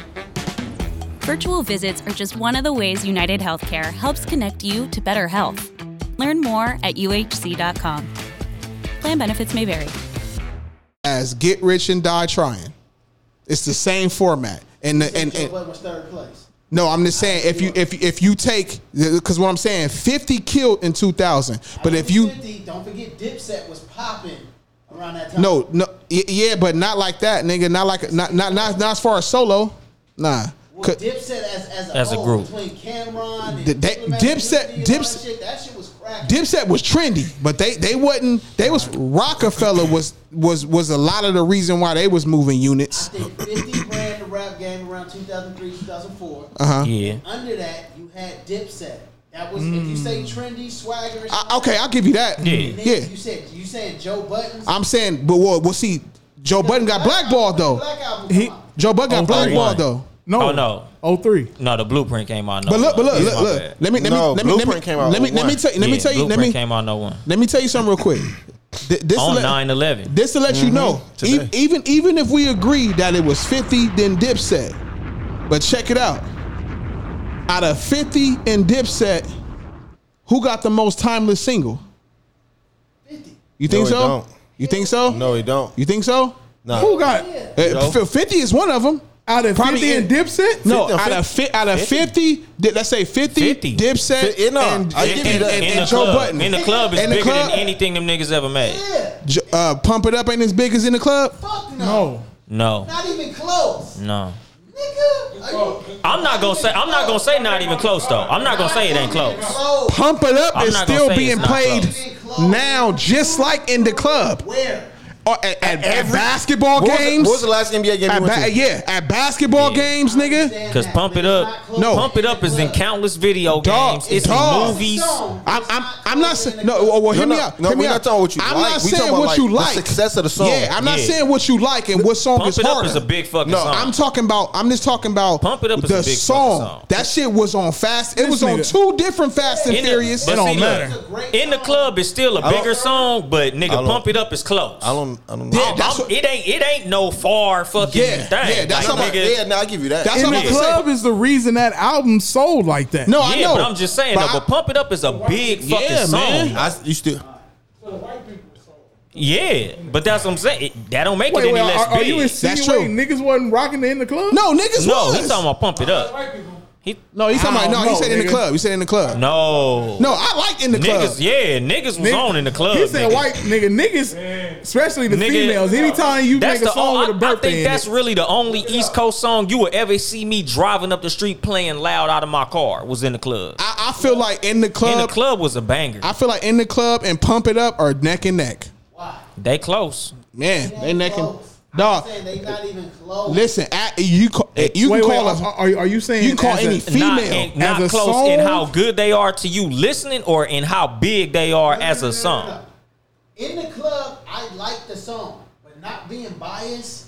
S18: Virtual visits are just one of the ways United Healthcare helps connect you to better health. Learn more at uhc.com. Plan benefits may vary.
S7: as Get Rich and Die Trying. It's the same format. And the, and, and
S9: third place.
S7: No, I'm just saying if you if if you take because what I'm saying, 50 killed in 2000. But if you
S26: don't forget Dipset was popping around that time.
S7: no no y- yeah, but not like that, nigga. Not like not not not, not as far as solo. Nah.
S26: Well,
S7: Could-
S26: Dipset as, as a,
S7: As a
S26: whole,
S7: group.
S26: between Cameron and
S7: Th- that-
S26: Diplomat,
S7: Dipset-
S26: Unity and all
S7: Dips-
S26: that shit, that shit was cracking.
S7: Dipset was trendy, but they they wasn't. They was Rockefeller was was was a lot of the reason why they was moving units.
S26: Fifty grand the rap game around 2003, 2004.
S7: Uh-huh. Yeah.
S26: Under that, you had Dipset. That was if you say
S8: Mm.
S26: trendy swagger. and
S7: I-
S26: shit,
S7: okay, I'll give you that. Yeah.
S26: then
S7: Yeah.
S26: You said you saying Joe Buttons.
S7: I'm saying, but well, we'll see. Joe Budden got blackballed though. He, Joe Budden Oh, got blackballed though.
S8: No, oh, no,
S6: oh three.
S8: No, the blueprint came out. No
S7: But look, but look,
S8: one.
S7: look,
S8: My
S7: look.
S8: bad.
S7: Let me, let me, let me, let me, let me, let me tell you, let me
S8: Yeah,
S7: tell you, let
S8: Blueprint
S7: me,
S8: came out no one.
S7: let me tell you something real quick. Th- This
S8: On
S7: to let-
S8: 9/11.
S7: This to let you
S8: Mhm.
S7: know, e-
S8: Today.
S7: even even if we agree that it was fifty, then Dipset. But check it out. Out of fifty and Dipset, who got the most timeless single? You think
S9: No, it
S7: so?
S9: don't.
S7: You think so?
S9: No, he don't.
S7: You think so?
S9: No.
S7: Who got?
S9: Joe.
S7: Uh, Fifty is one of them. Out of
S9: 50 and
S7: Dipset? No,
S9: 50,
S7: out of fi- out of
S9: 50.
S7: fifty, di- let's say fifty, uh, Dipset,
S9: Fi- yeah, nah,
S7: and,
S9: I give
S7: and,
S9: you
S7: and,
S9: that.
S7: and,
S8: in the
S7: Joe
S8: club,
S7: Button.
S8: in the club is
S7: In the
S8: bigger
S7: club?
S8: than anything them niggas ever made.
S7: J- uh, Pump it up ain't as big as in the club.
S6: No,
S8: No,
S26: Not even close.
S8: no.
S26: Nigga, are you
S8: I'm not gonna say. I'm not gonna say not even close though. I'm not gonna say it ain't close.
S7: Pump it up
S8: I'm
S7: is
S8: not gonna
S7: still
S8: say it's
S7: being
S8: not
S7: played now, just like in the club.
S26: Where?
S7: Or at, at, at
S9: every-
S7: basketball
S9: What was the-
S7: games.
S9: what was the last NBA game you
S7: At
S9: went to?
S7: Yeah, at basketball games, nigga.
S8: Cause pump it up.
S7: No.
S8: pump it up is in countless video games. It's
S7: Dog.
S8: in movies.
S7: I'm, I'm, I'm not saying. No, well, well, hear me
S9: No, no,
S7: out.
S9: no,
S7: hear me
S9: we're not
S7: out.
S9: talking what you
S7: I'm
S9: like.
S7: not
S9: We
S7: saying
S9: talking
S7: what
S9: about,
S7: you
S9: like,
S7: like.
S9: the success of the song.
S7: Yeah, I'm not
S9: Yeah.
S7: saying what you like and what song
S8: Pump
S7: is
S8: It Up
S7: harder.
S8: is a big fucking
S7: no,
S8: song.
S7: I'm talking about. I'm just talking about. Pump
S8: It Up is
S7: the
S8: a big fucking
S7: song.
S8: song.
S7: That shit was on fast. It
S8: This
S7: was on
S8: nigga-
S7: two different Fast and
S8: In the-
S7: Furious.
S8: but see, look, In the club is still a
S9: I don't-
S8: bigger song, but
S9: I
S8: nigga,
S9: don't-
S8: pump it up is close.
S9: I don't. I don't know.
S8: Yeah, it ain't it ain't no far fucking
S9: Yeah,
S8: thing.
S9: yeah, that's
S8: Like,
S9: what I'm-
S8: nigga,
S9: yeah, no, I give you that.
S6: in the
S8: Yeah.
S6: club is the reason that album sold like that.
S8: yeah, But I'm just saying, though, but Pump It Up is a big fucking
S6: Yeah,
S8: song.
S6: man.
S9: I, you still.
S8: Yeah, but that's what I'm saying. It- that don't make
S6: Wait,
S8: it any
S6: wait,
S8: less
S6: are, are
S8: big.
S6: you insinuating niggas wasn't rocking it in the club? No,
S8: no, he's talking about Pump It Up. He
S7: No, he's talking
S8: I
S7: about no.
S8: don't
S7: Oh, he
S9: Oh,
S8: know,
S7: said in the
S8: nigga.
S7: club. He said in the club.
S8: No,
S7: no, I like in the
S8: niggas,
S7: club.
S8: Yeah, niggas was
S7: Nigga-
S8: on in the club.
S7: he said
S8: nigga.
S7: white
S6: nigga, niggas, especially the
S8: Nigga,
S6: females. Anytime you
S8: that's
S6: make
S8: the
S6: a song
S8: o-
S6: with a
S8: I, I
S6: birthday,
S8: think
S6: in
S8: that's
S6: it,
S8: really the only East Coast song you will ever see me driving up the street playing loud out of my car was in the club.
S7: I, I feel like in the club.
S8: in the club was a banger.
S7: I feel like in the club and pump it up are neck and neck.
S8: They close.
S7: Man, they neck and dog.
S9: They not even close.
S7: Listen, I, you ca- you
S6: Wait,
S7: can
S6: wait,
S7: call
S6: are- are- are you saying
S7: you can call
S6: as
S7: any
S6: a-
S7: female
S8: Not, in, not
S7: as a
S8: close
S7: song?
S8: in how good they are to you listening or in how big they are as a
S6: [laughs]
S8: song.
S23: In the club, I like the song, but not being biased.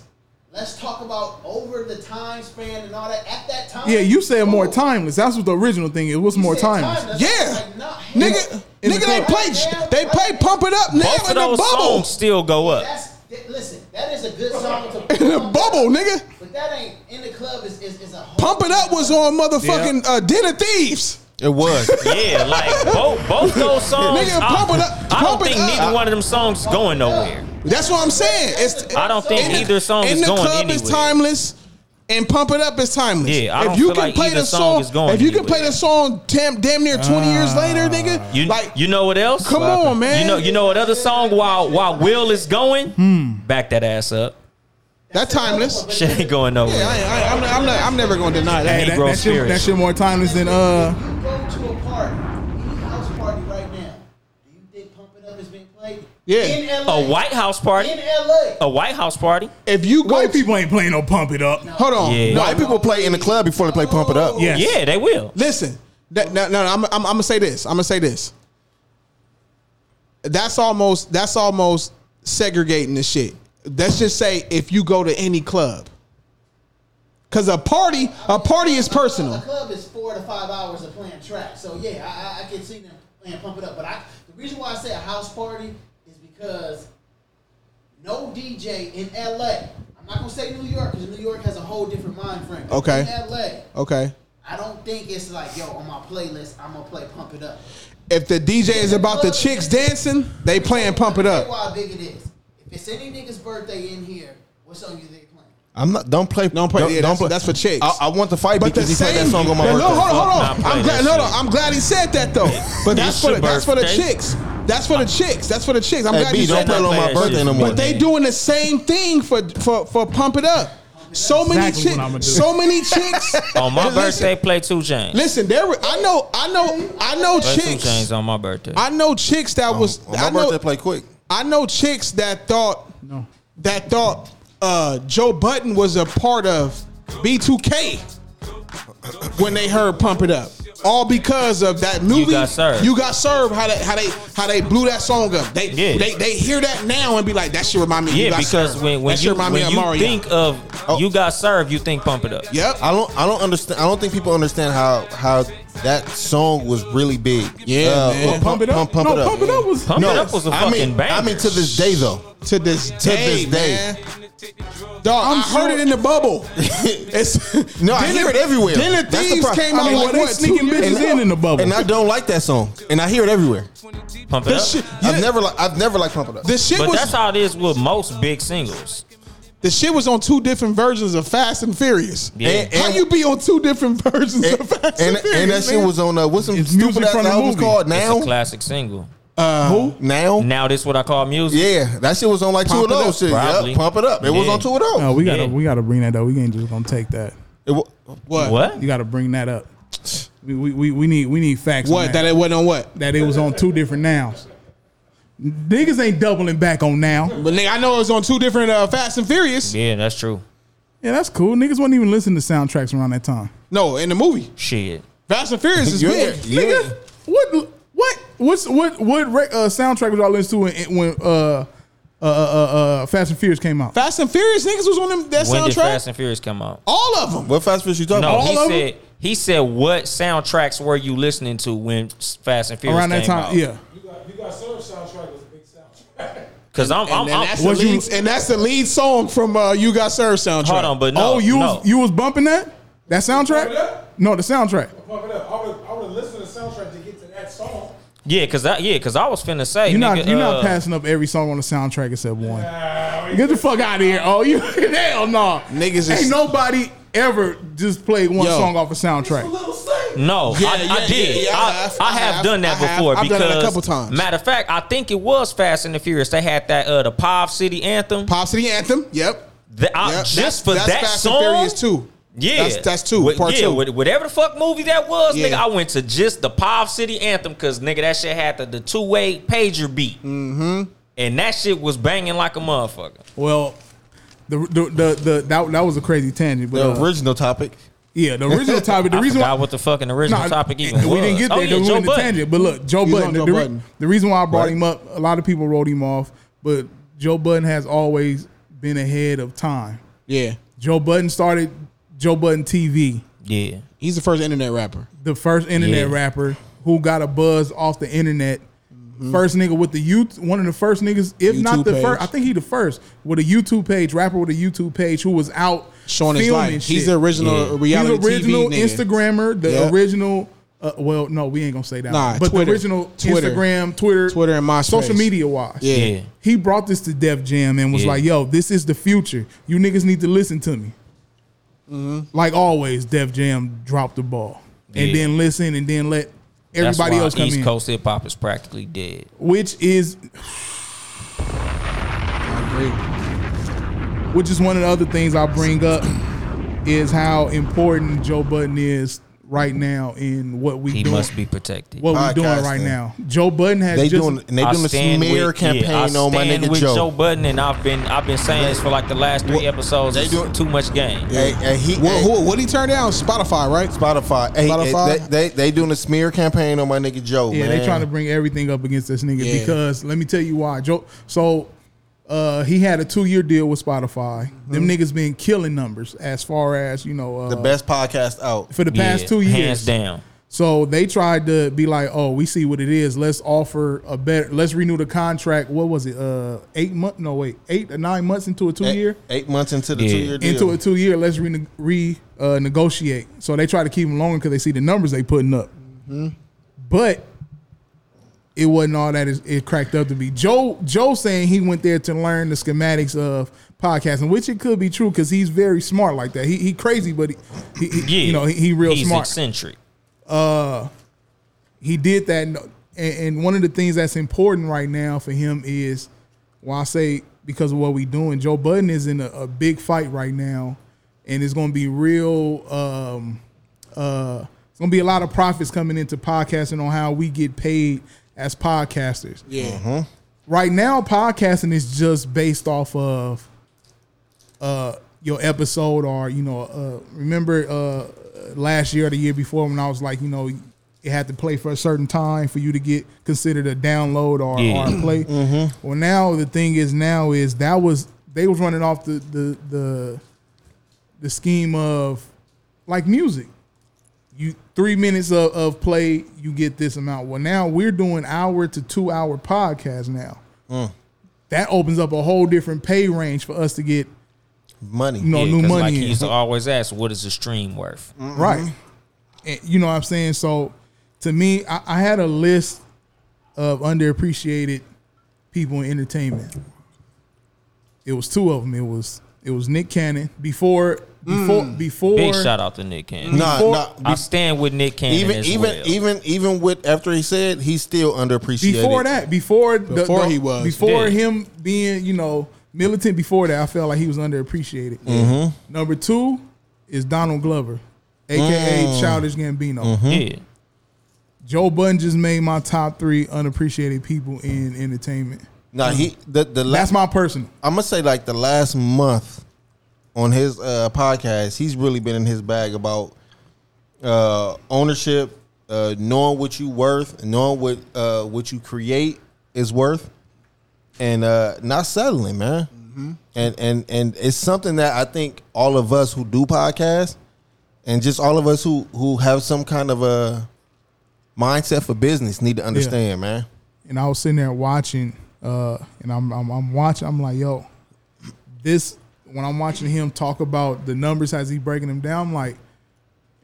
S23: Let's talk about over the time span and all that. At that time,
S6: yeah, you said more timeless. That's what the original thing is. What's more
S23: said
S6: timeless?
S23: timeless. Yeah.
S7: nigga, nigga, they play, they play, pump it up now
S8: Both of
S7: in the
S8: those
S7: bubble,
S8: songs still go up.
S23: That's th- listen. That is a good song to
S7: [laughs] in the bubble, nigga.
S23: But that ain't in the club. Is is, is a whole
S7: Pump it up was on motherfucking uh, Dinner Thieves.
S9: It was.
S8: [laughs] Yeah, like both both those songs.
S7: Nigga,
S8: I-
S7: pump it up,
S8: I
S7: pump
S8: don't
S7: it
S8: think
S7: up.
S8: neither one of them songs is going nowhere.
S7: That's what I'm saying. It's,
S8: I don't think
S7: in the-
S8: either song
S7: in
S8: is
S7: the
S8: going
S7: club is
S8: anywhere.
S7: timeless, and pump it up is timeless.
S8: Yeah, I
S7: if
S8: don't
S7: you
S8: feel
S7: can
S8: like
S7: play
S8: either
S7: the
S8: song
S7: song,
S8: is going
S7: if you can play the song damn, damn near 20 years later, nigga,
S8: You, you know what else?
S7: Come on, man. Hmm.
S8: You know you know what other song while while Will is going? Back that ass up.
S7: that timeless.
S8: Shit ain't going nowhere.
S7: I, am not, I'm, not, I'm never going to deny that.
S6: Hey, that, that, shit, that shit more timeless than uh.
S23: go to a party, any house party right now. Do you think Pump It Up is being played? In LA.
S8: A White House party.
S23: In LA.
S8: A White House party.
S7: If you
S6: white people ain't playing no pump it up.
S7: Hold on.
S8: Yeah.
S7: White people play in the club before they play Pump It Up.
S6: Yes.
S8: Yeah, they will.
S7: Listen, that, no, no, no, I'm, I'm, I'm gonna say this. I'm gonna say this. That's almost that's almost segregating the shit. Let's just say if you go to any club, because a party a party is
S23: The
S7: personal.
S23: club is four to five hours of playing track. So yeah, I, I- I can see them playing Pump It Up. But I, the reason why I say a house party is because no DJ in LA. I'm not gonna say New York because New York has a whole different mind frame. But
S7: Okay.
S23: In LA,
S7: Okay,
S23: I don't think it's like yo on my playlist. I'm gonna play Pump It Up.
S7: if the DJ is about the chicks dancing, they playing Pump It
S23: Tell you
S7: Up.
S23: why big it is. If it's any nigga's birthday in here, what song you think?
S9: I'm not. Don't play. Don't
S7: play- yeah, that's- that's for chicks.
S9: I, I want the fight
S7: But
S9: because
S7: the
S9: he played that
S7: same-
S9: song on my
S7: No,
S9: birthday.
S7: hold on, hold
S9: Not
S7: on.
S9: play
S7: I'm glad.
S9: that
S7: No, no,
S9: shit.
S7: I'm glad he said that though. But that's
S9: It's
S7: for
S9: your
S7: the, that's for the
S9: birthday.
S7: chicks. That's for the chicks. That's for the chicks. I'm
S9: Hey,
S7: glad
S9: B,
S7: you
S9: don't
S7: said
S9: play
S7: that.
S9: it on my birthday no more.
S7: But they doing the same thing for for for pump it up. So many
S8: Exactly what I'ma do.
S7: chicks. So many
S9: [laughs]
S7: chicks.
S8: On my
S7: Listen,
S8: birthday, play two chains.
S7: Listen, there. were- I know. I know. I know
S8: Play two
S7: chicks.
S8: chains on my birthday.
S7: I know chicks that was.
S9: Oh, on my
S7: I know,
S9: birthday, play quick.
S7: I know chicks that thought that thought uh, Joe Button was a part of B2K when they heard Pump It Up, all because of that movie.
S8: Got Served.
S7: You got served. How they how they how they blew that song up. They
S8: Yeah.
S7: they they hear that now and be like, that should remind me. of you
S8: yeah,
S7: got
S8: because
S7: served.
S8: when when
S7: that shit
S8: you,
S7: remind me
S8: when
S7: of
S8: you
S7: Mario. Oh.
S8: think of you got served, you think Pump It Up.
S7: Yep.
S9: I don't. I don't understand. I don't think people understand how how that song was really big. Uh,
S7: Yeah, man.
S9: well,
S7: Pump It Up?
S9: Pump,
S7: No, Pump It Up was- Pump It Up was a
S9: I mean,
S7: fucking banger.
S9: I mean, to this day though.
S7: To this
S9: To
S7: day,
S9: this day.
S7: man. Dog, i heard it in the
S9: [laughs]
S7: bubble. It's
S9: No, I hear it everywhere.
S7: Dinner
S9: That's the
S7: thieves
S9: problem.
S7: came out
S9: I mean,
S7: like
S9: well, they
S7: what,
S9: sneaking
S7: two years
S9: bitches in in
S7: the bubble.
S9: And I don't like that song, and I hear it everywhere.
S8: Pump It
S9: This
S8: Up.
S9: shit, I've never like. I've never liked Pump It Up.
S7: The shit
S8: but
S7: was-
S8: that's how it is with most big singles.
S7: The shit was on two different versions of Fast and Furious.
S8: Yeah. And-
S7: How you be on
S6: [laughs]
S7: two different versions of Fast and,
S9: and,
S7: Furious?
S9: and that shit
S7: man?
S9: was on uh, what's some stupid
S7: music
S9: ass
S7: from the
S9: album
S7: movie.
S9: called
S8: It's a
S9: now?
S8: classic single.
S7: Uh, Who
S9: now?
S8: Now this what I call music.
S9: Yeah, that shit was on like
S8: Pump
S9: two
S8: It
S9: of
S8: Up,
S9: those. Shit.
S8: probably.
S9: Yep, pump it up. It was
S8: Yeah.
S9: on two of those.
S6: No, we gotta
S8: Yeah.
S6: we gotta bring that up. We ain't just gonna take that.
S9: It wa-
S7: what?
S8: What?
S6: You gotta bring that up. We we, we, we need we need facts. on
S7: What? That it wasn't on what?
S6: That it was on two different nouns. Niggas ain't doubling back on now.
S7: But nigga, I know it was on two different uh, Fast and Furious.
S8: Yeah, that's true.
S6: Yeah, that's cool. Niggas wasn't even listening to soundtracks around that time.
S7: No, in the movie.
S8: Shit.
S7: Fast and Furious is
S9: [laughs] Yeah,
S7: big.
S9: yeah.
S7: Nigga,
S6: What what what's what what rec- uh, soundtrack was y'all listening to when, when uh, uh, uh, uh, Fast and Furious came out?
S7: Fast and Furious niggas was on them, that
S8: when did
S7: soundtrack.
S8: Fast and Furious come out?
S7: All of them.
S9: What fast food you talking
S8: No,
S9: about?
S8: he said he said what soundtracks were you listening to when Fast and Furious
S6: Around that
S8: came
S6: time,
S8: out?
S6: yeah.
S27: You got, you got served soundtrack was a big soundtrack.
S8: because I'm, I'm,
S7: And, then
S8: I'm
S7: that's the lead, and that's the lead song from uh, You Got Served soundtrack.
S8: Hold on, but no,
S6: oh, you
S8: no.
S6: was, you was bumping that that soundtrack? No, the soundtrack.
S27: Pump it up. I would, I would listen to the soundtrack to get to that song.
S8: yeah, because I yeah, because I was finna say
S6: You're not
S8: nigga,
S6: you're
S8: uh,
S6: not passing up every song on the soundtrack except one. Get the fuck out of here! Oh, you [laughs] hell no,
S7: Niggas
S6: ain't
S7: is-
S6: nobody
S7: ever just played one
S8: Yo.
S7: song off a soundtrack.
S8: No,
S7: Yeah,
S8: I,
S7: yeah,
S8: I did.
S7: yeah, yeah, I
S8: I,
S7: have-
S8: I
S7: I
S8: have,
S7: have.
S8: done that
S7: I have.
S8: before
S7: I've
S8: because
S7: done it a couple times.
S8: Matter of fact, I think it was Fast and the Furious. They had that uh the Pop City Anthem. Pop
S21: City Anthem. Yep.
S8: The, I,
S21: Yep.
S8: Just
S21: That's-
S8: for
S21: that's
S8: that
S21: Fast and
S8: song.
S21: Furious two.
S8: Yeah,
S21: That's- that's two,
S8: Wh-
S21: part
S8: yeah,
S21: two.
S8: wh- whatever the fuck movie that was,
S21: Yeah.
S8: nigga. I went to just the Pop City Anthem because nigga that shit had the, the two way pager beat, mm-hmm. and that shit was banging like a motherfucker.
S7: Well, the the the, the that, that was a crazy tangent. But uh,
S8: The
S9: original topic.
S7: Yeah, the original topic.
S8: [laughs]
S7: The
S8: I
S7: reason
S8: forgot what the fucking original
S7: Nah,
S8: topic even
S7: we
S8: was.
S7: didn't get there
S8: Oh, yeah,
S7: because we
S8: Joe
S7: were in the
S8: Budden.
S7: tangent. But look, Joe
S21: He was
S7: Budden.
S21: on Joe
S7: the, re-
S21: Budden.
S7: the reason why I brought
S21: Right.
S7: him up, a lot of people wrote him off, but Joe Budden has always been ahead of time.
S21: Yeah.
S7: Joe Budden started Joe Budden TV.
S8: Yeah.
S21: He's the first internet rapper.
S7: The first internet
S21: Yeah.
S7: rapper who got a buzz off the internet. First nigga with the youth, one of the first niggas, if
S21: Mm-hmm. YouTube
S7: not the
S21: page.
S7: first, I think he the first with a YouTube page, rapper with a YouTube page who was out
S21: Showing his
S7: filming
S21: life. He's
S7: shit.
S21: the original Yeah. reality
S7: He's original
S21: TV nigga.
S7: Instagrammer, the
S21: Yeah.
S7: original. Uh, well, no, we ain't gonna say that.
S21: Nah,
S7: one. but
S21: Twitter.
S7: the original
S21: Twitter.
S7: Instagram, Twitter,
S21: Twitter and MySpace.
S7: social media wise.
S21: Yeah. Yeah.
S7: he brought this to Def Jam and was
S21: Yeah.
S7: like, "Yo, this is the future. You niggas need to listen to me."
S21: Mm-hmm.
S7: Like always, Def Jam dropped the ball and
S8: Yeah.
S7: then listen and then let
S8: That's
S7: everybody
S8: why
S7: else come
S8: East
S7: in,
S8: Coast hip hop is practically dead.
S7: which is which is one of the other things I bring up is how important Joe Budden is right now in what we
S8: He
S7: doing.
S8: must be protected.
S7: What we doing right
S8: Podcasting.
S7: now? Joe Budden has
S9: They
S7: just
S9: doing- and they I doing a stand smear with- campaign
S8: Yeah, I
S9: on my
S8: stand
S9: nigga
S8: with
S9: Joe.
S8: Joe Budden, and I've been I've been saying this for like the last three episodes. They do too much game.
S21: what, who, what'd he turn down? Spotify, right?
S9: Spotify. Hey,
S7: Spotify.
S9: Spotify. They, they they doing a smear campaign on my nigga Joe.
S7: Yeah,
S9: man.
S7: they trying to bring everything up against this nigga
S9: Yeah.
S7: because let me tell you why. Joe, so uh, he had a two year deal with Spotify. Them niggas been killing numbers as far as you know uh,
S9: Hmm. the best podcast out
S7: for the past two years, So they tried to be like, "Oh, we see what it is. Let's offer a better. Let's renew the contract. What was it? Uh, eight month? No, wait, eight or nine months into a two year.
S9: Eight months into the
S7: Yeah.
S9: two year deal.
S7: Into a two year, let's re, re uh, negotiate. So they try to keep them longer because they see the numbers they putting up.
S9: Mm-hmm.
S7: But it wasn't all that it- it cracked up to be. Joe Joe saying he went there to learn the schematics of podcasting, which it could be true because he's very smart like that. He he crazy, but he, he, he-
S8: Yeah,
S7: you know he, he real
S8: he's
S7: smart
S8: eccentric.
S7: uh he did that and, and one of the things that's important right now for him is well i say because of what we doing joe budden is in a, a big fight right now and it's going to be real um uh it's going to be a lot of profits coming into podcasting on how we get paid as podcasters
S21: Yeah.
S7: right now podcasting is just based off of uh your episode or you know uh remember uh last year or the year before when I was like you know it had to play for a certain time for you to get considered a download or,
S21: Yeah.
S7: or a play well now the thing is now is that was they was running off the the the the scheme of like music you three minutes of, of play, you get this amount. Well, now we're doing hour to two hour podcast now.
S9: Mm.
S7: That opens up a whole different pay range for us to get
S9: money.
S7: You know,
S8: Yeah,
S7: new
S8: 'cause
S7: money.
S8: Like he
S7: in.
S8: used to always ask, "What is the stream worth?"
S7: Right.
S9: Mm-hmm.
S7: And you know what I'm saying? So to me, I, I had a list of underappreciated people in entertainment. It was two of them. It was it was Nick Cannon before before before
S8: Big shout out to Nick Cannon.
S9: Mm. Nah,
S7: Before-
S9: nah,
S8: I stand with Nick Cannon.
S9: even
S8: as
S9: even
S8: well.
S9: even even with after he said he's still underappreciated.
S7: Before that, before the-
S9: Before
S7: the-
S9: he was.
S7: before
S9: Yeah.
S7: him being you know militant. Before that, I felt like he was underappreciated.
S9: Mhm.
S7: Number two is Donald Glover, aka
S9: Mm.
S7: Childish Gambino.
S8: Mhm. Yeah.
S7: Joe Budden just made my top three unappreciated people in entertainment.
S9: Now he the the
S7: That's my personal.
S9: I'm gonna say like the last month on his uh, podcast, he's really been in his bag about uh, ownership, uh, knowing what you worth, knowing what uh, what you create is worth, and uh, not settling, man.
S7: Mm-hmm.
S9: And and and it's something that I think all of us who do podcasts, and just all of us who who have some kind of a mindset for business need to understand, man.
S7: and I was sitting there watching, uh, and I'm, I'm I'm watching. I'm like, yo, this when I'm watching him talk about the numbers as he breaking them down. I'm like,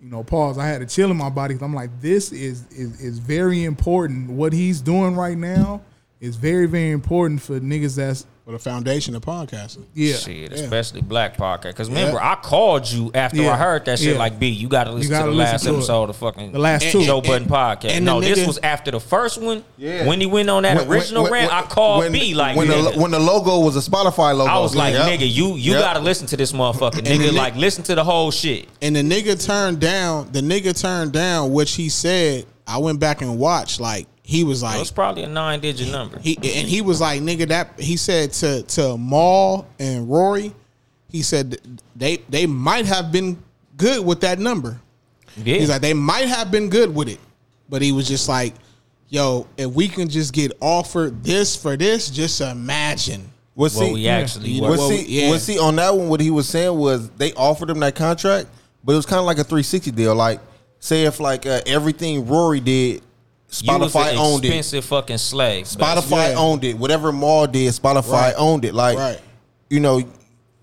S7: you know, pause. I had a chill in my body. 'cause I'm like, this is is is very important. What he's doing right now is very very important for niggas that's Or the foundation of podcasting.
S6: Yeah.
S8: Shit,
S7: Yeah.
S8: especially black podcast. Because remember, I called you after I heard that shit.
S7: Yeah.
S8: Like, B, you got to listen
S7: gotta
S8: to the
S7: listen
S8: last
S7: to it.
S8: episode of fucking
S7: The last two.
S8: Joe
S7: And-
S8: Budden podcast.
S7: and the
S8: no, this
S7: nigga-
S8: was after the first one.
S7: Yeah.
S8: When he went on that
S9: When-
S8: original
S9: when-
S8: rant,
S9: when-
S8: I called
S9: when-
S8: B like,
S9: when
S8: nigga,
S9: the, when the logo was a Spotify logo.
S8: I was like,
S9: Yep.
S8: nigga, you you
S9: Yep.
S8: gotta listen to this motherfucker,
S7: the
S8: nigga.
S7: ni-
S8: Like, listen to the whole shit.
S7: And the nigga turned down the nigga turned down which he said. I went back and watched. Like he was like
S8: It's probably a nine digit number.
S7: He and he was like, nigga, that he said to to Maul and Rory, he said th- they they might have been good with that number.
S8: Yeah.
S7: He's like, they might have been good with it. But he was just like, yo, if we can just get offered this for this, just imagine.
S9: Well, see,
S7: You know,
S9: well,
S7: what
S9: see,
S7: we- yeah.
S9: well, see, on that one, what he was saying was they offered him that contract, but it was kind of like a 360 deal. Like, say if like uh, everything Rory did,
S8: You was an
S9: Spotify owned it.
S8: Expensive fucking slave.
S9: Spotify owned it. Whatever Maul did, Spotify
S8: Right.
S9: owned it. Like,
S8: Right.
S9: you know,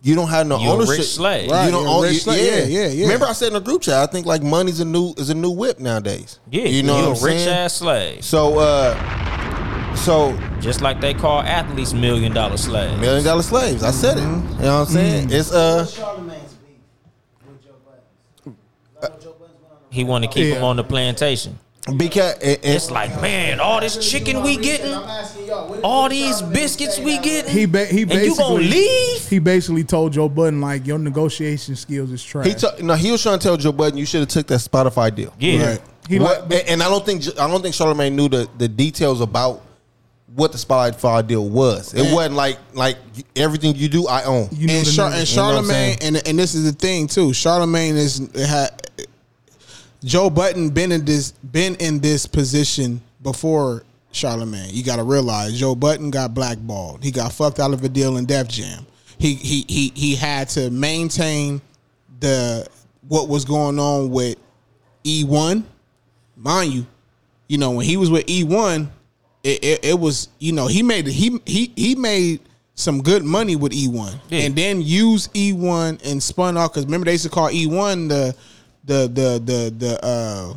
S9: you don't have no
S8: You're a
S9: ownership.
S8: rich slave.
S7: Right,
S9: You don't
S7: you're a
S9: own.
S7: rich
S9: you-
S7: slave.
S9: Yeah.
S7: Yeah, yeah, yeah.
S9: Remember, I said in the group chat, I think like money's a new is a new whip nowadays.
S8: Yeah,
S9: you know,
S8: you
S9: what
S8: a
S9: I'm
S8: rich
S9: saying?
S8: ass slave.
S9: So, uh, so
S8: Just like they call athletes million dollar slaves.
S9: million dollar slaves. I said it.
S7: Mm-hmm.
S9: You know what
S7: Mm.
S9: I'm saying? It's uh.
S8: He want to keep
S9: Yeah.
S8: him on the plantation.
S9: Because
S8: it's like, man, all this chicken we getting, all these biscuits we getting,
S6: He ba- he
S8: and
S6: basically
S8: you gonna leave?
S6: He basically told Joe Budden like your negotiation skills is trash.
S9: He t- no, he was trying to tell Joe Budden you should have took that Spotify deal.
S6: Yeah. Right. He
S9: What- and- and I don't think I don't think Charlamagne knew the, the details about what the Spotify deal was. It
S7: Yeah.
S9: wasn't like like everything you do I own.
S7: and, Char- and
S9: You know what I'm
S7: Charlemagne,
S9: saying?
S7: and and this is the thing too. Charlemagne is ha, Joe Button been in this been in this position before Charlemagne. You got to realize Joe Button got blackballed. He got fucked out of a deal in Def Jam. He he he he had to maintain the what was going on with E one, mind you. You know when he was with E one, it, it, it was you know he made he he he made some good money with E1 and then used E1 E and spun off because remember they used to call E1 the the the the the uh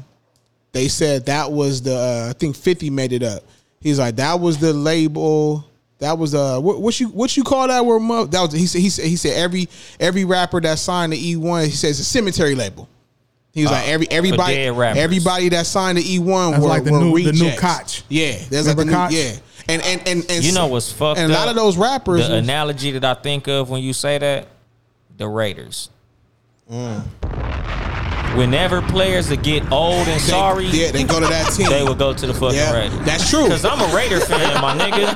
S7: they said that was the uh, I think Fifty made it up. He's like that was the label. That was uh what, what you what you call that word? Mo? That was he said he said he said every every rapper that signed the E one he says a cemetery label. He was
S8: Uh,
S7: like every
S8: for
S7: everybody
S8: dead rappers.
S7: everybody that signed the E one
S8: That's
S7: were,
S8: like the
S7: were
S8: new- the
S7: rejects.
S8: new Koch.
S7: Yeah, that's like
S8: Remember
S7: the new,
S8: Koch?
S7: yeah. And and and, and
S8: you know
S7: so-
S8: what's fucked
S7: And a lot
S8: up?
S7: of those rappers
S8: The
S7: was-
S8: analogy that I think of when you say that, the Raiders.
S7: Mm.
S8: Whenever players that get old and sorry,
S7: yeah, they go to that team.
S8: They will go to the fucking
S7: Yeah,
S8: Raiders.
S7: that's true.
S8: Because I'm a Raider fan, my nigga.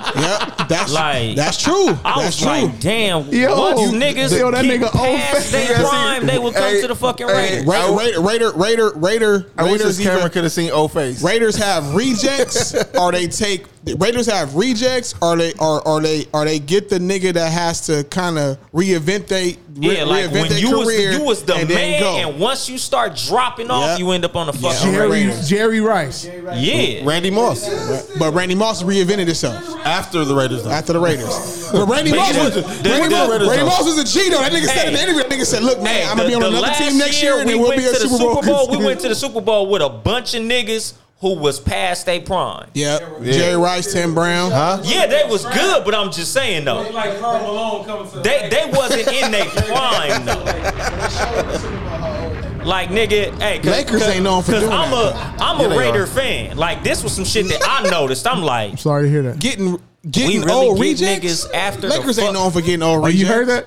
S7: [laughs] Yep, that's
S8: like
S7: that's true.
S8: I
S7: That's
S8: was like, damn,
S7: Yo,
S8: once niggas
S7: yo, that
S8: get
S7: nigga old
S8: past their
S7: fast.
S8: prime, they will come
S7: Hey,
S8: to the fucking
S7: hey,
S8: Raiders.
S7: Ra- Raider, Raider, Raider, Raider.
S9: I wish
S7: Raiders
S9: this camera
S7: even-
S9: could have seen old face.
S7: Raiders have rejects, or they take Raiders have rejects, or they or or they or they get the nigga that has to kind of reinvent they re-
S8: yeah, like
S7: reinvent
S8: when
S7: their
S8: you was,
S7: career
S8: you was the
S7: and then
S8: man,
S7: go.
S8: and once you start dropping off, you end up on the fucking
S6: Jerry,
S8: Raiders.
S6: Jerry Rice.
S8: Yeah.
S9: Randy Moss.
S7: But Randy Moss reinvented himself.
S9: After the Raiders.
S7: After the
S9: [laughs]
S7: Raiders. But Randy
S9: But
S7: Moss
S9: yeah,
S7: was
S9: the-
S7: Randy,
S9: the-
S7: Moss-
S9: Raiders
S7: Randy
S9: though.
S7: Moss was a G though. That nigga said in the
S8: Hey.
S7: interview, that nigga said, look, man, I'm gonna be on
S8: the
S7: another
S8: last
S7: team next year, and
S8: we
S7: then we'll
S8: went
S7: be a
S8: to the
S7: Super Bowl. [laughs]
S8: We went to the Super Bowl with a bunch of niggas who was past their prime.
S7: Yep. Jerry Rice, Tim Brown. Huh?
S8: Yeah, they was good, but I'm just saying though.
S26: Like Carl Malone coming to
S8: They they wasn't in [laughs] their prime though. Like nigga, hey, cause,
S7: Lakers ain't known for
S8: cause
S7: doing
S8: I'm
S7: that.
S8: a I'm
S7: Yeah,
S8: a
S7: they
S8: Raider
S7: are.
S8: fan. Like this was some shit that I noticed. I'm like,
S6: I'm sorry to hear that.
S7: Getting
S8: we
S7: getting
S8: really
S7: old
S8: get
S7: rejects.
S8: niggas after
S7: Lakers
S8: the fuck.
S7: ain't known for getting old
S6: Oh,
S7: rejects.
S6: you heard that?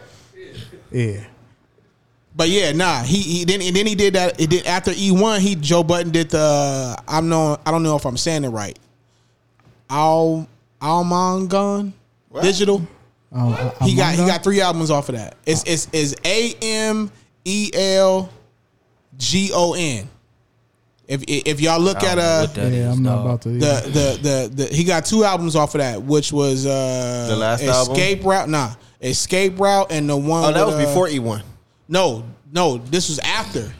S6: Yeah.
S7: But yeah, nah. He, he then and then he did that. It did after E one. He Joe Button did the uh, I'm known. I don't know if I'm saying it right. Al Almangon digital.
S9: Oh,
S7: he got he got three albums off of that. It's it's is A M E L G O N. If if y'all look
S6: I
S7: at
S6: don't know
S7: uh
S6: what that Yeah, is, I'm not dog. about to either.
S7: the, the the the he got two albums off of that, which was uh
S9: The last album?
S7: Escape Route. Nah, Escape Route and the one.
S9: Oh, that
S7: with,
S9: was
S7: uh,
S9: before E1.
S7: No, no, this was after.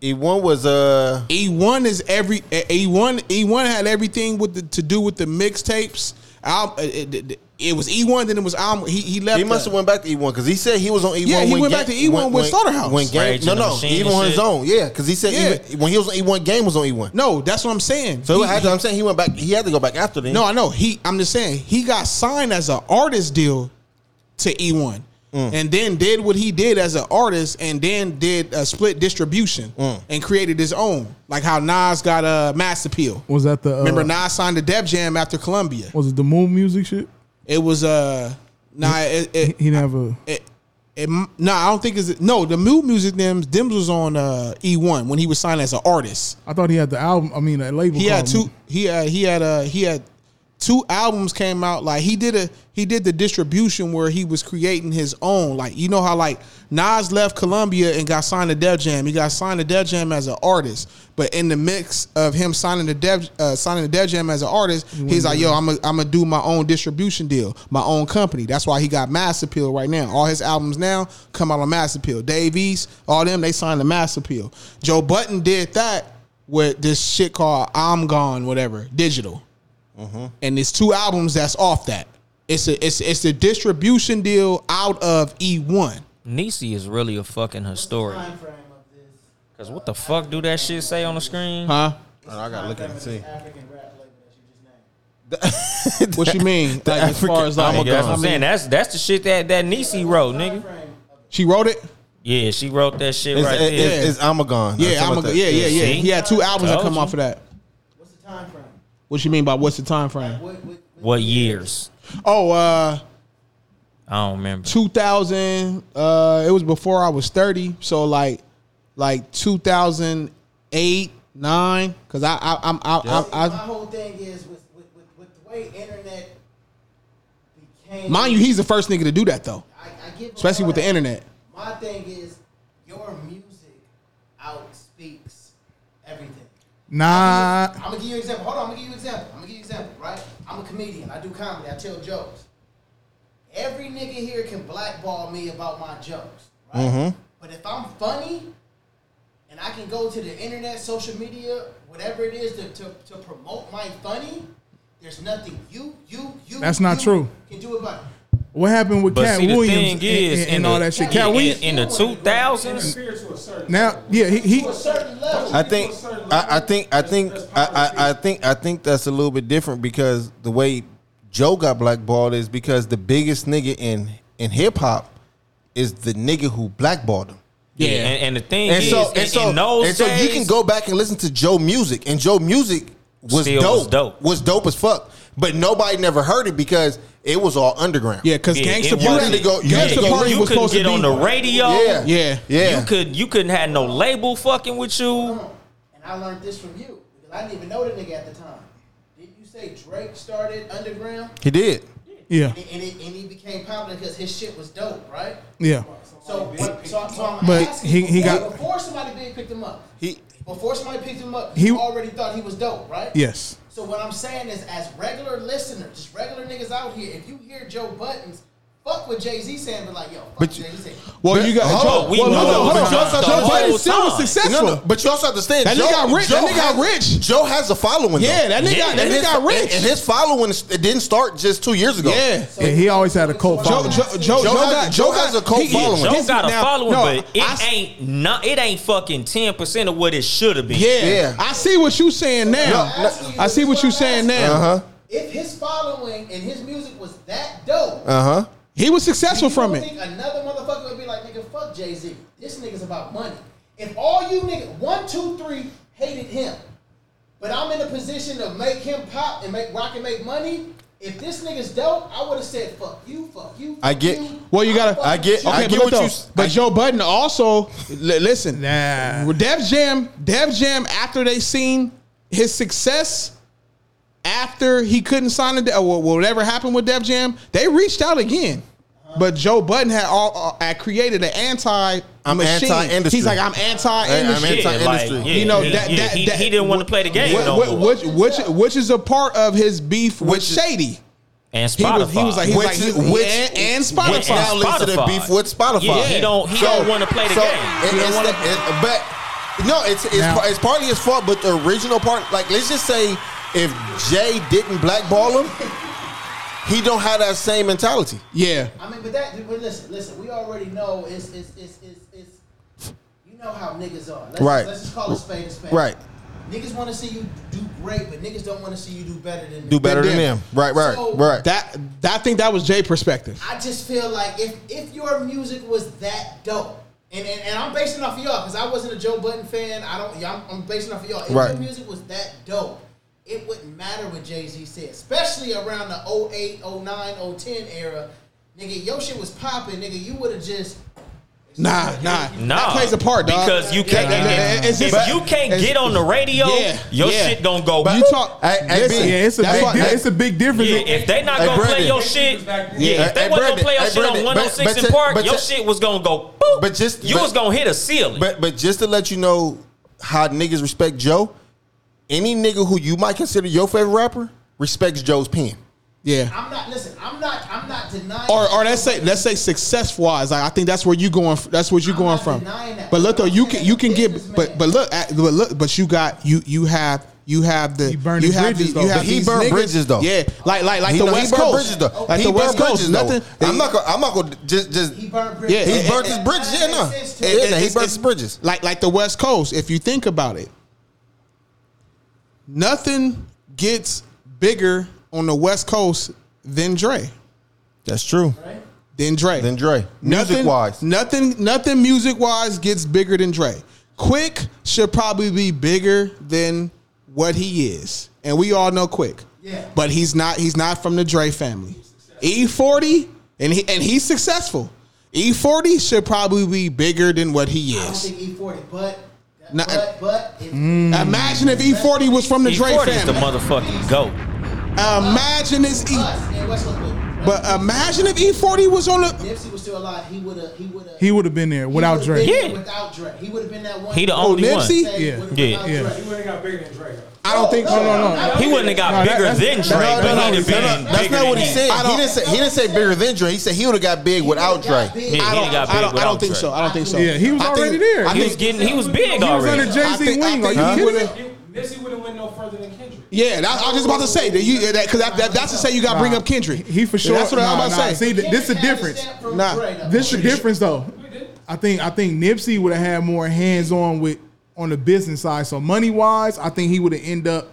S9: E1 E was uh
S7: E1 is every E E1 E1 had everything with the, to do with the mixtapes. Al- It, it- it was E1, then it was Al. He, he left.
S9: He must
S7: the-
S9: have went back to E1 because he said he was on E1.
S7: Yeah, he
S9: when
S7: went
S9: Ga-
S7: back to E1
S9: when-
S7: with
S9: when-
S7: Slaughterhouse.
S9: When game,
S7: Rage
S9: no,
S7: and the
S9: no,
S7: Machine
S9: even
S7: and
S9: on his
S7: shit.
S9: own. Yeah, because he said
S7: Yeah.
S9: even- when he was on E1, game was on E1.
S7: No, that's what I'm saying.
S9: So
S7: He-
S9: it had to, I'm E saying he went back. He had to go back after then.
S7: No, I know. He I'm just saying he got signed as an artist deal to E1.
S9: Mm.
S7: And then did what he did as an artist, and then did a split distribution
S9: Mm.
S7: and created his own, like how Nas got a uh, mass appeal.
S28: Was that the uh,
S7: Remember, Nas signed to Def Jam after Columbia.
S28: Was it the Moon Music shit?
S7: It was uh, nah, it, it,
S28: He never.
S7: it, it, no, I don't think it's no. The new music them Dims was on uh, E one when he was signed as an artist.
S28: I thought he had the album. I mean, a label.
S7: He had
S28: called
S7: two. He had he had uh he had two albums came out. Like he did a he did the distribution where he was creating his own. Like you know how like Nas left Columbia and got signed to Def Jam. He got signed to Def Jam as an artist, but in the mix of him signing the Def uh, signing the Def Jam as an artist, he's like, yo, I'm i I'm gonna do my own distribution deal, my own company. That's why he got Mass Appeal right now. All his albums now come out on Mass Appeal. Dave East, all them they signed the Mass Appeal. Joe Button did that. With this shit called I'm Gone, whatever, digital
S9: Mm-hmm.
S7: and it's two albums that's off that. It's a it's it's the distribution deal out of E one.
S8: Nisi is really a fucking historian. Cause what the fuck do that shit say on the screen? Oh,
S7: Huh?
S9: I gotta look at it and see.
S7: what
S8: [laughs]
S7: you mean? Like, as far as I'm
S8: Nigga, that's what I'm
S7: gone.
S8: saying. That's that's the shit that that Nisi wrote, nigga.
S7: She wrote it.
S8: Yeah, she wrote that shit
S9: It's-
S8: right
S9: it-
S8: there.
S9: it's- it's Amagon.
S7: Yeah, I'm a, yeah, yeah, yeah.
S8: See?
S7: He had two albums that
S8: Told
S7: come
S8: you.
S7: off of that. What's the time frame? What you mean by what's the time frame?
S8: What years?
S7: Oh, uh,
S8: I don't remember.
S7: 2000. Uh, it was before I was 30, so like, like 2008, nine. Cause I, I, I'm, I, I,
S23: My
S7: I,
S23: whole thing is with, with, with, with the way internet became.
S7: mind you, he's the first nigga to do that though,
S23: I give a
S7: especially with the
S23: fuck.
S7: internet.
S23: My thing is your music out speaks everything.
S28: Nah.
S23: I'm gonna give you an example. Hold on, I'm gonna give you an example. I'm gonna give you an example, right? I'm a comedian. I do comedy. I tell jokes. Every nigga here can blackball me about my jokes.
S9: Mm-hmm.
S23: But if I'm funny and I can go to the internet, social media, whatever it is to, to, to promote my funny, there's nothing you, you, you,
S28: That's not
S23: you
S28: true.
S23: can do about it.
S28: What happened with
S8: But
S28: Cat
S8: see, the
S28: Williams
S8: thing
S28: and,
S8: is,
S28: and- and
S8: in
S28: all
S8: the-
S28: that shit?
S8: in-
S28: Cat
S8: in-
S28: Williams.
S8: in the 2000s,
S28: Now, yeah, he, he
S9: I think I, I think I think I, I, I think I think that's a little bit different because the way Joe got blackballed is because the biggest nigga in in hip hop is the nigga who blackballed him.
S8: Yeah, and, and the thing is, in, in those
S9: and so you
S8: days-
S9: can go back and listen to Joe music, and Joe music was
S8: Still
S9: dope,
S8: was
S9: was dope, as fuck. But nobody never heard it because it was all underground.
S7: Yeah, 'cause Yeah, Gangsta it Party-
S9: you had to go. You had to
S8: Yeah,
S9: go.
S8: you couldn't get on the radio.
S9: Yeah, yeah.
S8: You could you couldn't have no label fucking with you.
S23: And I learned this from you because I didn't even know the nigga at the time. Did you say Drake started underground?
S9: He did.
S28: Yeah,
S23: And, it, and, it, and he became popular because his shit was dope, right?
S28: yeah.
S23: So, what, so, so I'm
S28: But
S23: asking
S28: he-
S23: before,
S28: he got-
S23: before somebody big picked him up.
S9: He
S23: before somebody picked him up,
S28: He-
S23: he already thought he was dope, right?
S28: Yes.
S23: So what I'm saying is, as regular listeners, just regular niggas out here, if you hear Joe Buttons, fuck with Jay Z saying, but like, yo, fuck Jay Z.
S7: Well, you got Joe. well, hold on, hold on. Joe, Joe Budden still was successful.
S9: No, no, but you also understand
S7: That
S9: Joe,
S7: nigga got rich.
S9: Joe
S7: That nigga got
S9: has- Joe has a following.
S7: Yeah,
S9: though.
S7: that nigga- Yeah. that
S9: And
S7: nigga
S9: his-
S7: got rich.
S9: and, and his following is- it didn't start just two years ago.
S7: Yeah.
S28: Yeah, he always had a cult
S7: Joe, Joe,
S28: following.
S7: Joe, Joe,
S9: Joe has-
S7: got,
S9: Joe has a cult
S7: he-
S9: following.
S8: Joe
S7: his-
S8: got a
S7: now-
S8: following,
S7: no,
S8: but it
S7: I s-
S8: ain't not it ain't fucking ten percent of what it should have been.
S7: Yeah, I see what you saying now.
S23: No, no.
S7: I see what you saying now.
S9: Uh-huh.
S23: If his following and his music was that dope,
S9: Uh
S28: Uh-huh.
S9: huh.
S7: He was successful
S23: you don't
S7: from it.
S23: think another motherfucker would be like, nigga, fuck Jay Z. This nigga's about money. If all you niggas, one, two, three, hated him, but I'm in a position to make him pop and make rock and make money. If this nigga's dope, I would have said, fuck you, fuck you.
S9: I get.
S7: Well, you gotta.
S9: I get.
S7: Okay,
S9: I get
S7: but
S9: what
S7: though,
S9: you. s-
S7: But Joe Budden also li- listen. Nah. Dev Jam. Dev Jam. After they seen his success, after he couldn't sign a de- or whatever happened with Dev Jam, they reached out again. But Joe Budden had all uh, had created an anti.
S9: I'm anti-industry.
S7: He's like I'm anti-industry.
S9: I'm anti-industry.
S8: Yeah,
S7: you know
S8: yeah,
S7: that,
S8: yeah,
S7: that,
S8: he-
S7: that-
S8: he didn't wanna play the game
S7: Which,
S8: no
S7: which-
S8: more.
S7: which, which, which is a part of his beef with Shady.
S8: And
S7: He
S8: Spotify.
S7: was- he was like- he was like- he-
S9: which
S7: and- and Spotify.
S9: which now leads to the
S8: Spotify.
S9: beef with Spotify.
S8: Yeah, he don't- he don't wanna play the game.
S9: it-
S8: He don't
S9: it's
S8: wanna-
S9: the- it- but no, it's it's,
S8: Now-
S9: par- it's partly his fault, but the original part, like let's just say, if Jay didn't blackball him, he don't have that same mentality.
S7: Yeah,
S23: I mean, but that, but listen, listen, we already know it's, it's, it's, it's, it's you know how niggas are. Let's,
S9: Right.
S23: Let's just call it spade a spade.
S9: Right.
S23: Niggas want to see you do great, but niggas don't want to see you do better than them.
S9: Do better than them. Right, right,
S23: So-
S9: right.
S7: That, that I think that was Jay perspective.
S23: I just feel like if if your music was that dope, and and, and I'm basing off of y'all because I wasn't a Joe Button fan. I don't. Yeah, I'm, I'm basing off of y'all. If
S9: Right.
S23: your music was that dope, it wouldn't matter what Jay Z said, especially around the 08, 09, 010 era. Nigga, your shit was popping. Nigga, you would have just.
S7: Nah, nah,
S8: Nah,
S7: That plays a part, dog.
S8: because you can't.
S7: Yeah, yeah,
S8: if
S7: it's just-
S8: you can't
S7: it's-
S8: get on the radio,
S7: Yeah,
S8: your
S7: yeah.
S8: shit gonna go.
S7: But
S8: boop.
S7: you talk- Hey, hey,
S6: Listen, yeah, it's a big di- it's a big difference.
S8: Yeah, if they not
S6: Hey,
S8: gonna play
S6: Brendan.
S8: your shit, yeah,
S6: Yeah.
S8: if they
S6: Hey,
S8: wasn't
S6: Brendan.
S8: gonna play your
S6: Hey,
S8: shit on
S9: Brendan.
S8: 106
S9: But- but
S8: in
S9: to-
S8: Park,
S9: but
S8: your
S9: to-
S8: shit was gonna go. Boop.
S9: But just
S8: You
S9: but-
S8: was gonna hit a ceiling.
S9: But but just to let you know how niggas respect Joe, any nigga who you might consider your favorite rapper respects Joe's pen.
S7: Yeah.
S23: I'm not. Listen, I'm not. I'm not denying.
S7: Or, or let's say let's say success wise, like I think that's where you going. f- That's what you going from. But look though, you can you can get, but but look, at, but look, but you got you you have you have the
S9: burned
S7: you
S9: his
S7: have the,
S9: bridges, though.
S7: you have
S9: But he
S7: these
S9: burned
S7: niggas-
S9: bridges, though.
S7: Yeah, like like like
S9: He
S7: the
S9: know- he
S7: West
S9: burned
S7: Coast,
S9: bridges, though.
S7: like
S9: He
S7: the
S9: burned
S7: West Coast.
S9: bridges, though.
S7: Nothing.
S9: I'm not gonna. I'm not gonna just just. He
S23: burned
S9: Yeah, he burnt his bridges. Yeah, no. Yeah, he burnt his bridges.
S7: Like like the West Coast, if you think about it, nothing gets bigger on the West Coast than Dre.
S9: That's true.
S7: Than Dre. Than
S9: Dre.
S7: Music wise. Nothing nothing music wise gets bigger than Dre. Quick should probably be bigger than what he is. And we all know Quick. Yeah. But he's not he's not from the Dre family. E40 and he and he's successful. E40 should probably be bigger than what he
S23: I don't
S7: is.
S23: think E40, but
S7: Nah,
S23: but but if
S7: Imagine if E40 was from the
S8: E40
S7: Dre
S8: Mm. E is the
S7: family.
S8: motherfucking goat.
S7: Imagine this E. But imagine if E40 was on the.
S23: Nipsey was still alive, he would have. He would have.
S6: He would have been there without Dre.
S23: Without Dre, he would have been that one.
S8: He the
S6: Oh,
S8: only one.
S6: Nipsey? Yeah.
S8: yeah,
S6: Yeah.
S23: He would have got bigger than Dre.
S7: I don't think
S6: no, no, no.
S8: He wouldn't have got
S9: No, that-
S8: bigger
S9: that's-
S8: than
S9: that's-
S8: Drake,
S9: no,
S8: but
S9: no, no,
S8: he'd have
S9: no,
S8: been
S9: no, That's
S8: bigger
S9: not what
S8: than
S9: he said.
S8: him.
S9: He didn't say. He didn't say bigger than Dre. He said he would have got big without Dre.
S8: Yeah, he got big
S7: I don't, I
S8: without
S7: don't think
S8: Dre.
S7: so. I don't think so.
S8: Yeah, he was
S7: I think-
S8: already there.
S7: I
S8: He
S7: think-
S8: was getting- he was big He was already. under Jay-Z
S7: I think- I
S6: wing, are
S7: think
S6: you
S7: he
S6: kidding
S7: would've-
S29: Nipsey would have went no further than Kendrick.
S7: Yeah, that's, I was just about to say that you that because that, that, that's to say you got to bring up Kendrick.
S6: He for sure.
S7: That's what
S6: nah,
S7: I'm about to
S6: nah.
S7: say.
S6: See, th- this is a difference.
S7: Nah.
S6: This is a difference though. I think I think Nipsey would have had more hands on with on the business side. So money wise, I think he would have end up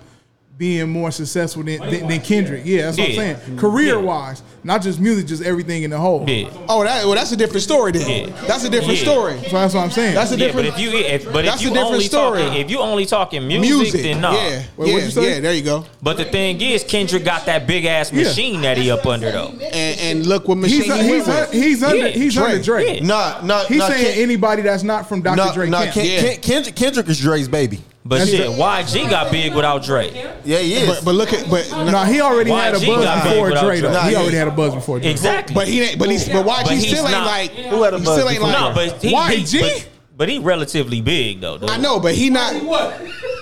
S6: being more successful than, than, than Kendrick. Yeah, that's what I'm
S7: Yeah.
S6: saying. Career wise, not just music, just everything in the whole.
S7: Oh, that, well, that's a different story then. That's a different
S6: Yeah.
S7: story.
S6: So that's what I'm saying.
S7: That's a
S8: Yeah, but
S7: different.
S8: if you if, but if
S7: That's a
S8: you
S7: different
S8: only
S7: story.
S8: talking if you only talking music,
S7: Music,
S8: then nah.
S7: yeah. Wait, what'd you say? Yeah, there you go.
S8: But the thing is, Kendrick got that big ass
S7: Yeah.
S8: machine that he up under though.
S7: and, and look what
S6: He's
S7: machine he
S6: he's,
S7: went with.
S6: he's under he's under Drake.
S9: Nah, nah,
S6: He's
S9: nah,
S6: saying
S9: Ken-
S6: anybody that's not from Dr.
S9: No,
S6: Dre.
S9: no,
S6: can't.
S9: Ken- Ken- Kendrick, Kendrick is Dre's baby.
S8: But
S9: That's
S8: shit,
S9: it.
S8: YG got big without Drake.
S9: Yeah, he is.
S7: But, but look at but
S6: No, he already had a
S8: YG
S6: buzz
S8: got
S6: before
S8: big without
S6: Dre. though.
S8: Drake.
S6: He
S8: Nah,
S6: already
S8: yeah.
S6: had a buzz before Dre.
S8: Exactly.
S7: But he ain't. But he's. But YG
S8: he's
S7: still ain't
S8: not-
S7: like.
S8: Who had a
S7: he
S8: buzz
S7: still ain't
S8: before?
S7: like.
S8: No, but he,
S7: YG.
S8: he- but, but he relatively big though. dude.
S7: I know, but he not.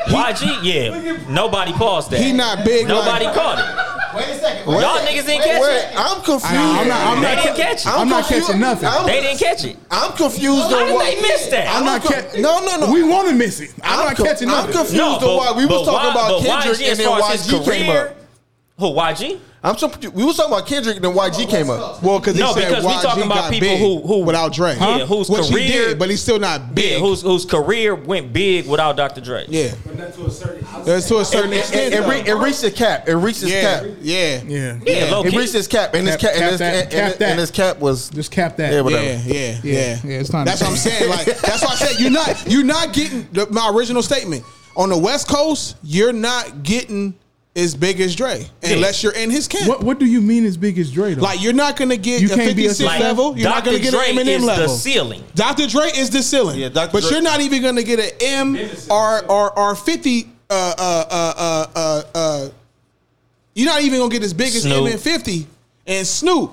S8: YG, yeah. Nobody paused that.
S7: He not big
S8: Nobody
S7: like-
S8: caught it.
S23: Wait a second.
S8: Y'all niggas didn't catch it.
S9: I'm confused.
S8: I'm not- I'm They not didn't ca- catch it. I'm not
S9: confused.
S8: catching nothing.
S9: I'm-
S8: They didn't catch it.
S9: I'm confused
S8: How
S9: on
S8: did
S9: why
S8: they miss that?
S9: I'm not catching. No, no, no.
S6: We want to miss it. I'm, not
S9: co-
S6: catching
S9: I'm
S6: nothing.
S9: confused on why we was talking about Kendrick and then YG came up.
S8: Who YG?
S9: I'm so we was talking about Kendrick and then YG came up.
S7: Well, because
S8: No,
S7: he said
S8: because we
S7: YG
S8: talking about
S7: got
S8: people
S7: big
S8: who- who-
S7: without Dre.
S8: Yeah, whose
S7: Which he
S8: career-
S7: did, but he's still not big.
S8: Yeah, whose whose career went big without Dr. Dre?
S7: Yeah.
S29: But not to a certain
S7: That's to a certain
S9: It-
S7: extent.
S9: It, it, re- it reached its cap. It reached its
S7: Yeah,
S9: cap.
S7: Yeah.
S6: Yeah.
S8: Yeah, low
S9: It
S8: key.
S9: reached its cap, and his
S6: Cap-
S9: cap, and
S6: cap
S9: his,
S6: that,
S9: and,
S6: cap
S9: and,
S6: that.
S9: and his cap was
S6: just cap that.
S9: Yeah, whatever.
S7: Yeah, yeah, yeah.
S6: Yeah, it's time to [laughs]
S7: That's what I'm
S6: change.
S7: saying. Like [laughs] that's why I said you're not you're not getting the, my original statement on the West Coast. You're not getting as big as Dre unless you're in his camp.
S6: What What do you mean as big as Dre? Though?
S7: Like you're not gonna get
S6: You
S7: a
S6: can't be
S7: 56
S6: a- Like,
S7: level. You're not
S6: Dr.
S7: gonna get an
S6: Dre
S7: Eminem
S6: is the
S7: level.
S8: ceiling.
S7: Dr. Dre is the ceiling. Yeah, Dr. But
S9: Dre-
S7: you're not even gonna get an M or or or 50. Uh, uh, uh, uh, uh, uh, you're not even gonna get as big as
S6: Snoop.
S7: M and 50 and Snoop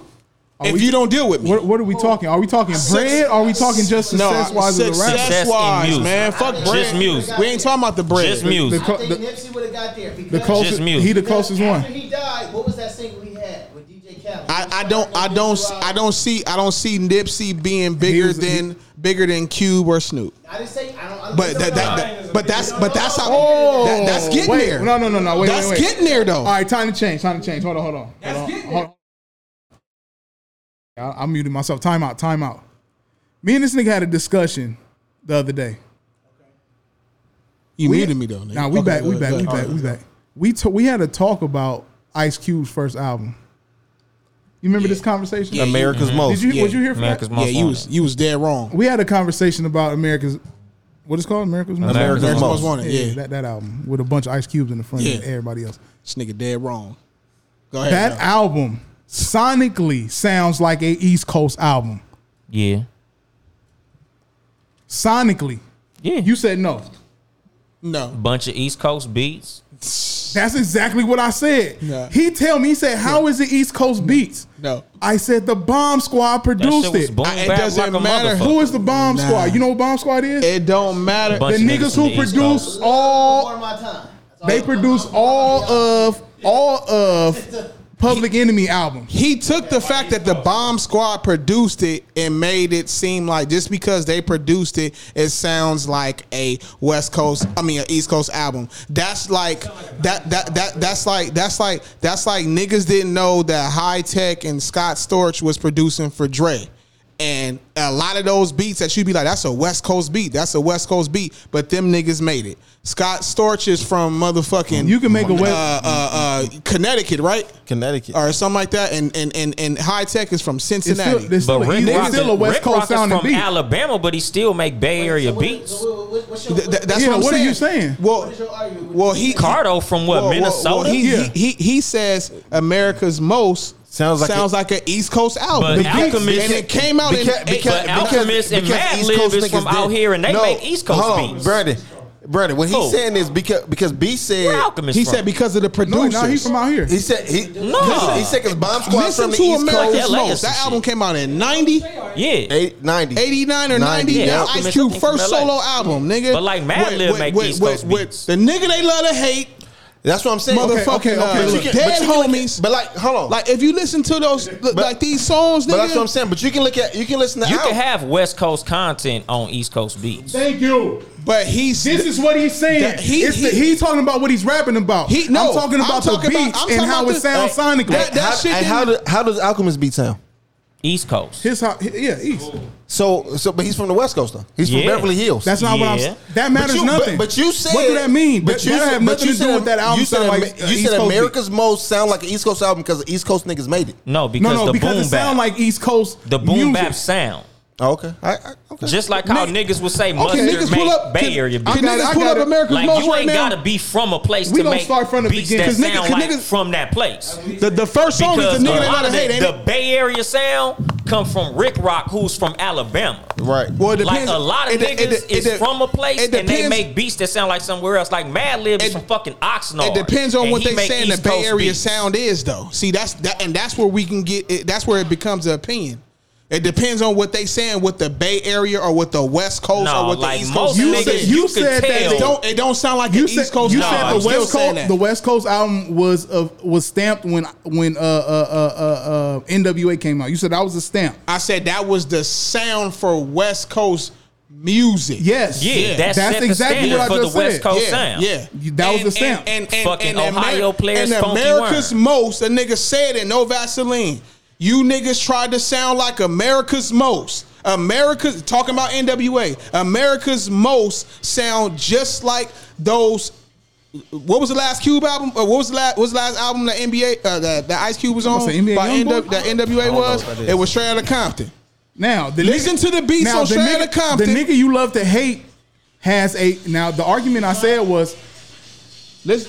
S6: Are
S7: if
S6: we-
S7: you don't deal with me.
S6: What, what are we talking? Are we talking
S7: Success-
S6: bread? Are we talking just success wise as a rapper?
S7: Success wise, man. Fuck bread.
S8: Just music.
S7: We ain't talking about the bread.
S8: Just music.
S6: The co-
S23: I
S6: the-
S23: think Nipsey would have got there because
S6: The closest,
S8: Just music.
S6: he the closest one.
S23: after he died, what was that single he had with DJ Khaled?
S7: I, I don't I don't I don't see I don't see Nipsey being bigger
S23: was-
S7: than bigger than Cube or Snoop.
S23: I didn't say I don't. I
S7: But that, that, that- but that's but that's how that- that's getting
S6: Oh, wait,
S7: there.
S6: No, no, no, no. Wait,
S7: that's
S6: wait, wait.
S7: getting there though.
S6: All right, time to change. Time to change. Hold on, hold on. Hold on, hold on. I, I muted myself. Time out. Time out. Me and this nigga had a discussion the other day.
S7: You
S6: We-
S7: muted me though. nigga.
S6: Nah, we
S7: Okay,
S6: back, we
S7: good,
S6: back, we
S7: good.
S6: back, we
S7: Alright.
S6: back. We to- we had a talk about Ice Cube's first album. You remember this conversation?
S7: Yeah, you- Mhm.
S6: Did you, Was you here for
S7: America's
S6: that?
S7: Most Yeah, you Wanted. was-
S6: you was dead wrong. We had a conversation about America's. What is called America's Most
S7: America's America's Most. Most Wanted, yeah.
S6: that, that album with a bunch of Ice Cubes in the front
S7: Yeah.
S6: and everybody else.
S7: This nigga dead wrong. Go ahead.
S6: That
S7: That
S6: album sonically sounds like a East Coast album.
S8: Yeah.
S6: Sonically,
S8: yeah.
S6: You said no.
S7: No.
S8: Bunch of East Coast beats.
S6: That's exactly what I said.
S8: Nah.
S6: He tell me, he said, "How is it East Coast beats?"
S7: No.
S6: I said the Bomb Squad produced
S8: shit was
S6: it.
S8: boom I- it bap doesn't like a matter. motherfucker.
S6: Who is the Bomb
S7: Nah.
S6: Squad? You know what Bomb Squad is?
S7: It don't matter.
S6: The
S7: Bunch of
S6: niggas
S7: niggas
S6: who
S7: from the East
S6: produce all they produce all of all of Public Enemy albums.
S7: He took the fact that the Bomb Squad produced it and made it seem like just because they produced it, it sounds like a West Coast, I mean, an East Coast album. That's like that that that that's like that's like that's like niggas didn't know that High Tech and Scott Storch was producing for Dre. And a lot of those beats that you be like, that's a West Coast beat. That's a West Coast beat. But them niggas made it. Scott Storch is from motherfucking. You
S6: can make a West-
S7: uh, uh, uh, Connecticut, right? Connecticut or something like that. And and and, and High Tech is from Cincinnati.
S8: but Rick Rock, Rick Rock is
S7: sounding
S8: from Alabama, but he still make Bay Area beats.
S7: Th- th- that's what, I'm saying. Well, well, he
S8: Cardo from what, Minnesota?
S7: he,
S8: Yeah.
S7: he, he he says America's most sounds
S8: like
S7: sounds
S8: a-
S7: like an East Coast album.
S8: But Alchemist-
S7: and it came out
S8: Because-
S7: in
S8: because- But Alchemist and Mad
S9: East
S8: Lib
S9: Coast
S8: is from
S9: niggas
S8: out
S9: did-
S8: here and they make East Coast
S9: hold on,
S8: beats.
S9: Brandon, Brandon, what he's
S8: Who?
S9: saying is because because B said
S7: Alchemist He from? said because of the producers.
S9: No,
S7: he's from out here.
S9: He said he
S7: No.
S9: He said because Bomb Squad
S7: Listen
S9: from the
S7: to
S9: East
S7: America's
S9: Coast.
S7: Most. That album came out in 90.
S8: Yeah.
S9: Eight, 90.
S7: 89 or 90.
S9: Yeah,
S7: That's Ice
S9: Alchemist, I
S7: Cube
S9: think,
S7: first
S9: from LA.
S7: solo album, nigga.
S9: But, like, Mad
S7: With-
S9: Lib
S7: with-
S9: make
S7: with-
S9: East
S7: with-
S9: Coast
S7: with The nigga they love to hate.
S9: That's what I'm saying. Okay,
S7: Motherfucking
S9: okay, okay,
S7: uh,
S9: look. But you
S7: dead
S9: can look at-
S7: homies.
S9: but like, hold on.
S7: Like if you listen to those, look, like these songs, nigga.
S9: But that's what I'm saying. But you can look at you can listen to
S8: You
S9: albums.
S8: can have West Coast content on East Coast beats.
S6: Thank you.
S7: But he's
S6: this is what he's saying.
S7: That- he-
S6: It's the-
S7: he-
S6: he's talking about what he's rapping about.
S7: He- no,
S6: I'm talking
S7: I'm
S6: about
S7: talking
S6: the
S7: about-
S6: beats
S7: I'm
S6: and
S7: talking
S6: how
S7: about
S6: it sounds
S7: the-
S6: sonically.
S7: That- that
S9: how,
S7: shit
S9: and
S7: didn't-
S9: how, do, how does Alchemist beat sound?
S8: East Coast.
S6: His ho- yeah, East.
S9: So so, but he's from the West Coast though. He's
S6: Yeah.
S9: from Beverly Hills.
S6: That's not what I'm- Yeah. that matters
S9: but you,
S6: nothing.
S9: But, but you
S6: What
S9: said
S6: do that mean? That- that
S9: said-
S6: have nothing
S9: you
S6: to do
S9: said-
S6: with that album
S9: You said,
S6: sound like
S9: Amer-
S6: an
S9: you
S6: East
S9: said
S6: Coast beat.
S9: America's most sound like an East Coast album because the East Coast niggas made it.
S8: No, because
S9: no,
S8: the
S9: because
S8: boom
S9: it sound
S8: bap.
S9: like East Coast
S8: The boom
S9: music. Oh,
S8: bap sound.
S9: Okay.
S8: Just like how niggas would say mustard
S9: niggas
S8: make
S9: pull up-
S8: Bay
S9: can-
S8: Area
S9: can
S8: beats.
S9: niggas I got it, I pull up got it. America's
S8: like,
S9: Most
S8: you
S9: right
S8: ain't
S9: now?
S8: gotta be from a place
S9: We
S8: to
S9: gonna
S8: make
S9: start from the
S8: beats
S9: beginning,
S8: that
S9: 'cause niggas-
S8: sound
S9: 'cause
S8: like
S9: niggas-
S8: from that place.
S7: The, the first song is
S8: Because
S7: the nigga
S8: a
S7: they
S8: lot
S7: gotta
S8: of
S7: hate.
S8: the,
S7: ain't it?
S8: the Bay Area sound come from Rick Rock, who's from Alabama.
S9: Right.
S7: Well, it
S8: Like
S7: depends.
S8: a lot of
S7: It de-
S8: niggas
S7: it de- it
S8: is
S7: de-
S8: from a place
S7: it
S8: and they
S7: depends-
S8: make beats that sound like somewhere else. Like Mad Lib is from fucking Oxnard.
S7: It depends on
S8: and
S7: what
S8: he
S7: they
S8: make
S7: saying the
S8: East
S7: Bay
S8: Coast
S7: Area
S8: beats.
S7: sound is, though. See, that's that, and that's where we can get. It, that's where it becomes an opinion. It depends on what they saying, what the Bay Area or what the West Coast
S8: No,
S7: or what
S8: like
S7: the East
S8: most
S7: Coast.
S8: niggas, you could tell-
S7: it don't. It don't sound like
S6: you
S7: an
S6: said,
S7: East Coast.
S6: you
S7: album.
S6: said
S7: I'm
S6: the
S7: still
S6: West
S7: saying
S6: Coast
S7: that.
S6: the West Coast album was of was stamped when when uh, uh, uh, uh, uh, NWA came out. You said that was a stamp.
S7: I said that was the sound for West Coast music.
S6: Yes.
S8: Yeah, that set the standard for the West Coast
S7: yeah,
S8: sound.
S7: Yeah,
S6: You- that was the stamp.
S7: And, and,
S8: Fucking
S7: and
S8: Ohio players,
S7: And
S8: Funky
S7: America's most, a nigga said it. No Vaseline. You niggas tried to sound like America's most. America's talking about NWA. America's most sound just like those. What was the last Cube album? Or what was the last? What was the last album that NBA uh, that, that Ice Cube was
S6: I'm
S7: on?
S6: gonna say NBA
S7: by
S6: Youngboy?
S7: NW that
S6: I
S7: NWA
S6: don't know
S7: was.
S6: what that is.
S7: It was straight out of Compton.
S6: Now the
S7: Listen
S6: nigga,
S7: to the beats
S6: now,
S7: on
S6: the
S7: Straight Outta
S6: nigga-
S7: Compton.
S6: The nigga you love to hate has a now. The argument I said was,
S7: let's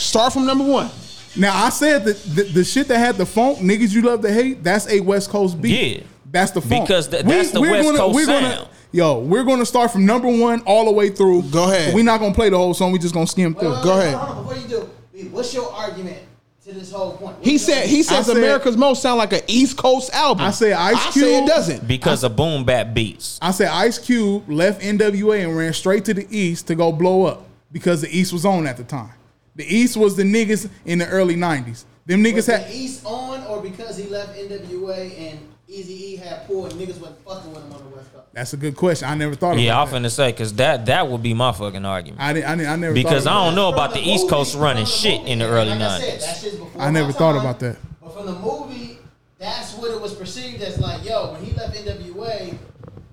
S7: start from number one.
S6: Now I said that the, the shit that had the funk niggas you love to hate. That's a West Coast beat.
S8: Yeah.
S6: that's the funk
S8: Because th- that's the West Coast sound.
S6: Yo, we're gonna start from number one all the way through.
S7: Go ahead.
S6: We're not gonna play the whole song. We just gonna skim through.
S7: Go ahead.
S23: Hold on, before you do, B, what's your argument to this whole point?
S7: He said he says
S6: said-
S7: America's most sound like an East Coast album. I say
S6: Ice
S7: I say
S6: Cube-
S7: it doesn't.
S8: Because of boom bap beats.
S6: I said Ice Cube left NWA and ran straight to the East to go blow up because the East was on at the time. The East was the niggas in the early '90s. Them niggas
S23: Was
S6: had
S23: the East on, or because he left NWA and Easy E had poor and niggas wasn't fucking with him on the West Coast.
S6: That's a good question. I never thought
S8: Yeah,
S6: about
S8: I'm finna say because that that would be my fucking argument.
S6: I didn't. I, didn't, I never
S8: because I don't
S6: thought about
S8: know about the East Coast running shit in the early
S23: Like I said,
S8: nineties.
S23: that shit's before
S6: I never
S23: my
S6: thought
S23: time,
S6: about that.
S23: But from the movie, that's what it was perceived as like, yo, when he left NWA,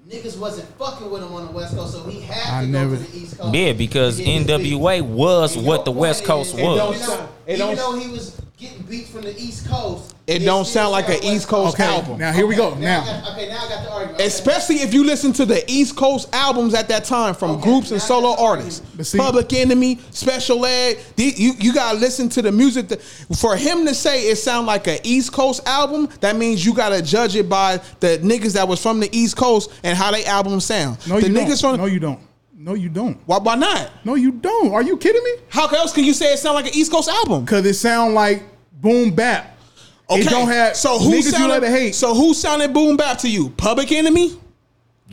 S23: niggas wasn't fucking with him on the West Coast, so he had
S8: I
S23: to
S8: never-
S23: go to the East Coast.
S8: Yeah, because
S23: to get his
S8: NWA
S23: beat.
S8: was
S23: And
S8: what
S23: your
S8: the West
S23: point
S8: Coast
S23: is, it don't
S8: was.
S23: sound-
S8: It don't-
S23: Even though he was getting beat from the East Coast,
S7: It
S23: he
S7: don't
S23: still
S7: sound like
S23: sound
S7: an East Coast Okay, album. now here we go,
S23: West-
S7: now.
S23: I [laughs] got- okay, now I got the argument.
S7: Especially if you listen to the East Coast albums at that time from groups and solo artists, Public Enemy, Special Ed. the- You you gotta listen to the music. that- for him to say it sound like an East Coast album, that means you gotta judge it by the niggas that was from the East Coast and how they albums sound.
S6: No,
S7: the
S6: you
S7: niggas
S6: don't.
S7: from
S6: no, you don't. No, you don't.
S7: Why? Why not?
S6: No, you don't. Are you kidding me?
S7: How else can you say it sound like an East Coast album?
S6: Cause it sound like boom bap.
S7: Okay,
S6: It don't have
S7: so who
S6: niggas you
S7: sounded
S6: let it hate.
S7: So who sounded boom bap to you? Public Enemy.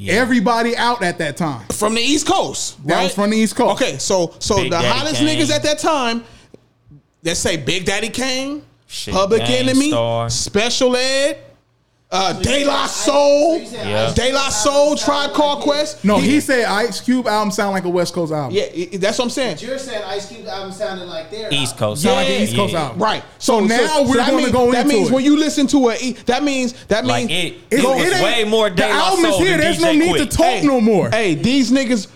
S6: Everybody out at that time.
S7: from the East Coast.
S6: That
S7: right?
S6: was from the East Coast.
S7: Okay, so so
S6: Big
S7: the
S6: Daddy
S7: hottest
S6: Kane.
S7: niggas at that time, let's say Big Daddy Kane,
S8: Shit,
S7: Public
S8: Gang
S7: Enemy,
S8: Starr.
S7: Special Ed, uh, De La Soul,
S8: Yeah.
S7: De La Soul, Tribe Called Quest.
S6: No, he said Ice Cube album sound like a West Coast album.
S7: Yeah, i- i- that's what I'm saying.
S23: But you're saying Ice Cube album sounded like their
S8: East Coast.
S6: Sound like the East Coast album.
S7: Right.
S6: So now we're
S7: that
S6: gonna
S7: mean-
S6: go
S7: That
S6: into
S7: means
S6: it.
S7: when you listen to a, E, that means that means
S8: Like it- it was
S7: ain't-
S8: way more De
S7: the
S8: La
S7: album is
S8: Soul
S7: here.
S8: than
S7: There's
S8: DJ
S7: no need
S8: Quick.
S7: to talk
S8: Hey.
S7: no more. Hey, these niggas.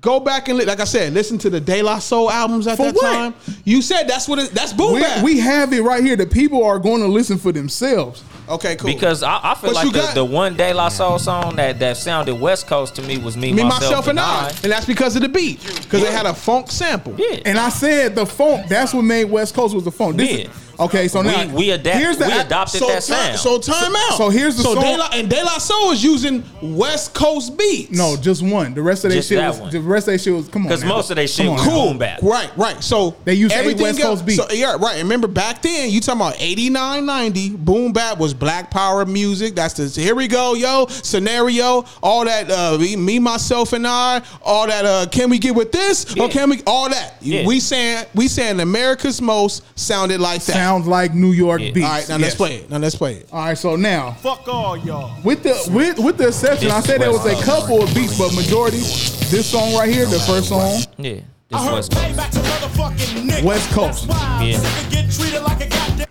S7: Go back and li- like I said, listen to the De La Soul albums at
S6: For
S7: that
S6: what?
S7: time. You said that's what it, that's boom
S6: we,
S7: bap.
S6: we have it right here. The people are going to listen for themselves.
S7: Okay, cool.
S8: Because I, I feel
S7: But you
S8: like the,
S7: got-
S8: the one De La Soul song that, that sounded West Coast to me was me, myself, and I.
S7: and that's because of the beat, because they had a funk sample.
S8: Yeah.
S6: And I said the funk. That's what made West Coast was the funk. This is- okay, so
S8: We-
S6: now
S8: we adapt- we adopted that
S7: ti-
S8: sound.
S7: so time out.
S6: So here's the
S7: so
S6: song.
S7: De La, and De La Soul is using West Coast beats.
S6: No, just one. The rest of their
S7: Just
S6: shit.
S7: that
S6: Was,
S7: one.
S6: the rest of their shit was come on.
S8: Because
S6: now.
S8: most of they shit
S6: Come on
S8: was
S6: now.
S8: boom bap.
S7: Right, right. So
S6: They used eight
S7: everything
S6: West Coast
S7: else-
S6: beats.
S7: So, yeah, right. And Remember back then, you talking about 89, 90, boom bap was black power music. That's the here we go, yo, scenario, all that uh, me, me, myself, and I, all that uh, can we get with this? Or can we all that?
S6: Yeah.
S7: We saying we saying America's most sounded like that.
S6: Sounds like New York beats.
S7: All right, now let's
S6: Yes.
S7: play it. Now let's play it.
S6: All right, so now
S7: Fuck all y'all.
S6: with the with with the exception, I said there was a couple of beats, but majority this song right here, the first song,
S8: Yeah.
S6: I
S8: This
S6: heard
S8: West Coast.
S6: West Coast.
S8: Yeah.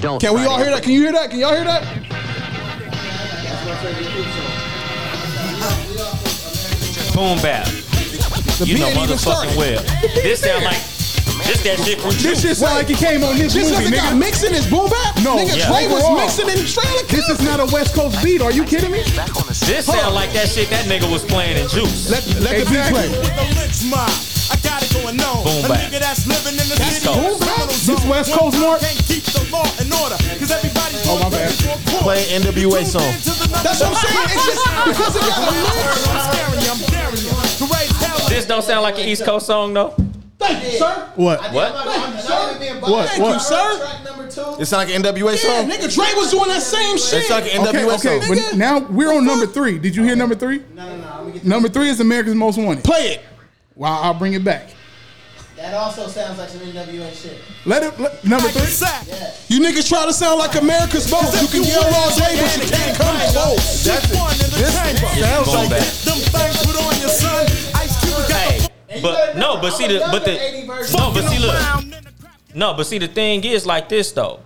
S7: Don't Can we all hear that? Can you hear that? Can y'all hear that?
S8: Boom bap. you
S7: beat
S8: know
S7: ain't even
S8: motherfucking
S7: started.
S8: well.
S7: The beat
S8: This
S7: is
S8: sound
S7: there.
S8: like this that shit from
S6: This shit sound like it came on this
S7: Just
S6: movie,
S7: because it got
S6: nigga.
S7: mixing is boom bap.
S6: No,
S7: nigga,
S6: yeah.
S7: Trey was
S6: Overall.
S7: mixing in Trailer
S6: This is not a West Coast beat. Are you kidding me?
S8: This
S6: Hold
S8: sound
S6: on.
S8: like that shit that nigga was playing in Juice.
S7: Let,
S6: let the beat Exactly. play.
S5: With the lynch mob. I got it going on.
S8: Boom
S5: a
S8: bap.
S5: nigga that's living in the
S8: That's
S5: city.
S8: dope. Boom bap?
S5: criminal
S8: This
S5: zone.
S8: West
S5: One
S8: Coast,
S5: time
S8: Mark?
S5: Can't keep the law in order. Cause everybody's
S7: Oh, my
S5: going
S7: bad.
S5: crazy for a cause.
S7: Play NWA song. That's what I'm saying. It's just because it got a lyrics.
S5: I'm scaring you. I'm daring you. To raise hell.
S8: This don't sound like an East Coast song though.
S7: Thank you, sir.
S6: What?
S8: What?
S6: What?
S7: Thank you,
S6: What?
S7: sir.
S9: It's not like an NWA
S7: Yeah,
S9: song.
S7: nigga, Trey was doing that same shit.
S9: It's like an NWA
S6: okay,
S9: song.
S6: okay, but now we're on number three. Did you hear number three? No, no, no. Number three is America's Most Wanted.
S7: Play it.
S6: Well, I'll bring it back.
S23: That also sounds like some NWA shit.
S6: Let it. Let, number three.
S7: You niggas try to sound like America's most. You can yell all day, but you can't come close. That's
S5: One in the chamber.
S7: sounds
S8: Boom bap.
S5: Them things put on your son. Ice Cube got the
S8: But no, but see the but the no, but see look. No, but see the thing is like this though.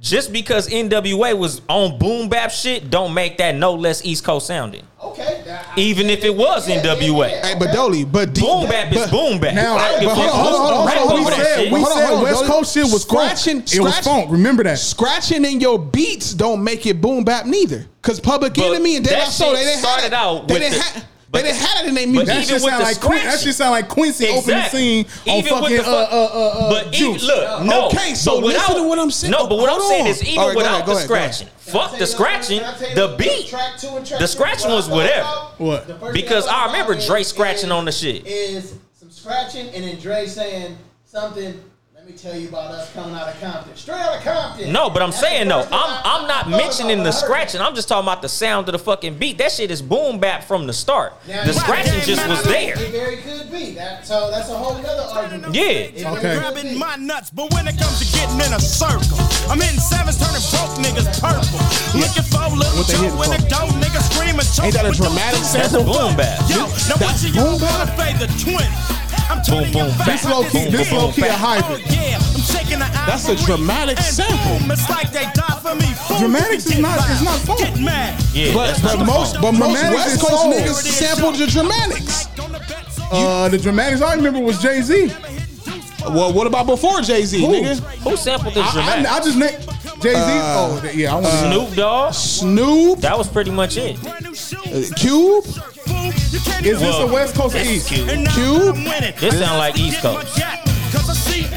S8: Just because NWA was on boom bap shit, don't make that no less East Coast sounding. Okay. Even if it was NWA.
S7: Hey, but Dolly, but
S8: boom bap is boom bap.
S6: Now,
S8: I don't give
S6: but
S8: a
S6: hold
S8: fuck
S6: on, hold
S8: who's
S6: on, hold on,
S8: rapping
S6: hold on.
S8: over
S6: We
S8: that
S6: said,
S8: shit.
S6: we said West
S7: Dolly.
S6: Coast shit was
S7: Scratching-
S6: scratching. It was
S7: scratch-
S6: funk. Remember that.
S7: Scratching in your beats don't make it boom bap neither. Cause Public
S8: But
S7: Enemy and De La
S8: that
S7: Soul,
S8: shit
S7: they didn't
S8: started
S7: have that.
S8: out
S7: They
S8: with
S7: didn't
S8: the-
S7: have. They
S8: but-
S7: didn't have it in their
S8: but
S7: music.
S8: even
S6: That shit
S8: with
S6: sound
S8: the
S6: like Quin- that
S8: scratching.
S6: shit sound like Quincy opening the scene on
S8: Even with
S6: fucking
S8: the fuck-
S6: uh, uh, uh, uh,
S8: but
S6: Juice.
S8: even, look, no.
S7: Okay, so
S8: but without-
S7: listen to what I'm saying.
S8: No, but what I'm
S7: Hold
S8: saying
S7: on.
S8: is even
S7: All right, go
S8: without
S7: ahead, go
S8: the
S7: ahead, go ahead.
S8: scratching, fuck the scratching, the beat,
S23: Track two and track
S8: the
S23: three,
S8: scratching
S23: what
S8: was
S23: I'm talking
S8: whatever.
S23: about
S6: What?
S8: Because I remember Dre scratching on the shit.
S23: Is some scratching and then Dre saying something. Let me tell you about us coming out of Compton. Straight out of Compton.
S8: No, but I'm
S23: That's
S8: saying
S23: the
S8: though,
S23: first
S8: I'm
S23: thing I-
S8: I'm not
S23: I thought
S8: mentioning
S23: about
S8: the
S23: when I heard
S8: scratching. I'm just talking about the sound of the fucking beat. That shit is boom bap from the start.
S23: Now,
S8: The
S23: you-
S8: scratching just was there.
S23: It very could be. That, so that's a whole other argument. It
S5: Yeah.
S23: very could be.
S5: Grabbing my nuts, but when it comes to getting in a circle, I'm hitting sevens, turning broke niggas purple. Looking for a little
S7: What they
S5: joke
S7: hitting
S5: when
S7: for?
S5: it don't, nigga screaming.
S7: Ain't that a dramatic sample?
S8: boom bap.
S5: Yo, now what you y'all gonna play the twin? I'm
S8: Boom boom
S5: back.
S8: bap.
S7: This low key,
S8: Boom,
S7: this
S8: boom,
S7: low key a
S8: bap.
S7: hybrid.
S5: Oh, Yeah, I'm shaking the
S7: That's a dramatic sample.
S5: It's like they die for me. Fool,
S7: Dramatics
S5: you
S7: is
S5: can
S7: not-
S5: get
S7: it's
S5: by.
S7: not folk.
S5: Get mad.
S7: but but most but most West Coast niggas sampled the dramatics.
S6: Uh, the dramatics I remember was Jay Z.
S7: Well, what about before Jay Z, nigga?
S8: Who sampled the
S6: I,
S8: Dramatics?
S6: I, I just named Jay Z.
S9: Uh,
S6: oh, th- yeah, I want
S8: Uh, Snoop Dogg.
S7: Snoop.
S8: That was pretty much it.
S7: Cube.
S6: Is this
S8: Well,
S6: a West Coast or
S8: that's
S6: East?
S8: Cube.
S7: Cube.
S8: This sound like East Coast.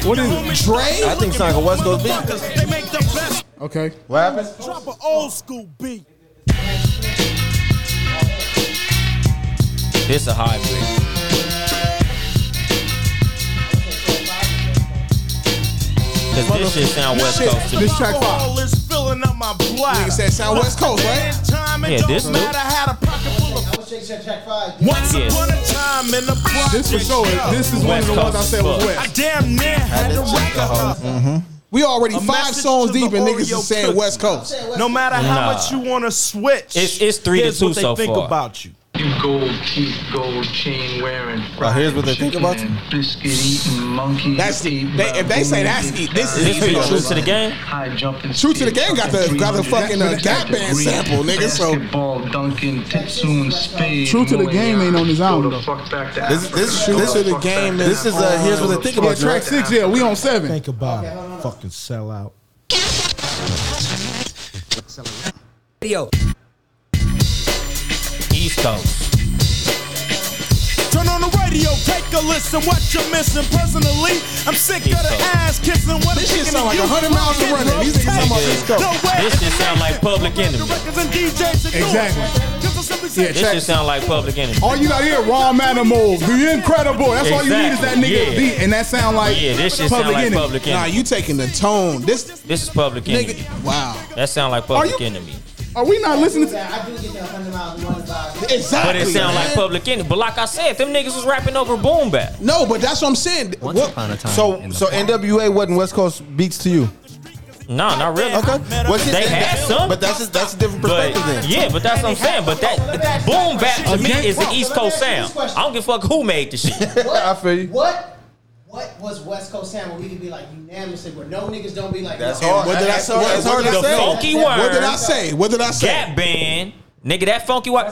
S7: What is it? Dre?
S9: I think it's like a West Coast beat.
S6: Okay.
S9: What happened?
S5: Drop an old school beat.
S8: This a hybrid. Cause this shit sound West Coast to me.
S5: Alcohol is filling up my bladder.
S7: Nigga said sound West Coast, right?
S5: Time, it
S8: Yeah,
S5: don't
S8: this new.
S5: matter how the pocket full of. Once
S8: Yes.
S5: upon a time in the project.
S6: This for sure. This is one of
S8: West
S6: the ones I
S8: Coast
S6: said was
S8: as
S6: West.
S5: I damn near had to whack her up.
S7: We already
S5: A
S7: five
S5: message
S7: songs
S5: to the
S7: deep and niggas
S5: Oreo
S7: is saying
S5: cookie.
S7: West Coast.
S5: No matter how
S8: Nah.
S5: much you want to switch,
S8: It's- it's three to
S5: here's
S8: two
S5: what they
S8: so
S5: think
S8: far.
S5: about you.
S20: You gold teeth, gold chain wearing.
S9: Well, here's what they think about you.
S20: Biscuit eating monkey.
S7: That's they, if they say that's e- this
S8: This
S7: is
S8: be
S7: East
S8: true
S7: Coast.
S8: to the game.
S20: High jumping.
S7: True to the game got the got the fucking uh, Gap Band sample, nigga. So
S20: Ball dunking, Tetsun, spade.
S6: True to the
S20: Moya.
S6: game ain't on this
S20: Go
S6: album
S20: the
S6: though.
S20: fuck back to
S9: This
S20: Africa.
S9: this
S20: Go
S9: this
S20: the fuck back to
S9: This is uh, here's what they think
S6: Yeah,
S9: about you.
S6: track
S9: right?
S6: six. Yeah, [laughs] we on seven.
S5: Think about it. Fucking sell out.
S8: Video. East Coast.
S5: Turn on the radio, take a listen. What you're missing personally? I'm sick of the ass kissing. What
S7: This
S5: a
S7: shit
S5: chicken
S7: sound
S5: and
S7: like
S5: you
S7: 100 miles a
S5: fucking
S7: running. These niggas talking about
S5: rotate.
S7: East Coast.
S5: No way.
S8: This shit sound like Public Enemy.
S5: Records and DJs are doing.
S6: Exactly.
S5: Cause I'm simply
S6: Yeah,
S5: saying,
S8: This shit
S6: track.
S8: sound like Public Enemy.
S6: All you got here, raw animals, the incredible. That's all you need is that
S8: Exactly,
S6: nigga
S8: yeah.
S6: beat, and that sound like
S8: Yeah, this shit sound
S6: public
S8: like
S6: enemy.
S8: Public
S7: Nah,
S8: Enemy.
S7: you taking the tone. This
S8: This is Public Enemy.
S7: nigga, wow.
S8: That sound like Public Enemy.
S6: Are we not listening? to
S23: I do get that 100 mile an hour vibe.
S7: Exactly.
S8: But it sound like
S7: man.
S8: Public Enemy. But like I said, them niggas was rapping over Boom Bap.
S7: No, but that's what I'm saying. What-
S9: So so NWA wasn't West Coast beats to you.
S8: Nah, not really.
S9: Okay. What's
S8: They had some.
S9: But that's a, that's a different
S8: But
S9: perspective then.
S8: yeah, but that's what I'm saying. But that Boom Bap to me is the East Coast sound. I don't give a fuck who made the
S7: [laughs]
S8: shit.
S9: Yeah, I feel you.
S23: What? What was West Coast sound where we could be like unanimously where no niggas don't be like
S9: That's
S23: no.
S9: hard.
S7: What did I say?
S9: That's
S7: What
S9: hard
S7: did
S9: to
S7: I
S8: The
S7: say?
S8: funky word.
S7: What did I say? What did I say?
S8: Gap band. Nigga, that funky white.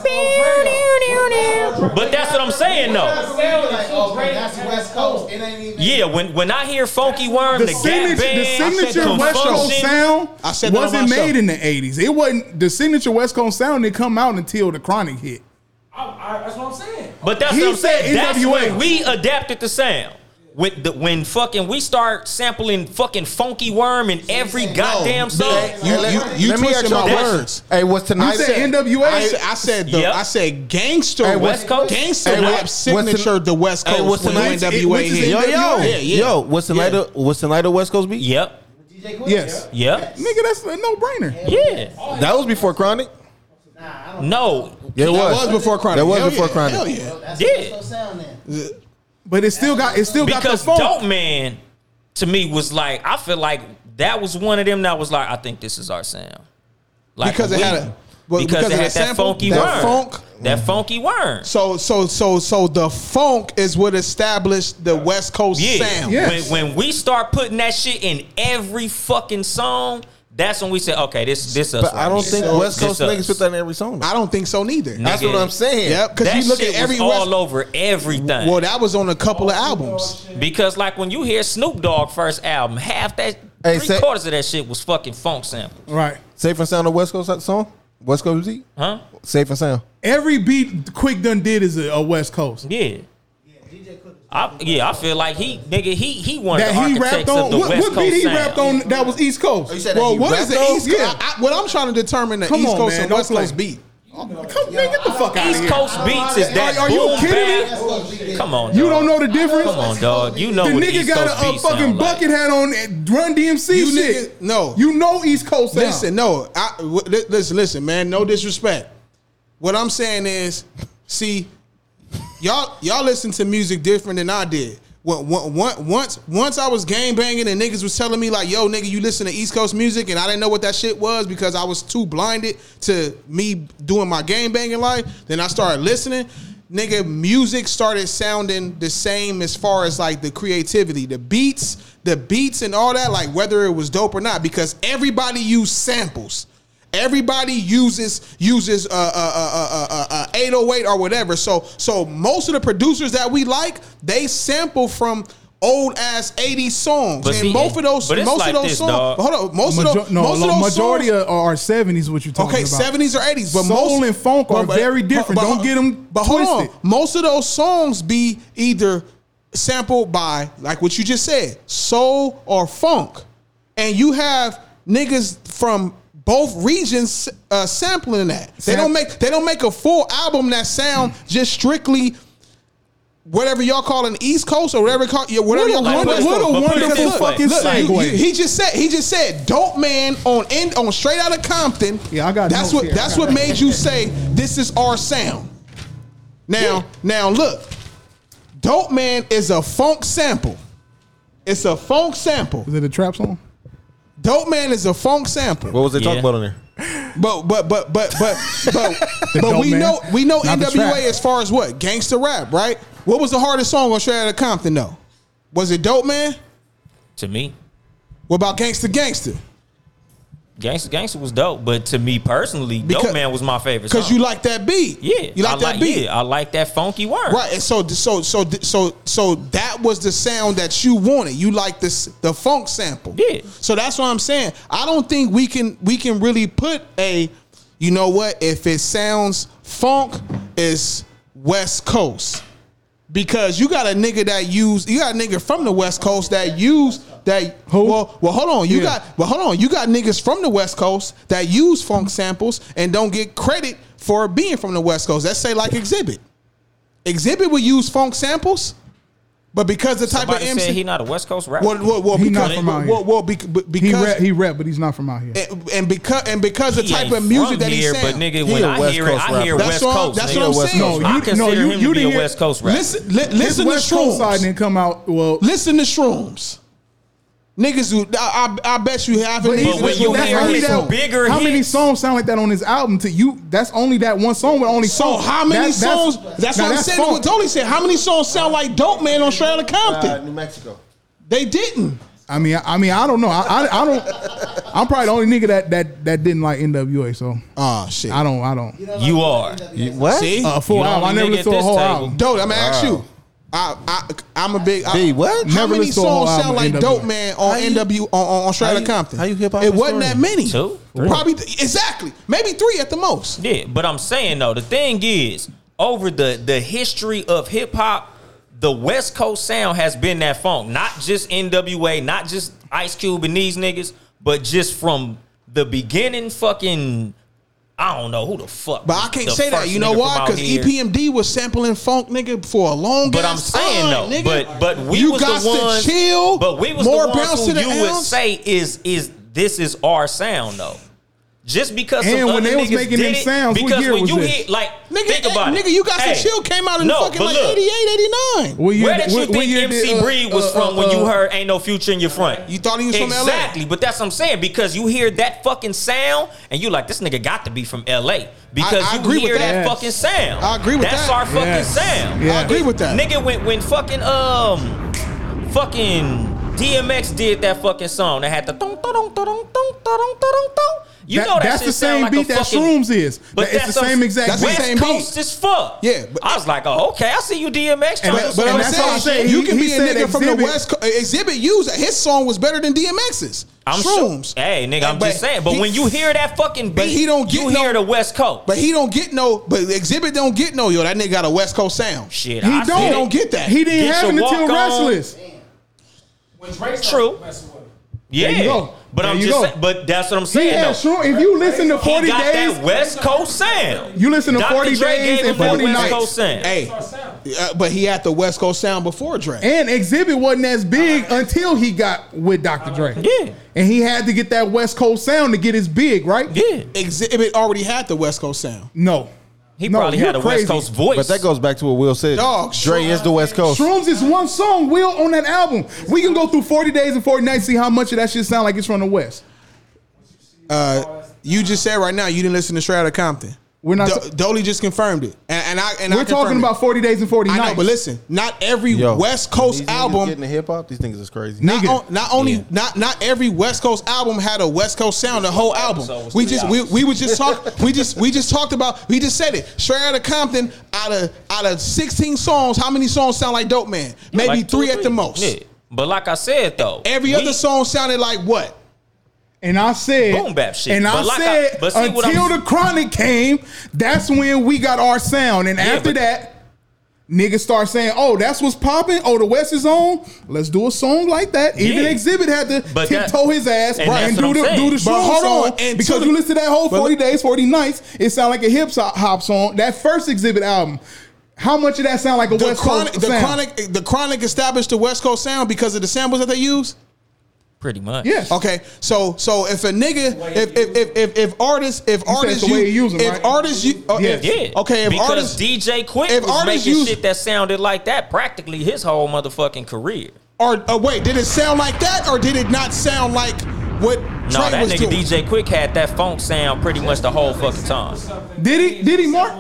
S8: But that's what I'm saying though.
S23: Like, oh, okay, that's West Coast. It ain't even.
S8: Yeah, when when I hear funky worm,
S6: The,
S8: the,
S6: signature,
S8: Gap band,
S6: the signature
S8: I said
S6: West Coast
S8: Confusion.
S6: sound
S7: I said that on
S6: wasn't
S7: my show.
S6: made in the '80s. It wasn't the signature West Coast sound didn't come out until the Chronic hit.
S29: I, I, that's what I'm saying.
S8: But that's
S6: He
S8: what I'm
S6: said
S8: saying. That's
S6: NWA.
S8: when we adapted the sound. With the, when fucking we start sampling fucking funky worm in every goddamn song.
S9: You, you,
S7: You
S9: let me ask
S7: twisted
S9: y'all
S7: my
S9: this.
S7: words.
S9: Hey, what's
S6: You
S9: tonight?
S6: said
S7: I,
S6: NWA.
S7: I said the,
S8: Yep.
S7: I said gangster
S9: Hey,
S8: West Coast?
S7: gangster
S9: Hey,
S7: rap
S9: what's-
S7: signature
S9: what's the-
S7: the West Coast
S9: Hey, what's
S7: when
S9: the
S7: the
S9: night-
S7: NWA
S6: which is
S7: hit.
S9: Yo, yo,
S7: yeah, yeah.
S9: yo, what's the night
S7: Yeah.
S9: of what's the night of West Coast beat?
S8: Yep.
S23: DJ Quick,
S6: Yes.
S23: yeah.
S8: Yep.
S6: Nigga, that's a no-brainer.
S8: Yeah.
S9: That was before Chronic.
S8: No.
S9: Yeah,
S7: That
S9: it
S7: was before Chronic.
S9: That was
S7: Hell
S9: before
S7: yeah.
S9: Chronic.
S7: Hell yeah.
S23: That's
S8: Yeah.
S23: West Coast sound then.
S6: But it still got it still got the
S8: Because
S6: phone.
S8: Dope Man to me was like, I feel like that was one of them that was like, I think this is our sound. Like
S7: Because it
S8: we-
S7: had a well,
S8: because,
S7: of
S8: it
S7: the
S8: had that
S7: sample,
S8: funky
S7: that
S8: worm.
S7: funk.
S8: That funky worm.
S7: So so so so the funk is what established the West Coast
S8: Yeah.
S7: sound.
S6: Yes.
S8: When, when we start putting that shit in every fucking song, that's when we say, okay, this this us.
S9: But
S8: right
S9: I don't
S8: here.
S9: think
S8: This
S9: West Coast
S8: us.
S9: niggas put that in every song. though.
S7: I don't think so neither.
S9: That's what
S8: Nigga.
S9: I'm saying.
S7: Yep, because
S8: That
S7: you look
S8: shit
S7: at every
S8: was
S7: West.
S8: all over everything.
S7: Well, that was on a couple of albums.
S8: Because like when you hear Snoop Dogg first album, half that
S9: Hey,
S8: three
S9: say-
S8: quarters of that shit was fucking funk samples.
S6: Right.
S9: Safe and sound of West Coast song. West Coast beat.
S8: Huh?
S9: Safe and sound.
S6: Every beat Quick done did is a, a West Coast.
S8: Yeah. I, yeah, I feel like he nigga he he one of
S6: That
S8: the
S6: he
S8: architects
S6: rapped
S8: of
S6: on.
S8: the
S6: What,
S8: West
S6: what
S8: Coast
S6: beat he
S8: sound.
S6: rapped on that was East Coast?
S9: Oh, you said that
S7: Well,
S9: he
S7: what
S9: rapped
S7: is the
S9: on?
S7: East? Coast?
S6: Yeah.
S7: I, I, what I'm trying to determine the
S6: Come
S7: East
S6: on,
S7: Coast
S6: man,
S7: and
S6: don't
S7: West Coast
S6: play.
S7: beat.
S6: Come, man, get the fuck out of
S8: East
S6: here.
S8: Coast beats is that
S6: Are- are you
S8: boom
S6: kidding me?
S8: bap.
S23: That's West Coast.
S8: Come on,
S6: You
S8: dog.
S6: don't know the difference.
S8: Come on, dog. You know
S6: The
S8: what
S6: nigga
S8: East
S6: got
S8: Coast
S6: a, a
S8: beats
S6: fucking
S8: sound like.
S6: bucket hat on. and Run DMC
S7: You
S6: shit.
S7: nigga- no.
S6: you know East Coast. sound.
S7: Listen, no. I, w- li- listen, listen, man. No disrespect. What I'm saying is, see, y'all y'all listen to music different than I did. What, what, what, once once I was gang banging and niggas was telling me like, yo, nigga, you listen to East Coast music, and I didn't know what that shit was because I was too blinded to me doing my gang banging life. Then I started listening. nigga, music started sounding the same as far as like the creativity, the beats, the beats and all that, like whether it was dope or not, because everybody used samples. Everybody uses uses uh, uh, uh, uh, uh, uh, 808 or whatever. So so most of the producers that we like, they sample from old ass 80s songs,
S6: But
S7: and
S6: see,
S7: most of those
S6: but it's
S7: most
S6: like
S7: of those
S6: this,
S7: songs.
S6: dog.
S7: but Hold on, most of
S6: Major-
S7: those
S6: no,
S7: most of
S6: lo-
S7: those
S6: majority
S7: songs,
S6: are- are seventies. What you talking
S7: Okay,
S6: about?
S7: seventies or eighties, but
S6: soul
S7: most
S6: and funk are
S7: but-
S6: very
S7: but-
S6: different.
S7: but-
S6: Don't get them
S7: But
S6: twisted.
S7: hold on, most of those songs be either sampled by like what you just said, soul or funk, and you have niggas from both regions uh, sampling that. They don't make they don't make a full album that
S6: Hmm.
S7: sound just strictly. Whatever y'all call an East Coast or whatever, call, yeah,
S6: What
S7: whatever
S6: a
S7: y'all
S6: wonder- what
S7: call
S6: a But put it wonderful this way. fucking
S7: you-
S6: segue.
S7: you- He just said he just said dope man on end on straight out of Compton. Yeah, I got that's
S6: notes
S7: what
S6: here.
S7: that's
S6: I got
S7: what
S6: notes.
S7: made you say this is our sound. Now now look, dope man is a funk sample. It's a funk sample.
S6: Is it a trap song?
S7: Dope man is a funk sample.
S9: What was they talking about on there?
S7: But but but but but
S9: [laughs]
S7: but,
S9: The
S7: but
S9: dope
S7: we
S9: man.
S7: know we know
S9: Not the trap.
S7: NWA as far as what gangster rap, right? What was the hardest song on Straight Outta Compton though? Was it Dope Man?
S8: To me,
S7: What about Gangster Gangster?
S8: Gangsta Gangsta was dope, but to me personally, Dope Man was my favorite.
S7: Because
S8: song.
S7: you like that beat.
S8: yeah,
S7: you like
S8: I
S7: that beat.
S8: Yeah, I like that funky word.
S7: Right, and so so so so so that was the sound that you wanted. You like this the funk sample. Yeah. So that's what I'm saying. I don't think we can we can really put a you know what if it sounds funk is West Coast because you got a nigga that use you got a nigga from the West Coast that use that well well hold on you
S6: Yeah.
S7: got well hold on you got niggas from the West Coast that use funk samples and don't get credit for being from the West Coast. Let's say like Exhibit. Exhibit would use funk samples, but because the type
S8: Somebody
S7: of MC
S8: said he not a West Coast rapper.
S7: well, well, well,
S6: He
S7: because,
S6: not from out
S7: well,
S6: here.
S7: well, bec- b-
S6: He
S7: because
S6: rap, he rap, but he's not from out here.
S7: and, and because and because the
S6: He
S7: type
S6: ain't
S7: of music
S6: from
S7: that
S6: here,
S7: he
S6: but
S7: sang,
S6: nigga, He when a I West hear it, Coast I rapper. hear West
S7: what I'm-
S6: Coast,
S7: That's
S6: nigga.
S7: what I'm
S6: West
S7: saying.
S6: Coast. No, I you- consider no, you- him to you be a didn't hear- West Coast rapper.
S7: Listen, li-
S6: His
S7: listen to
S6: West Coast
S7: shrooms.
S6: side didn't come out. Well,
S7: listen to shrooms. Niggas who I, I, I bet you have
S6: But he's-
S7: That's
S6: that's
S7: how
S6: only
S7: many
S6: that-
S7: that-
S6: How many songs sound like that on his album? To you, that's only that one song with only
S7: So
S6: songs.
S7: how many
S6: That-
S7: songs? That's,
S6: now
S7: what I'm saying. What
S6: funk.
S7: Tony said. How many songs sound like Dope Man on Straight Outta Compton?
S9: Uh, New Mexico.
S7: They didn't.
S6: I mean, I, I mean, I don't know. I, I, I don't. I'm probably the only nigga that that that didn't like NWA. So
S7: oh shit,
S6: I don't. I don't.
S8: You are.
S9: what?
S7: See,
S6: A full album. I never listened to a whole album.
S7: Dope. I'm gonna ask
S6: Wow.
S7: you. I, I I'm a big. I,
S9: B, what?
S7: How
S9: Never
S7: many
S9: listened to a whole
S7: songs sound
S9: album
S7: like
S9: of
S7: Dope
S9: NWA.
S7: Man on
S9: How you-
S7: NW on, on, on Straight
S9: how
S7: Outta
S9: you-
S7: Compton?
S9: how you hip hop
S7: It wasn't that
S9: historian?
S7: many.
S8: Two? Three.
S7: Probably exactly. Maybe three at the most.
S8: Yeah, but I'm saying though, the thing is, over the the history of hip hop, the West Coast sound has been that funk. Not just NWA, not just Ice Cube and these niggas, but just from the beginning, fucking. I don't know who the fuck.
S7: But I
S8: was
S7: can't
S8: the
S7: say that.
S8: first
S7: You know
S8: nigga
S7: why? E
S8: from out
S7: Because
S8: here.
S7: EPMD was sampling funk, nigga, for a long
S8: But I'm
S7: ass
S8: saying
S7: time,
S8: though, but
S7: nigga.
S8: but we
S7: you
S8: was
S7: got
S8: the ones.
S7: to chill.
S8: but we was
S7: more
S8: the ones
S7: bounce
S8: who
S7: to the
S8: you would
S7: ounce.
S8: say is is this is our sound though. Just because some
S6: And when
S8: other
S6: they was
S8: niggas
S6: making
S8: did
S6: them
S8: it,
S6: sounds, what
S8: because
S6: year
S8: when
S6: was
S8: you
S6: this?
S8: hit like
S7: Nigga,
S8: think
S7: eh,
S8: about it,
S7: nigga, you got
S8: Hey,
S7: some chill came out in
S8: no,
S7: fucking
S8: but
S7: like
S8: look,
S7: 88, 89.
S8: Where did uh, you think MC
S7: uh,
S8: Breed was from when you heard "Ain't No Future in Your Front"? You
S7: thought he was from LA?
S8: exactly, but that's what I'm saying because you hear that fucking sound and you like this nigga got to be from LA because
S7: I
S8: you
S7: agree with
S8: hear
S7: that.
S8: that fucking sound.
S7: I agree with
S8: that's
S7: that.
S8: our fucking
S7: Yes.
S8: sound.
S7: Yeah. I agree with that.
S8: Nigga, when when fucking um fucking DMX did that fucking song that had the thunk, thunk, thunk, thunk, thunk, thunk, thunk, thunk, thunk. you
S6: That-
S8: know that
S6: that's
S8: shit
S6: the
S8: sound
S6: same
S8: like a
S6: beat that
S8: fucking-
S6: Shrooms is.
S8: But
S6: That- it's
S8: that's
S6: the same exact
S8: That's
S6: beat.
S8: West
S6: same beat.
S8: Coast as fuck. Yeah, I was like, oh okay, I see you DMX.
S7: And-
S8: trying to
S7: but but
S8: sound
S7: I'm
S8: like that
S7: saying,
S8: shit.
S7: you can
S6: He
S7: be a
S6: said
S7: nigga from the
S6: Exhibit-
S7: West Coast. Exhibit used his song was better than DMX's.
S8: I'm
S7: Shrooms.
S8: sure. Hey, nigga, I'm
S7: But
S8: just saying. But
S7: he-
S8: when you hear that fucking beat,
S7: But he don't get
S8: you
S7: no-
S8: hear the West Coast.
S7: But he don't get no. But Exhibit don't get no. Yo, that nigga got a West Coast sound.
S8: Shit,
S7: he
S8: I
S7: don't.
S8: see
S7: He
S8: it.
S7: don't get that.
S6: He didn't
S8: Get
S6: have it
S8: your
S6: until
S8: walk on.
S6: Restless.
S8: True.
S6: There you
S8: Yeah,
S6: go.
S8: but
S6: There
S8: I'm
S6: you
S8: just
S6: go.
S8: saying, but that's what I'm
S6: He
S8: saying.
S6: had
S8: though.
S6: Shroom- If you listen to
S8: He
S6: Forty
S8: got
S6: Days,
S8: that West Coast sound.
S6: You listen to
S8: Dr.
S6: 40
S8: Dre
S6: Days
S8: gave
S6: and
S8: him that
S6: 40
S8: West
S6: nights.
S8: Coast sound.
S7: Hey, uh, but he had the West Coast sound before Dre.
S6: and Exhibit wasn't as big until he got with Dr. Dre.
S8: Yeah,
S6: and he had to get that West Coast sound to get his big, right?
S8: Yeah.
S7: Exhibit already had the West Coast sound.
S6: No.
S8: He
S6: No,
S8: probably
S6: you're
S8: had a
S6: crazy.
S8: West Coast voice.
S9: But that goes back to what Will said.
S6: Dog,
S9: Dre is the West Coast.
S6: Shrooms is one song, Will, on that album. We can go through 40 days and 40 nights, see how much of that shit sound like it's from the West.
S7: Uh, you just said right now you didn't listen to Straight Outta Compton.
S6: We're not.
S7: Do- Dolly just confirmed it, and, and I and I
S6: We're talking
S7: confirmed it.
S6: about 40 days and 40
S7: I
S6: nights.
S7: know, but listen, not every
S9: Yo,
S7: West
S9: these
S7: Coast
S9: niggas
S7: album
S9: getting the hip hop. These niggas is crazy.
S7: Not, on, not only not not every West Coast album had a West Coast sound. The whole
S9: episode
S7: album.
S9: was
S7: We
S9: three
S7: just we,
S9: hours.
S7: we was just talk we just we just talked about we just said it. Straight out of Compton, out of out of sixteen songs, how many songs sound like Dope Man? Maybe
S8: Like two or
S7: three, at the most.
S8: Yeah. But like I said though,
S7: Every other song sounded like what?
S6: And I said,
S8: Boom bap shit.
S6: And I
S8: But like I-
S6: said,
S8: but see what
S6: until
S8: I'm-
S6: the chronic came, that's when we got our sound. And after that, niggas start saying, "Oh, that's what's popping. Oh, the West is on. Let's do a song like that." Even
S8: Yeah.
S6: Exhibit had to
S8: But that-
S6: tiptoe his ass
S8: and
S6: right, and
S8: that's what
S6: do
S8: I'm
S6: the
S8: saying.
S6: do the
S8: But
S6: show
S8: hold
S6: song
S8: on, and
S6: because
S8: to
S6: you
S8: the-
S6: listen to that whole
S8: but
S6: forty
S8: look-
S6: days, forty nights. It sound like a hip hop hop song. That first Exhibit album. How much of that sound like a
S7: The
S6: West
S7: chronic,
S6: Coast
S7: the
S6: sound?
S7: chronic the chronic established the West Coast sound because of the samples that they use.
S8: pretty much.
S7: Yes. Okay. So so if a nigga if if if if, if artists if
S8: said
S7: artists
S8: the way
S7: you
S8: you use 'em,
S7: if
S8: right?
S7: artists you
S6: Oh,
S7: uh, if-
S8: yeah.
S7: okay if
S8: because
S7: artists
S8: DJ Quick
S7: if
S8: was
S7: artists
S8: making
S7: use-
S8: shit that sounded like that practically his whole motherfucking career.
S7: Or uh, wait, did it sound like that, or did it not sound like what
S8: No,
S7: Trey
S8: that
S7: was
S8: nigga
S7: doing?
S8: DJ Quick had that funk sound pretty much the whole fucking time.
S6: Did he? Did he, Mark?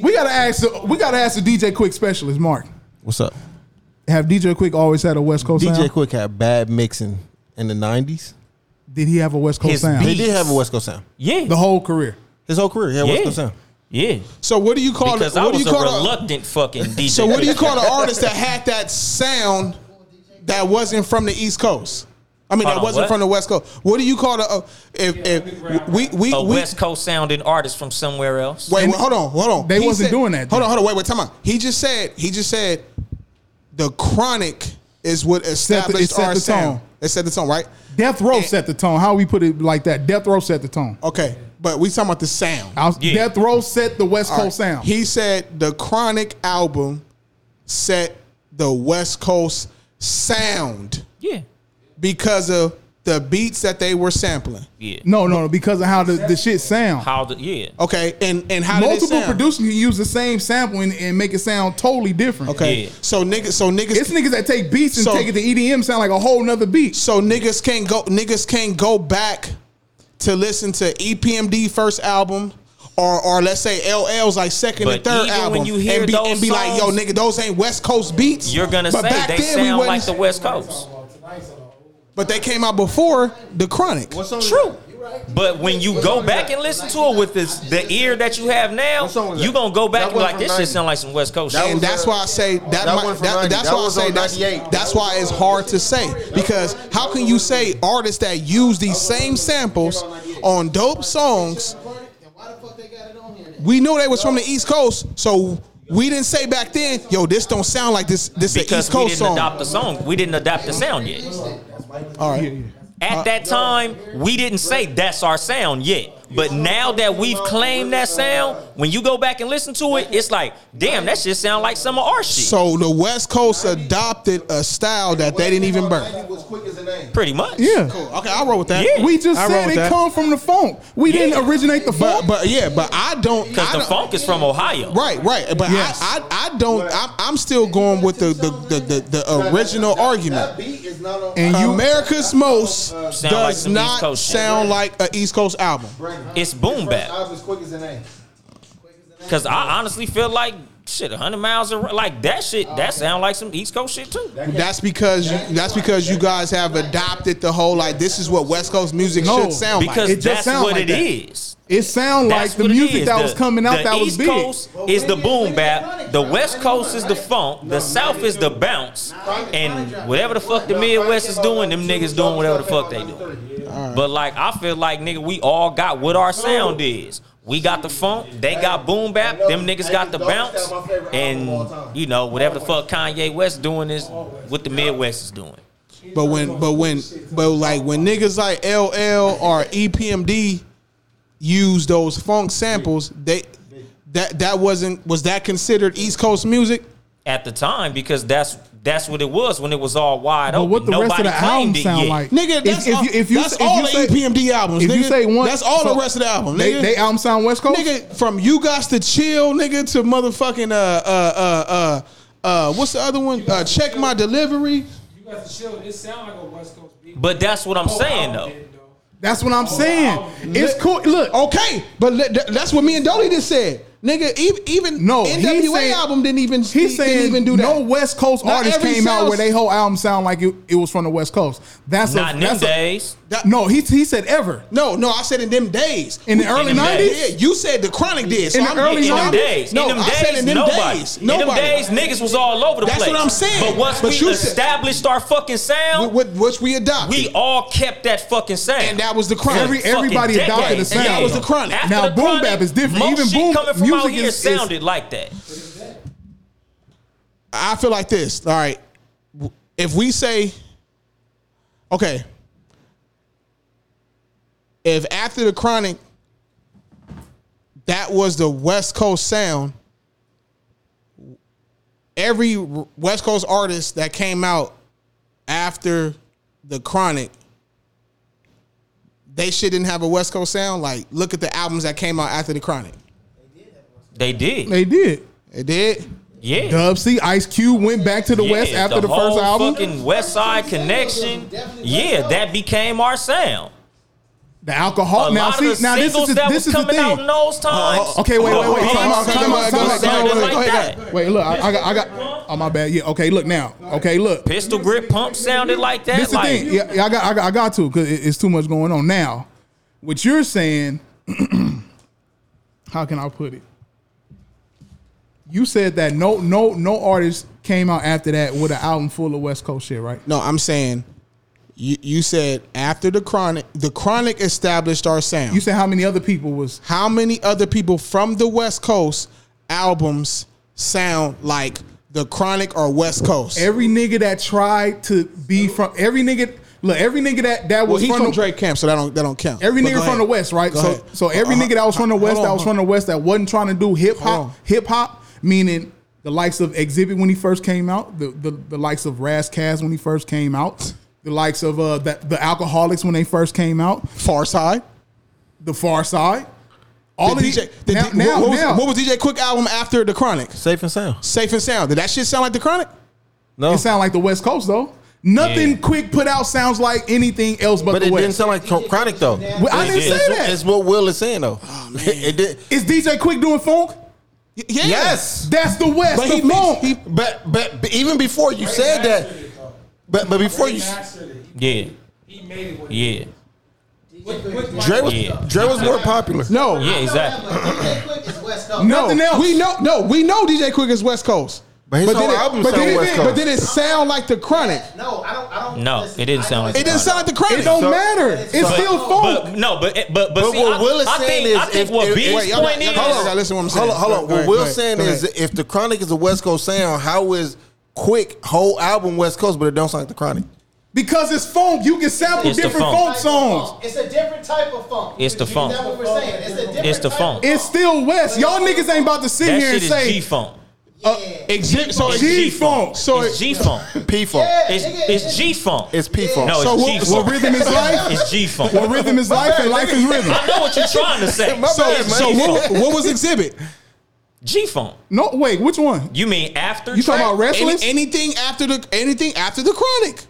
S6: We gotta ask. the- We gotta ask the DJ Quick specialist, Mark.
S9: What's up?
S6: Have DJ Quick always had a West Coast
S9: DJ
S6: sound?
S9: Quick had bad mixing in the nineties.
S6: Did he have a West Coast sound?
S9: He did have a West Coast sound.
S8: Yeah,
S6: the whole career.
S9: His whole career, he had West
S8: Yeah.
S9: Coast sound.
S8: Yeah.
S7: So what do you call
S8: Because
S7: it?
S8: I
S7: What do
S8: was
S7: you
S8: a
S7: call it?
S8: reluctant fucking DJ.
S7: So what do you
S8: Quick.
S7: call an artist
S8: [laughs]
S7: that had that sound that wasn't from the East Coast? I mean,
S8: Hold
S7: that
S8: on,
S7: wasn't
S8: what?
S7: from the West Coast. What do you call the uh, if if we we
S8: a
S7: we
S8: West Coast sounding artist from somewhere else?
S7: Wait, wait, hold on, hold on.
S8: They
S6: wasn't doing that,
S7: Hold on,
S6: though.
S7: hold on. Wait, wait. Time out. He just said. He just said. The chronic is what
S6: the- it
S7: established
S6: set
S7: our
S6: the
S7: sound.
S6: tone.
S7: It set the tone, right?
S6: Death Row set the tone. How we put it like that? Death Row set the tone.
S7: Okay, but we talking about the sound.
S6: I was- Death Row set the West Coast
S7: All right.
S6: sound.
S7: He said the Chronic album set the West Coast sound.
S8: Yeah.
S7: Because of the beats that they were sampling.
S8: Yeah.
S6: No, no, no. Because of how the, the shit sound.
S8: How the yeah.
S7: Okay, and and how did it
S6: Multiple
S7: sound?
S6: producers can use the same sample and, and make it sound totally different.
S7: Okay. So niggas so niggas
S6: It's niggas that take beats and
S7: So-
S6: take it to EDM sound like a whole nother beat.
S7: So niggas can't go niggas can't go back to listen to E EPMD first album or or let's say LL's like second
S8: But
S7: and third
S8: even when
S7: album
S8: you hear
S7: and be,
S8: those
S7: and be like, yo,
S8: songs-
S7: nigga, those ain't West Coast beats.
S8: You're gonna
S7: But
S8: say
S7: back
S8: they
S7: then we
S8: sound
S7: wasn't-
S8: like the West Coast.
S7: But they came out before the Chronic.
S8: True. But when you go back and listen to it with this, the ear that you have now, you gonna go back and be like, this shit sound like some West Coast shit.
S7: and that's why I say that.
S9: that
S7: might-
S9: one from
S7: that-
S9: 90.
S7: that's
S9: That
S7: why I
S9: was
S7: say
S9: on
S7: that's
S9: 98.
S7: that's why it's hard to say because how can you say artists that use these same samples on dope songs? We know they was from the East Coast, so we didn't say back then, yo, this don't sound like this. This is an East
S8: because we
S7: Coast
S8: didn't
S7: song.
S8: adopt the song. We didn't adopt the sound yet.
S7: All right.
S8: At that time, we didn't say that's our sound yet. But now that we've claimed that sound, when you go back and listen to it, it's like, damn, that shit sound like some of our shit.
S7: So the West Coast adopted a style that they didn't even burn.
S8: Pretty much.
S6: Yeah.
S7: Okay, I roll with that.
S6: We just
S7: I roll
S6: said
S7: with
S6: it
S7: that.
S6: come from the funk. We didn't originate the funk.
S7: But, but yeah, but I don't
S8: Because
S7: I
S8: the
S7: don't-
S8: funk is from Ohio.
S7: Right, right. But
S8: Yes.
S7: I, I, I don't. I'm, I'm still going with the the, the, the, the original argument.
S6: And you-
S7: America's most
S8: Sound like
S7: does
S8: some East
S7: not
S8: Coast shit.
S7: sound like an East Coast album.
S8: It's boom bap.
S30: quick as an A.
S8: Because I honestly feel like shit, 100 miles around, like that shit, that sound like some East Coast shit too.
S7: That's because you, that's because you guys have adopted the whole like this is what West Coast music
S6: No,
S7: should sound like.
S8: Because that's
S6: sound
S8: what
S6: like
S8: it
S6: that.
S8: is.
S6: It sound
S8: That's
S6: like the
S8: what it
S6: music
S8: is.
S6: that was coming out
S8: the
S6: that was
S8: East
S6: big.
S8: Coast is the boom bap. The West Coast is the funk. The South is the bounce. And whatever the fuck the Midwest is doing, them niggas doing whatever the fuck they doing. But like, I feel like nigga, we all got what our sound is. We got the funk. They got boom bap. Them niggas got the bounce. And you know whatever the fuck Kanye West doing is what the Midwest is doing.
S7: But when, but when, but like when niggas like LL or E EPMD use those funk samples, they that that wasn't was that considered East Coast music?
S8: at the time because that's that's what it was when it was all wide open.
S7: what the
S8: Nobody
S7: rest of the
S8: claimed it yet.
S7: Nigga, that's all- that's all the E EPMD albums,
S6: If you
S7: nigga.
S6: say one,
S7: That's all the rest of the album,
S6: They,
S7: nigga.
S6: they album sound West Coast.
S7: Nigga, from you got to chill, nigga, to motherfucking uh uh uh uh uh what's the other one? Uh, check my delivery.
S29: You got to chill. It sound like a West Coast beat.
S8: But that's what I'm
S29: Oh,
S8: saying
S29: I
S8: though.
S29: didn't
S7: That's what I'm saying. It's cool. Look,
S6: okay, but li- th- that's what me and Dolly just said, nigga. Even, even
S7: No, he
S6: NWA
S7: said-
S6: album didn't even
S7: He
S6: didn't
S7: saying
S6: even do that.
S7: no West Coast
S6: Not
S7: artist
S6: every
S7: came out where
S6: sales-
S7: they whole album sound like it, it was from the West Coast. That's
S8: Not
S7: a,
S8: in them
S7: that's a-
S8: days.
S7: that- no, he he said ever.
S6: No, no, I said in them days.
S7: In the early
S8: them
S7: nineties?
S6: Yeah, you said the Chronic did. So
S7: In the
S6: I'm,
S7: early
S8: in them
S7: 90s?
S8: days,
S6: No,
S8: in them
S6: I
S8: days,
S6: said in them
S8: nobody.
S6: days.
S8: In them
S6: Nobody.
S8: days, niggas was all over the
S6: That's
S8: place.
S6: what I'm saying.
S8: But once
S6: But
S8: we
S6: you said-
S8: established our fucking sound,
S6: What, which we adopted.
S8: we all kept that fucking sound.
S6: and that was the Chronic.
S7: Every, everybody
S8: fucking
S7: adopted
S8: decades.
S7: the sound.
S6: And that was the Chronic.
S8: After
S7: Now
S8: the
S7: boom
S8: Chronic,
S7: bap is different.
S8: Most
S7: Even
S8: shit
S7: boom
S8: coming from
S7: music
S8: out here
S7: is- is-
S8: sounded like that.
S6: I feel like this. All right. W- If we say, okay, if after the chronic, that was the West Coast sound, every r- West Coast artist that came out after the chronic, they shit didn't have a West Coast sound. Like, look at the albums that came out after the chronic.
S8: They did.
S7: They did.
S6: It did.
S8: Yeah.
S7: Dub C, Ice Cube went back to the
S8: Yeah,
S7: West after the,
S8: whole
S7: first album.
S8: Fucking West Side Connection. Yeah, that became our sound.
S7: The alcohol.
S8: A
S7: now
S8: lot
S7: see,
S8: of the
S7: now this is
S8: singles
S7: the,
S8: that was
S7: this is the
S8: coming
S7: thing.
S8: out in those
S9: Uh,
S8: times.
S7: Oh, okay, wait, wait,
S8: Hold
S7: wait.
S8: on, hold
S7: Time out,
S8: on,
S7: time
S8: hold on,
S7: out,
S8: hold
S7: time out,
S8: on.
S7: time out.
S8: Sounded
S7: Wait,
S8: like
S7: wait,
S8: that.
S7: wait. Wait, look, I, I got, I got. Oh my bad. Yeah, okay. Look now. Okay, look.
S8: Pistol grip pump sounded like that.
S7: This the
S8: like,
S7: thing. Yeah, yeah, I got, I got, I got to because it's too much going on now. What you're saying? [clears throat] how can I put it? You said that no, no, no artist came out after that with an album full of West Coast shit, right?
S6: No, I'm saying you, you said after the chronic, the chronic established our sound.
S7: You said how many other people was?
S6: How many other people from the West Coast albums sound like the chronic or West Coast?
S7: Every nigga that tried to be from every nigga, look, every nigga that that
S6: well,
S7: was
S6: he's
S7: from,
S6: from,
S7: the,
S6: Drake camp, so that don't that don't count.
S7: Every
S6: But
S7: nigga
S6: go
S7: from
S6: ahead.
S7: the West, right?
S6: Go
S7: So,
S6: ahead.
S7: so every
S6: Uh-huh.
S7: nigga that was from the
S6: Hold
S7: West,
S6: on,
S7: that was
S6: hold
S7: from the West, that wasn't trying to do hip
S6: Hold on.
S7: hop, hip hop, meaning the likes of Exhibit when he first came out, the the, the likes of Raz Kaz when he first came out, the likes of uh the, the Alcoholics when they first came out,
S6: Far Side,
S7: the Far Side, all
S6: on.
S7: of
S6: The
S7: DJ,
S6: DJ, the
S7: now,
S6: D-
S7: now,
S6: what, was,
S7: now.
S6: what was DJ Quick album after the chronic?
S9: Safe and sound.
S6: Safe and sound. Did that shit sound like the chronic?
S9: No,
S7: it sound like the West Coast though. Nothing
S9: Yeah.
S7: quick put out sounds like anything else but,
S9: but
S7: the
S9: it
S7: West.
S9: didn't sound like Chro- Chronic though.
S7: Well, I didn't say
S9: It's-
S7: that.
S9: It's what Will is saying though. [laughs] it did.
S7: Is DJ Quick doing funk?
S6: Y- Yeah.
S9: Yes.
S7: That's the West.
S9: But
S7: the
S9: he,
S7: funk.
S9: mixed, he but, but but even before you said that, but but before you,
S8: yeah. Yeah.
S9: Dre was
S8: Yeah.
S9: Dre was more popular. Oh,
S6: No.
S8: Yeah, exactly.
S6: No,
S7: Nothing else.
S6: We know no, we know DJ Quick is West Coast.
S9: But his whole
S6: did it,
S9: album
S6: but,
S9: sound
S6: did it,
S9: West
S6: but
S9: Coast.
S6: did it sound like the chronic?
S23: No, I don't. I don't.
S8: No, it didn't sound like
S6: It didn't sound like the chronic.
S7: It don't
S9: So-
S7: matter. It's
S8: But-
S7: still funk.
S8: But, no, but but but,
S9: But
S8: see,
S9: what
S8: I,
S9: Will is
S8: I
S9: saying
S8: think,
S9: is,
S8: I think
S9: if-
S8: what
S9: if-
S8: B's
S9: wait, y'all-
S8: point
S6: y'all-
S8: is,
S6: hold on, y'all listen to what I'm saying.
S9: Hold on, hold on.
S6: Go
S9: What
S6: ahead, go
S9: Will's
S6: ahead,
S9: saying
S6: go
S9: is,
S6: ahead.
S9: if the Chronic is a West Coast sound, how is Quick whole album West Coast, but it don't sound like the Chronic?
S7: Because it's funk, you can sample
S8: It's the
S7: different
S8: funk.
S7: funk songs.
S23: It's a different type of funk.
S8: It's the
S23: Is
S8: funk.
S23: that what we're saying? It's a different
S8: It's the
S23: type
S8: funk.
S23: of
S7: It's still West. Y'all niggas ain't about to sit
S8: that
S7: here
S8: shit
S7: and
S8: is
S7: say uh,
S8: G funk.
S6: Exhibit so
S8: It's
S6: it's
S8: G
S7: G-funk.
S8: funk.
S6: So
S8: it's
S6: it-
S8: G
S7: [laughs]
S8: funk.
S9: P Funk.
S8: It's it's G funk.
S9: It's P Funk.
S8: No,
S7: So
S8: it's
S7: what-
S8: G funk.
S7: what rhythm is
S8: [laughs]
S7: life?
S8: It's G funk.
S7: well, rhythm is life and life is rhythm.
S8: [laughs] I know what you're trying to
S7: [laughs]
S8: say.
S6: [laughs]
S9: My
S6: So,
S9: bad,
S6: so
S9: man.
S6: what, what was exhibit?
S8: G funk.
S7: No, wait, which one?
S8: You mean after?
S7: You talking
S8: track?
S7: about restless?
S6: Any, anything after the anything after the chronic?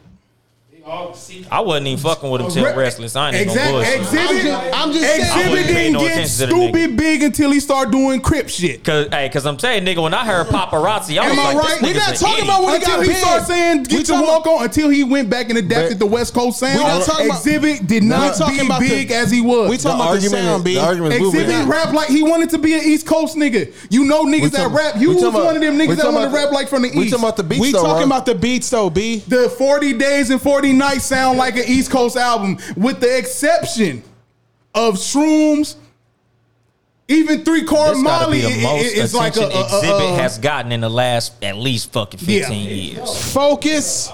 S8: I wasn't even fucking with him till
S7: Uh, Re-
S8: restless. I ain't even
S7: Exact-
S8: gonna bullshit.
S7: Exhibit,
S6: I'm just saying. I
S7: exhibit
S6: wouldn't
S8: pay
S7: didn't
S8: no
S7: get
S8: attention to the
S7: stupid big until he started doing crip shit.
S8: Cause, hey, cause I'm saying, nigga, when I heard paparazzi, I was
S7: Am I
S8: like,
S7: right?
S8: this
S6: We
S8: nigga's
S6: not
S8: an
S6: talking
S8: idiot.
S6: about when he
S7: Until
S6: got
S7: he
S6: banned.
S7: started saying
S6: We
S7: get to
S6: talking
S7: walk on, until he went back and adapted
S9: But-
S7: the West Coast
S6: We not
S7: sound.
S6: talking about-
S7: Exhibit did not
S6: talking
S7: be
S6: about the-
S7: big as he was.
S6: We talking about the
S9: argument
S6: sound,
S9: is-
S6: B.
S9: the argument is moving.
S7: Exhibit rap like he wanted to be an East Coast nigga. You know
S9: We
S7: niggas that
S9: talking-
S7: rap. You
S9: we
S7: was
S9: talking
S7: one of them
S9: about- we
S7: niggas that
S9: talking
S7: wanted to
S9: about
S7: rap
S9: the-
S7: like from the East.
S9: we talking about the beats,
S6: We
S9: though,
S6: talking
S9: right?
S6: about the beats though, B.
S7: the 40 days and 40 nights sound like an East Coast album, with the exception of Shrooms. Even three car
S8: This gotta
S7: Molly
S8: be the
S7: i- i-
S8: most
S7: is
S8: attention
S7: like a, a, a-
S8: exhibit
S7: a-
S8: has gotten in the last at least fucking
S7: Yeah.
S8: 15 years.
S6: Focus.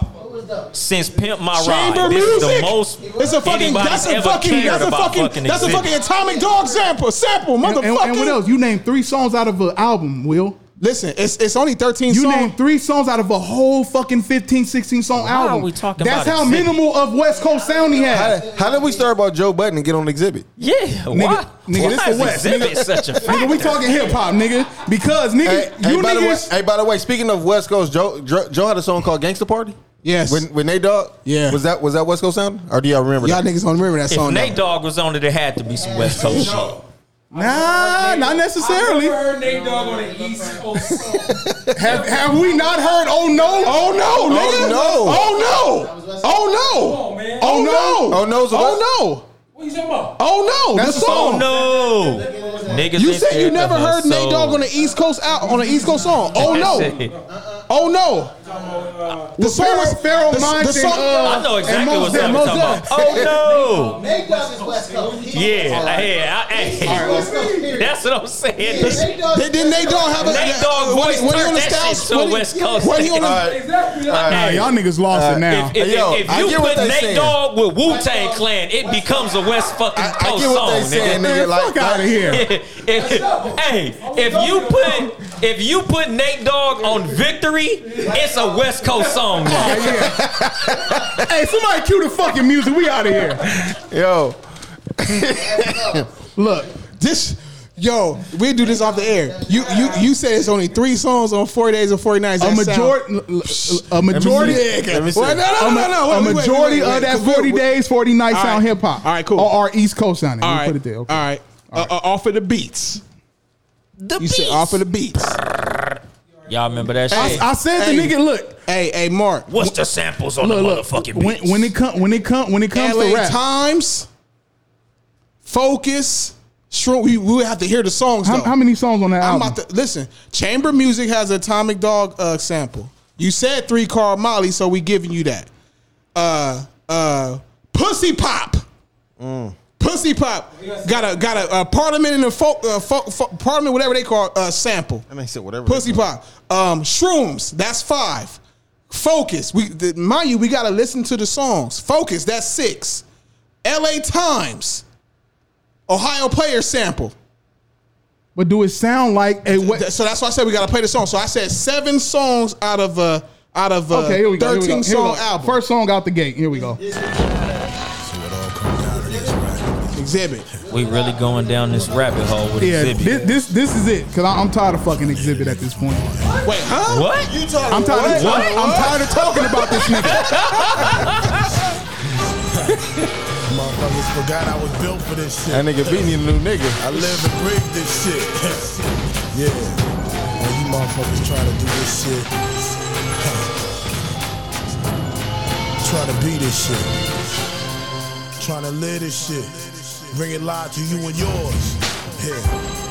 S8: Since Pimp My
S6: Chamber
S8: Ride, this is the
S6: music.
S8: most
S6: It's a fucking.
S8: anybody's
S6: That's a
S8: ever
S6: fucking.
S8: cared
S6: That's a
S8: about
S6: fucking. that's a
S8: Exhibit.
S6: fucking atomic dog sample. Sample,
S7: and,
S6: motherfucker.
S7: and- and what else? You named three songs out of an album, Will.
S6: Listen, it's it's only thirteen
S7: You
S6: songs.
S7: named three songs out of a whole fucking 15, 16 song
S8: Why are
S7: album.
S8: we talking
S7: That's
S8: about
S7: how
S8: Exhibit?
S7: minimal of West Coast sound he
S9: How,
S7: had.
S9: how did we start about Joe Button and get on exhibit?
S8: Yeah, why?
S7: nigga,
S8: why
S7: this the
S8: is
S7: West,
S8: Exhibit such a
S7: Nigga, we
S8: factor?
S7: talking hip hop, nigga. Because nigga,
S9: Hey, hey,
S7: you
S9: by the way,
S7: niggas
S9: hey, by the way, speaking of West Coast, Joe Joe, Joe had a song called Gangsta Party.
S7: Yes.
S9: When when Nate Dogg? Yeah. Was that was that West Coast Sound? Or do y'all remember?
S7: Y'all
S9: that?
S7: niggas don't remember that
S8: If Nate Dogg was on it, it had to be some West Coast shit.
S6: Nah, not necessarily.
S29: heard Nate Dogg on the East Coast.
S6: Have, have we not heard? Oh no!
S7: Oh no, nigga!
S6: Oh
S7: no! Oh
S29: no!
S7: Oh no!
S9: Oh no's a West-
S7: Oh no!
S29: What you talking about?
S7: Oh no!
S8: That's
S7: the
S8: a
S7: song.
S8: song. Oh, No. Niggas
S7: You
S8: ain't
S7: said you
S8: scared
S7: never
S8: of
S7: heard
S8: us,
S7: Nate
S8: so-
S7: Dogg on the East Coast out on the East Coast song. Oh no! Oh no! The song was
S6: Pharaoh
S7: the-
S6: Mines
S7: the
S6: and,
S7: song-
S6: uh,
S8: I know
S6: and
S8: exactly
S6: Mos
S8: what
S6: Def,
S8: song you're
S6: Mos
S8: talking about.
S6: Def.
S8: Oh no!
S23: Nate Dogg is West Coast. He-
S8: Yeah, hey, I, hey, that's what I'm saying.
S23: Yeah, Nate Dogg-
S7: They- didn't Nate Dogg have a-
S8: Nate Dogg
S7: when-
S8: voice
S7: when he
S8: turned
S7: on the
S8: that
S7: Styles-
S8: shit to
S7: when
S8: a
S7: he-
S8: West Coast.
S7: when he on the- All right.
S29: Exactly.
S9: All
S6: Nah,
S9: right.
S6: y'all niggas lost it now.
S8: Uh, If, if-
S9: Yo,
S8: if
S9: I
S8: you
S9: get what
S8: put
S9: they
S8: Nate
S9: saying.
S8: Dogg with Wu Tang Clan, it becomes a West fucking
S9: I
S8: Coast
S9: get what they
S8: song,
S9: saying,
S8: nigga.
S9: nigga. Like,
S6: fuck outta
S9: like-
S6: here.
S8: [laughs] If- hey, if you put if you put Nate Dogg on Victory, it's a West Coast song now.
S6: Oh, hey, somebody cue the fucking music. We out of here. [laughs]
S9: Yo,
S7: Look, this yo, we do this off the air. You you you said it's only three songs on four days and forty nights.
S6: A
S7: That sound-
S6: majority, a majority,
S7: Let me
S6: Well,
S7: see. Let me see.
S6: a
S7: Wait, wait, wait,
S6: majority
S7: wait, wait,
S6: of that
S7: wait, wait.
S6: forty days, forty nights
S7: All
S6: sound
S7: right.
S6: hip hop.
S7: All right, cool.
S6: Or, or East Coast sounding.
S7: All
S6: we
S7: right.
S6: put it there. Okay.
S7: All right. Uh, uh, off of the beats.
S8: The
S7: you said off of the beats.
S8: Y'all remember that shit?
S6: I, I said
S7: Hey.
S6: the nigga, look,
S7: Hey, hey, Mark.
S8: What's the samples on
S6: look,
S8: the
S6: look.
S8: motherfucking
S6: When,
S8: beats?
S6: when it come, when it come, when it comes
S7: LA
S6: to rap,
S7: Times, Focus, Shroom. We, we would have to hear the songs.
S6: how,
S7: though.
S6: how many songs on that
S7: I'm
S6: album?
S7: about to listen. Chamber Music has Atomic Dog uh, sample. You said three Carl Molly, so we giving you that. Uh, uh, Pussy Pop.
S8: Mm.
S7: Pussy Pop got a got a, uh Parliament and a folk, uh, folk, folk- Parliament whatever they call uh, sample.
S9: and they said whatever.
S7: Pussy Pop. Um, shrooms. That's five. Focus. We th- mind you, we gotta listen to the songs. Focus. That's six. L.A. Times. Ohio Player sample.
S6: but do it sound like a what?
S7: Th- So that's why I said we gotta play the song. So I said seven songs out of uh out of uh,
S6: Okay, here we go. here we go,
S7: thirteen
S6: here we go.
S7: song album
S6: First song out the gate. Here we go.
S7: exhibit.
S8: we really going down this rabbit hole with
S6: Yeah,
S8: Exhibit.
S6: this, this this is it because I'm tired of fucking exhibit at this point.
S7: Wait, huh?
S8: what?
S6: I'm tired. Of,
S8: What?
S6: I'm tired of talking about this nigga.
S7: [laughs]
S30: Motherfuckers forgot I was built for this shit.
S9: That nigga beat me a new nigga.
S30: I live and breathe this shit. [laughs] yeah. When you motherfuckers try to do this shit. [laughs] try to be this shit. Trying to live this shit. Bring it live to you and yours. Yeah.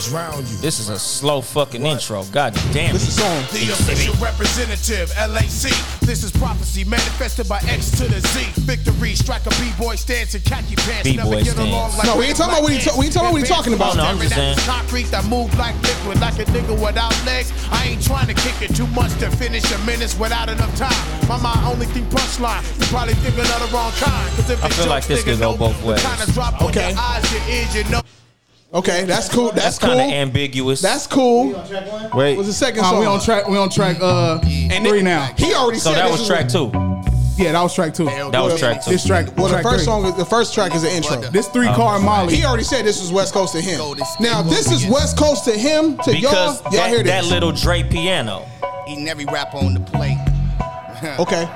S30: Drown you.
S8: This is a slow fucking intro. God damn
S7: This is
S8: it.
S7: the song.
S30: The official representative, LAC. This is prophecy manifested by X to the Z. Victory, strike a B-boy stance and khaki pants.
S8: B-boy
S30: Never get
S8: stance.
S30: along like
S7: No, we ain't talking about what he ta- we ain't talking about what he talking about.
S8: No, no, I'm just saying.
S30: Concrete that move like liquid, like a nigga without legs. I ain't trying to kick it too much to finish a minutes without enough time. My mind only think punchline. You probably thinking of the wrong kind. Cause if
S8: I
S30: it
S8: feel like
S30: jumps,
S8: this could
S30: nigga,
S8: go
S30: know
S8: both
S30: the
S8: ways.
S30: Kind of drop on
S7: Okay.
S30: your eyes, your ears, your nose.
S7: Okay, that's cool.
S8: That's
S7: That's,
S8: kind of
S7: cool.
S8: ambiguous.
S7: that's cool.
S9: Wait,
S7: Was the second
S6: Uh,
S7: song?
S6: we on track. We on track. Uh, three
S7: it-
S6: now.
S7: He already
S8: so
S7: said
S8: that
S7: this
S8: was track two.
S6: Yeah, that was track two.
S8: That was track two. Oh,
S6: This track.
S7: Well, the
S6: track
S7: first
S6: three.
S7: song, is, the first track is the intro.
S6: This three car Molly.
S7: He already said this was West Coast to him. Now this is West Coast to him. To
S8: Because
S7: y'all, y'all
S8: that,
S7: hear
S8: that
S7: this?
S8: little Dre piano.
S30: Eating every rap on the plate. [laughs]
S7: Okay.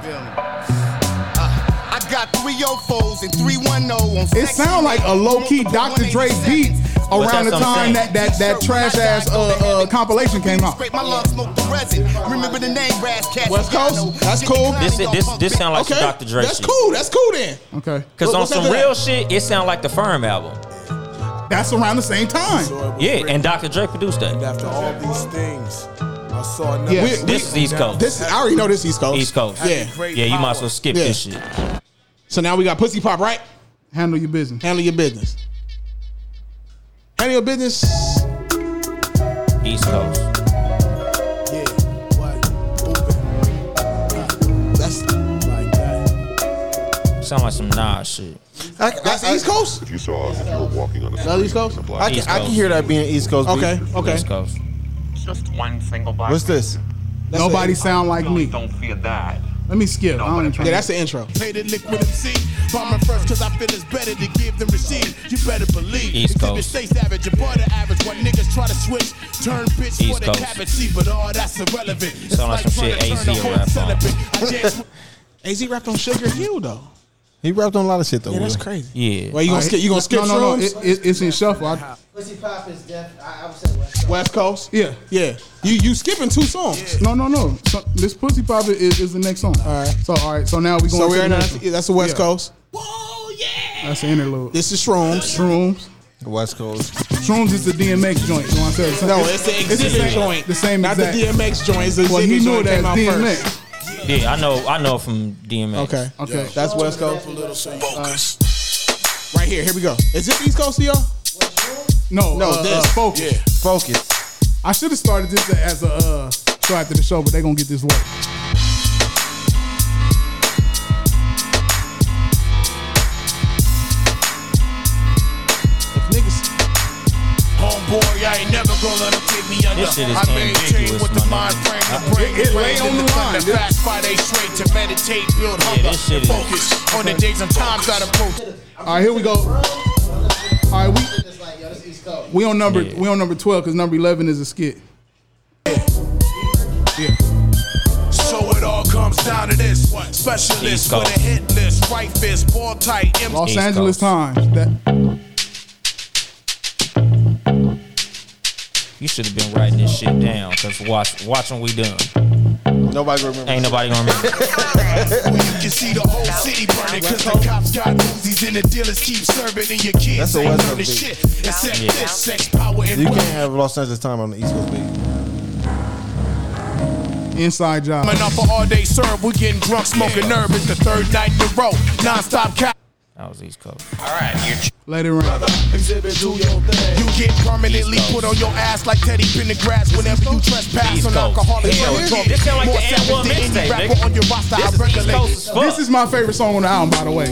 S30: I got three foes and three one zero on.
S6: It sound like a low key Dr. Dre beat around the
S8: that's what I'm
S6: time
S8: saying.
S6: that that that trash ass uh, uh compilation came
S30: [laughs]
S6: out.
S30: Scrape my lungs, smoke the resin. Remember the name, Brass Cat.
S7: West Coast? That's cool.
S8: This this this sound like
S7: Okay.
S8: some Dr. Dre
S7: That's
S8: shit.
S7: cool. That's cool then.
S6: Okay,
S8: Cause
S7: What-
S8: on
S7: what's
S8: some
S7: after that?
S8: real shit, it sound like the Firm album.
S6: that's around the same time.
S8: Yeah, and Dr. Dre produced that.
S21: After all these things, I saw another.
S7: Yeah,
S6: Yes.
S7: we-
S8: This is East Coast.
S7: This is, I already know this East Coast.
S8: East Coast.
S7: Yeah.
S8: Yeah, you might as well skip
S7: Yeah.
S8: this shit.
S7: So now we got Pussy Pop, right?
S6: Handle your business.
S7: Handle your business. Handle your business.
S8: East Coast.
S21: Yeah, what?
S7: That's
S21: Like that.
S8: Sound like some Nas shit.
S9: I,
S7: that's East Coast.
S1: If you saw us, if you were walking on the
S7: That's East Coast.
S9: I, can, I can hear that being East Coast. beat.
S7: Okay. Okay.
S8: East Coast.
S1: Just one single black.
S9: What's this?
S7: That's
S6: Nobody
S7: it.
S6: sound like me.
S1: fear that.
S7: Let me skip. I don't even try
S21: Yeah, that's the intro.
S6: Pay the liquid MC. Bomb it first, cause I feel it's better to give than receive. You better believe.
S8: East
S6: Exhibit
S8: Coast.
S6: states average above the average. When niggas try to switch, turn bitch
S8: East
S6: for the
S8: Coast.
S6: cabbage seed, but all that's irrelevant. It's
S8: Sound like some shit
S6: trying to
S8: AZ
S6: turn
S8: will
S6: a whole
S8: rap on.
S6: celibate. I
S8: [laughs]
S6: dance
S21: AZ rapped on Sugar Hill though.
S9: He rapped on a lot of shit though.
S21: Yeah, that's
S9: Will.
S21: crazy.
S9: Yeah.
S21: Well, you gonna skip? You gonna skip?
S7: No, no, no.
S21: shrooms?
S7: It, it, it's in shuffle. I,
S23: Pussy Pop is deaf. I, I would say West.
S21: West Coast.
S7: yeah.
S21: Yeah. You you skipping two songs?
S7: No, no, no. So, this pussy pop is, is the next song. All right. So all right. So now we going.
S21: So
S7: to
S21: we're
S7: the
S21: in
S7: next
S21: that's,
S7: one.
S21: that's the West
S7: Yeah.
S21: Coast.
S7: That's the interlude.
S21: This is shrooms.
S7: Shrooms.
S9: West Coast.
S7: Shrooms is the DMX joint. You know what I'm saying?
S21: No, it's the exhibit
S7: same,
S21: joint.
S7: The same
S21: Not the
S7: exact.
S21: DMX joint, it's the
S7: well, he
S21: exhibit
S7: knew
S21: joint
S7: that
S21: came out
S7: DMX.
S21: first.
S8: Yeah, I know. I know from DMX.
S21: Okay.
S7: Okay.
S21: That's West Coast. Right here. Here we go. Is this East Coast to y'all?
S7: No,
S21: No,
S7: no, uh,
S21: this.
S7: uh, focus.
S9: Focus.
S7: I should have started this as a uh, show after the show, but they gonna get this late.
S6: Homeboy, I ain't never gonna let 'em take me under.
S8: This shit is
S6: I maintain
S8: ambiguous,
S6: with
S8: my
S6: the mind
S8: nigga.
S6: frame, the
S8: Uh,
S6: brain,
S8: it- it
S6: the
S8: lay
S6: brain,
S8: on
S6: and
S8: the line.
S6: The fact, fight a straight to meditate, build hunger,
S8: this shit
S6: and
S8: is-
S6: focus on the days and times that approach.
S7: All right, here we go. All right, we we on number we on number twelve because number eleven is a skit. Yeah.
S6: So it all comes down to this.
S7: East
S6: Specialist
S7: Coast.
S6: with a hit list, right fist, ball tight, M-
S7: [laughs] Los Angeles Times. That
S8: You should have been writing this shit down. Cause watch, watch when we done.
S9: Nobody remember.
S8: Ain't nobody gonna remember.
S6: You can see the whole city burning cause the cops got Uzis and the dealers keep serving and your kids
S9: That's a
S6: ain't
S9: West
S6: learning
S9: Coast
S6: shit.
S9: beat.
S6: Except
S9: Yeah.
S6: this sex, power, and
S9: You can't have Los Angeles time on the East Coast beat.
S7: inside job.
S6: Coming off an all day serve, we getting drunk, smoking herb. It's the third night in a row. Non stop cap.
S8: That was East Coast.
S6: All right,
S7: Let it run.
S6: Exhibit, do your thing. You get permanently put on your ass like Teddy Pendergrass whenever you trespass on alcoholic
S8: Hell,
S6: drug talk.
S8: this sound like
S6: More
S8: the
S6: savage
S8: N1
S6: than any
S8: mixtape,
S6: rapper
S8: nigga.
S6: on your roster.
S8: This
S6: I
S8: is East
S6: regulate.
S8: Coast as fuck.
S7: This is my favorite song on the album, by the way.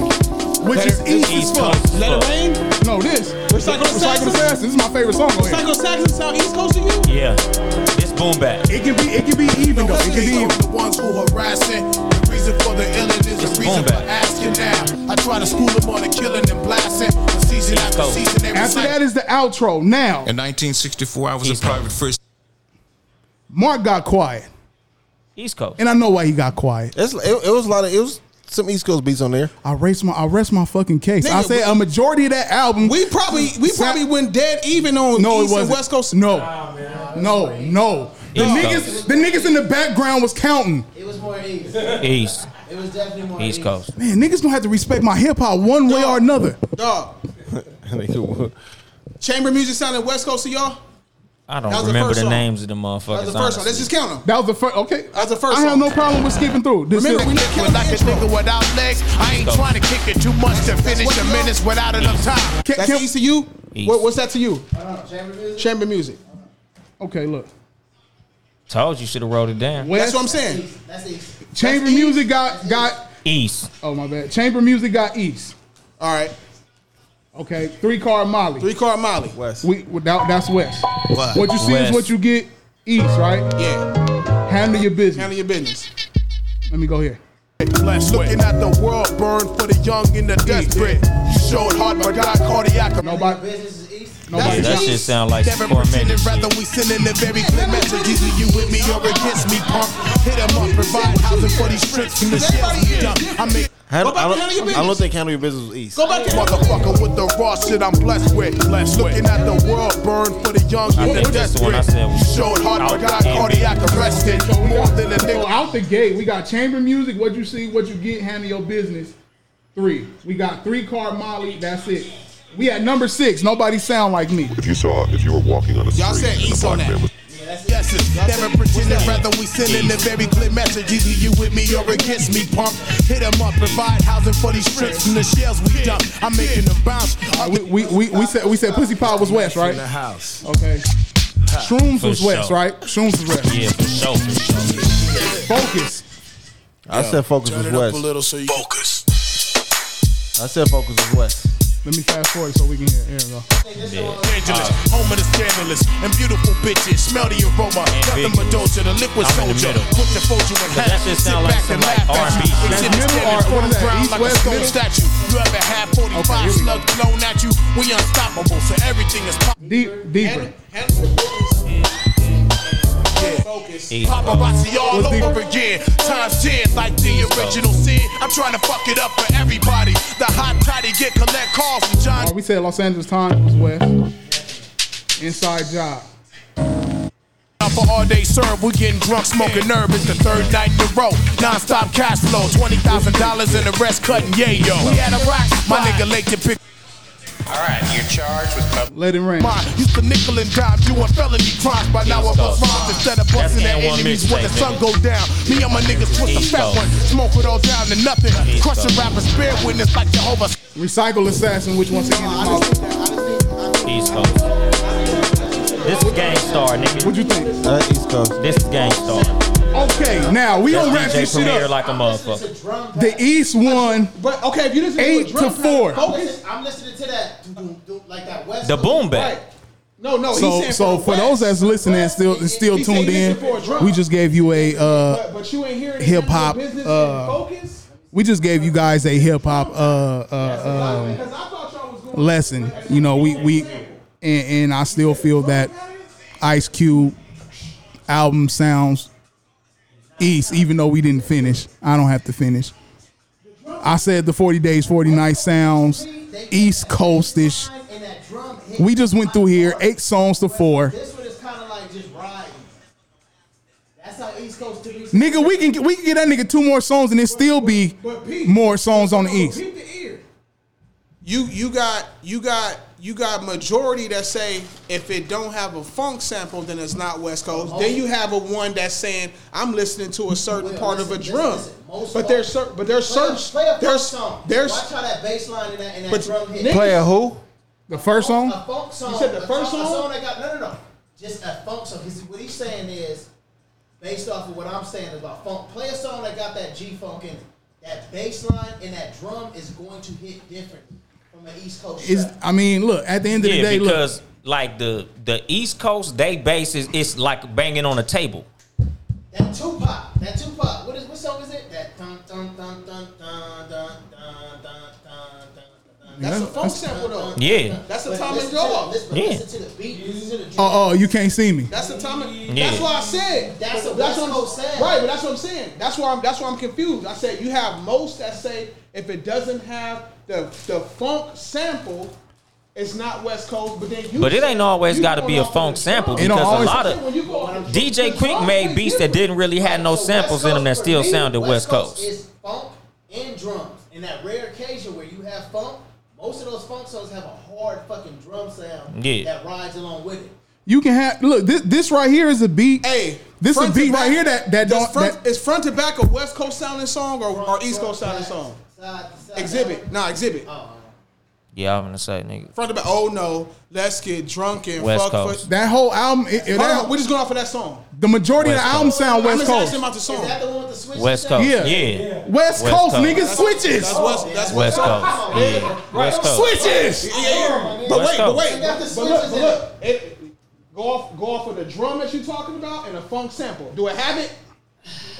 S7: Which is East,
S8: East
S7: as fuck.
S8: Coast as Let It fuck. Rain?
S7: No, this.
S21: Recycle the Saxon?
S7: Assassin. This is my favorite song on here.
S21: Psycho Saxon sound East Coast to you?
S8: Yeah, this boom back.
S7: It can be, it can be even though. It can be even.
S6: The ones who harassing, the reason for the illness is the reason for asking now. I try to school them on the killing and blasting. The season after season, they
S7: After
S6: recite
S7: that is the outro. Now,
S31: In 1964, I was a private first.
S7: Mark got quiet,
S31: [laughs]
S8: East Coast.
S7: and I know why he got quiet.
S9: It's, it, it was a lot of it was some East Coast beats on there.
S7: I rest my, I rest my fucking case. I
S21: Nigga,
S7: say
S21: we-
S7: a majority of that album.
S21: We probably we
S7: Sa-
S21: probably went dead even on
S7: no,
S21: East
S7: it
S21: and
S7: wasn't.
S21: West Coast.
S7: No, no, no. The
S8: East
S7: niggas, the niggas in the background was counting.
S23: It was more East.
S8: East,
S23: It was definitely more
S8: East
S23: East.
S8: Coast.
S7: Man, niggas gonna have to respect my hip hop one way or another.
S21: Dog. Chamber music sounded West Coast to y'all?
S8: I
S21: That
S8: don't
S21: was the
S8: remember
S21: first
S8: the
S21: song.
S8: names of the
S21: That
S8: motherfuckers.
S21: was the first one. Let's just count them.
S7: That was the first. Okay,
S21: That's the first
S7: I have
S21: song.
S7: no problem with skipping through. This
S21: Remember,
S7: is-
S21: we didn't kill
S6: But like a nigga without legs, I ain't trying to kick it too much to finish a minutes without enough time.
S21: That's East to you?
S8: East.
S21: What, what's that to you?
S23: Chamber music.
S21: Chamber music.
S7: okay, look.
S8: Told you should have wrote it down.
S21: That's what I'm saying.
S23: That's East.
S7: Chamber music got got.
S8: East.
S7: Oh my bad. Chamber music got East.
S21: All right.
S7: Okay, three card Molly.
S21: Three card Molly.
S9: West.
S7: We without that's West.
S21: What?
S7: What you see
S8: West.
S7: is what you get. East, right?
S21: Yeah.
S7: Handle your business.
S21: Handle your business.
S7: Let me go here.
S6: Blessed. Looking at the world burn for the young and the desperate. You showed hard, but got cardiac.
S7: Nobody.
S23: Business is East.
S7: Nobody.
S8: That shit sound like
S6: Never
S8: some Cormier
S6: pretended, rather
S8: shit.
S6: we sending the very clear message. Either you with me or against me, punk. Hit 'em up, provide housing for these strips from the shells we dump. I make
S9: Had-
S21: Go back to
S9: I,
S21: handle your
S9: don't, I don't
S21: business.
S9: think handle your business was East.
S21: Go back and
S6: motherfucker with the raw shit I'm blessed with. Blessed Looking at the world burn for the young
S8: I
S6: and the
S8: think that's the one I
S6: desperate.
S8: said was-
S6: Showed hard, but got
S8: Outstanding.
S6: cardiac arrested. More than a
S7: So
S6: nigga.
S7: out the gate, we got chamber music. What you see, what you get. Handle your business. Three. We got three card Molly. That's it. We at number six. Nobody sound like me.
S32: If you saw, if you were walking on a street,
S21: Y'all said
S32: and a
S21: East
S32: black
S21: on that.
S32: man was-
S6: Yes, it's never pretending, rather we sending the very clear message. Either you with me or against me, punk. Hit 'em up, provide housing for these strips from the shells we dump. I'm making them bounce.
S7: All right, Uh, we, we, we, we said we said pussy pop was West, right?
S6: house.
S7: Okay. Shrooms
S8: For
S7: was West,
S8: sure.
S7: right? Shrooms was West.
S8: Yeah, for sure. For sure.
S7: Focus.
S9: I said focus was West.
S6: so you focus.
S9: I said focus was West.
S7: Let me fast forward so we can hear. Here we go.
S6: Angeles, home of the scandalous and beautiful bitches. Smell the aroma, nothing but doja, the liquid
S8: I'm in the
S6: soldier.
S8: middle.
S6: Put the fojo in
S8: But that shit
S6: Sit
S8: sound like
S6: back
S8: some
S6: and
S8: like
S6: laugh at
S8: R&B
S6: you.
S8: shit.
S6: Exhibit standing firm ground like a stone statue. You ever had 45 slugs blown at you? We unstoppable, so everything is pop.
S7: Deep, deeper.
S6: Paparazzi all over again, times ten like the original sin. I'm trying to fuck it up for everybody. The hot toddy get collect calls from John.
S7: Alright, Oh, we said Los Angeles Times was West. Inside job.
S6: Out for all day serve, we getting drunk, smoking herb. It's the third night in a row. Non-stop cash flow, twenty thousand dollars and the rest cutting. Yeah, yo. We had a rock. My nigga late to pick.
S33: All right, you're charged with public.
S7: Let it rain.
S6: Mine used to nickel and dime, doing felony crimes. By now I bust rhymes instead of busting at
S33: and one
S6: enemies when the
S33: mixtape,
S6: sun
S33: nigga.
S6: go down. Me and my niggas twist the
S33: East
S6: fat
S33: Coast.
S6: one, smoke it all down to nothing.
S33: East
S6: Crushing
S33: Coast.
S6: rappers, bear witness like Jehovah.
S7: Recycle assassin, which once again is my-
S8: East Coast. This is Gangstar, nigga. What
S7: you think?
S8: Uh, East Coast. This is Gangstar.
S7: Okay, now we
S8: That's
S7: gonna wrap
S8: DJ
S7: this shit
S8: Premier
S7: up.
S8: like a motherfucker.
S7: The East won.
S23: But okay, if you listen
S7: Eight
S23: to
S7: to
S23: a drum
S7: four.
S23: pattern, focus. I'm listening to that, doo- doo- doo- like that West.
S7: The
S23: Coast.
S7: boom bap.
S23: Right. No, no. he's
S7: so
S23: saying
S7: so
S23: the
S7: for
S23: West.
S7: those that's listening and still and still
S23: He said
S7: tuned
S23: listen
S7: in,
S23: for a drum.
S7: we just gave you a uh,
S23: but you ain't hearing
S7: hip hop.
S23: business and
S7: Uh, we just gave you guys a hip hop uh, uh, uh, lesson. You know, we we and, and I still feel that Ice Cube album sounds East, even though we didn't finish. I don't have to finish. I said the 40 days, 40 nights sounds East Coastish. We just went through here, eight songs to four.
S23: This one is kind of like just riding. That's how East Coast to East.
S7: Nigga, we can we can get that nigga two more songs and it still be more songs on the East.
S9: You you got you got you got majority that say if it don't have a funk sample, then it's not West
S23: Oh,
S9: Coast. Then you have a one that's saying I'm listening to a certain part of a drum. but there's certain but there's
S23: Play
S9: certain
S23: a, play a funk
S9: there's
S23: song.
S9: there's
S23: Watch how that bass line and that, and that
S9: But
S23: drum hit.
S9: niggas- Play a
S7: who? The first song?
S23: A funk song.
S9: You said the
S23: A
S9: first
S23: song- A
S9: song?
S23: song that got, no, no, no. Just a funk song. 'Cause what he's saying is, based off of what I'm saying about funk, play a song that got that G funk in it. That bass line and that drum is going to hit different from an East Coast.
S7: Is I mean, look, at the end of
S8: yeah,
S7: the day, look.
S8: because like the the East Coast, they bases it's like banging on a table.
S23: That Tupac, that Tupac. What is what song is it? That dun dun dun dun dun dun dun dun dun dun. dun.
S7: Yeah,
S23: That's a funk
S7: that's-
S23: sample though.
S7: Yeah.
S9: That's a
S23: But
S9: Tom
S23: listen
S9: and
S23: to the-
S9: Dog.
S23: Listen, but listen to the beat. Listen to the drum.
S7: Oh, oh, you can't see me.
S9: That's the time.
S7: Yeah.
S9: That's why I said.
S23: That's
S9: but
S23: what West Coast said.
S9: Right, but that's what I'm saying. That's why I'm. That's why I'm confused. I said you have most that say if it doesn't have the the funk sample, it's not West Coast. But then you.
S8: But it ain't always got to be a funk sample
S9: It don't
S8: because a
S9: always-
S8: lot of DJ Quick made beats that didn't really have no samples in them that still sounded West Coast.
S23: It's funk and drums. In that rare occasion where you have funk, most of those funk songs have a hard fucking drum sound
S7: Yeah.
S23: that rides along with it.
S7: You can have look, this this right here is a beat. Hey, this is a
S9: front to
S7: beat right
S9: back-
S7: here that that
S9: does
S7: don't
S9: front,
S7: that,
S9: is front to back a West Coast sounding song or, or East Coast sounding song? Exhibit, nah, exhibit.
S8: Yeah, I'm gonna say, nigga.
S9: Front to back. Oh no, let's get drunk and
S8: West
S9: fuck.
S8: Coast.
S9: For,
S7: that whole album it- it-
S9: Hold
S7: that-
S9: on, we're just going off of that song.
S7: the majority
S9: West
S7: of the album
S9: Coast.
S7: sound West
S9: I'm just asking
S7: Coast.
S9: about the song.
S8: West Coast.
S7: Yeah.
S8: Yeah.
S7: West, Coast, niggas switches.
S9: That's West, that's
S8: West Coast. Yeah. West Coast.
S7: Switches.
S9: Yeah, yeah, yeah. But
S8: West
S9: wait, but
S8: Coast.
S9: wait,
S8: You
S9: but
S23: got the
S9: but look,
S23: switches
S9: but
S23: in
S9: look. It, go off, go off of the drum that you're talking about and a funk sample. Do it have it?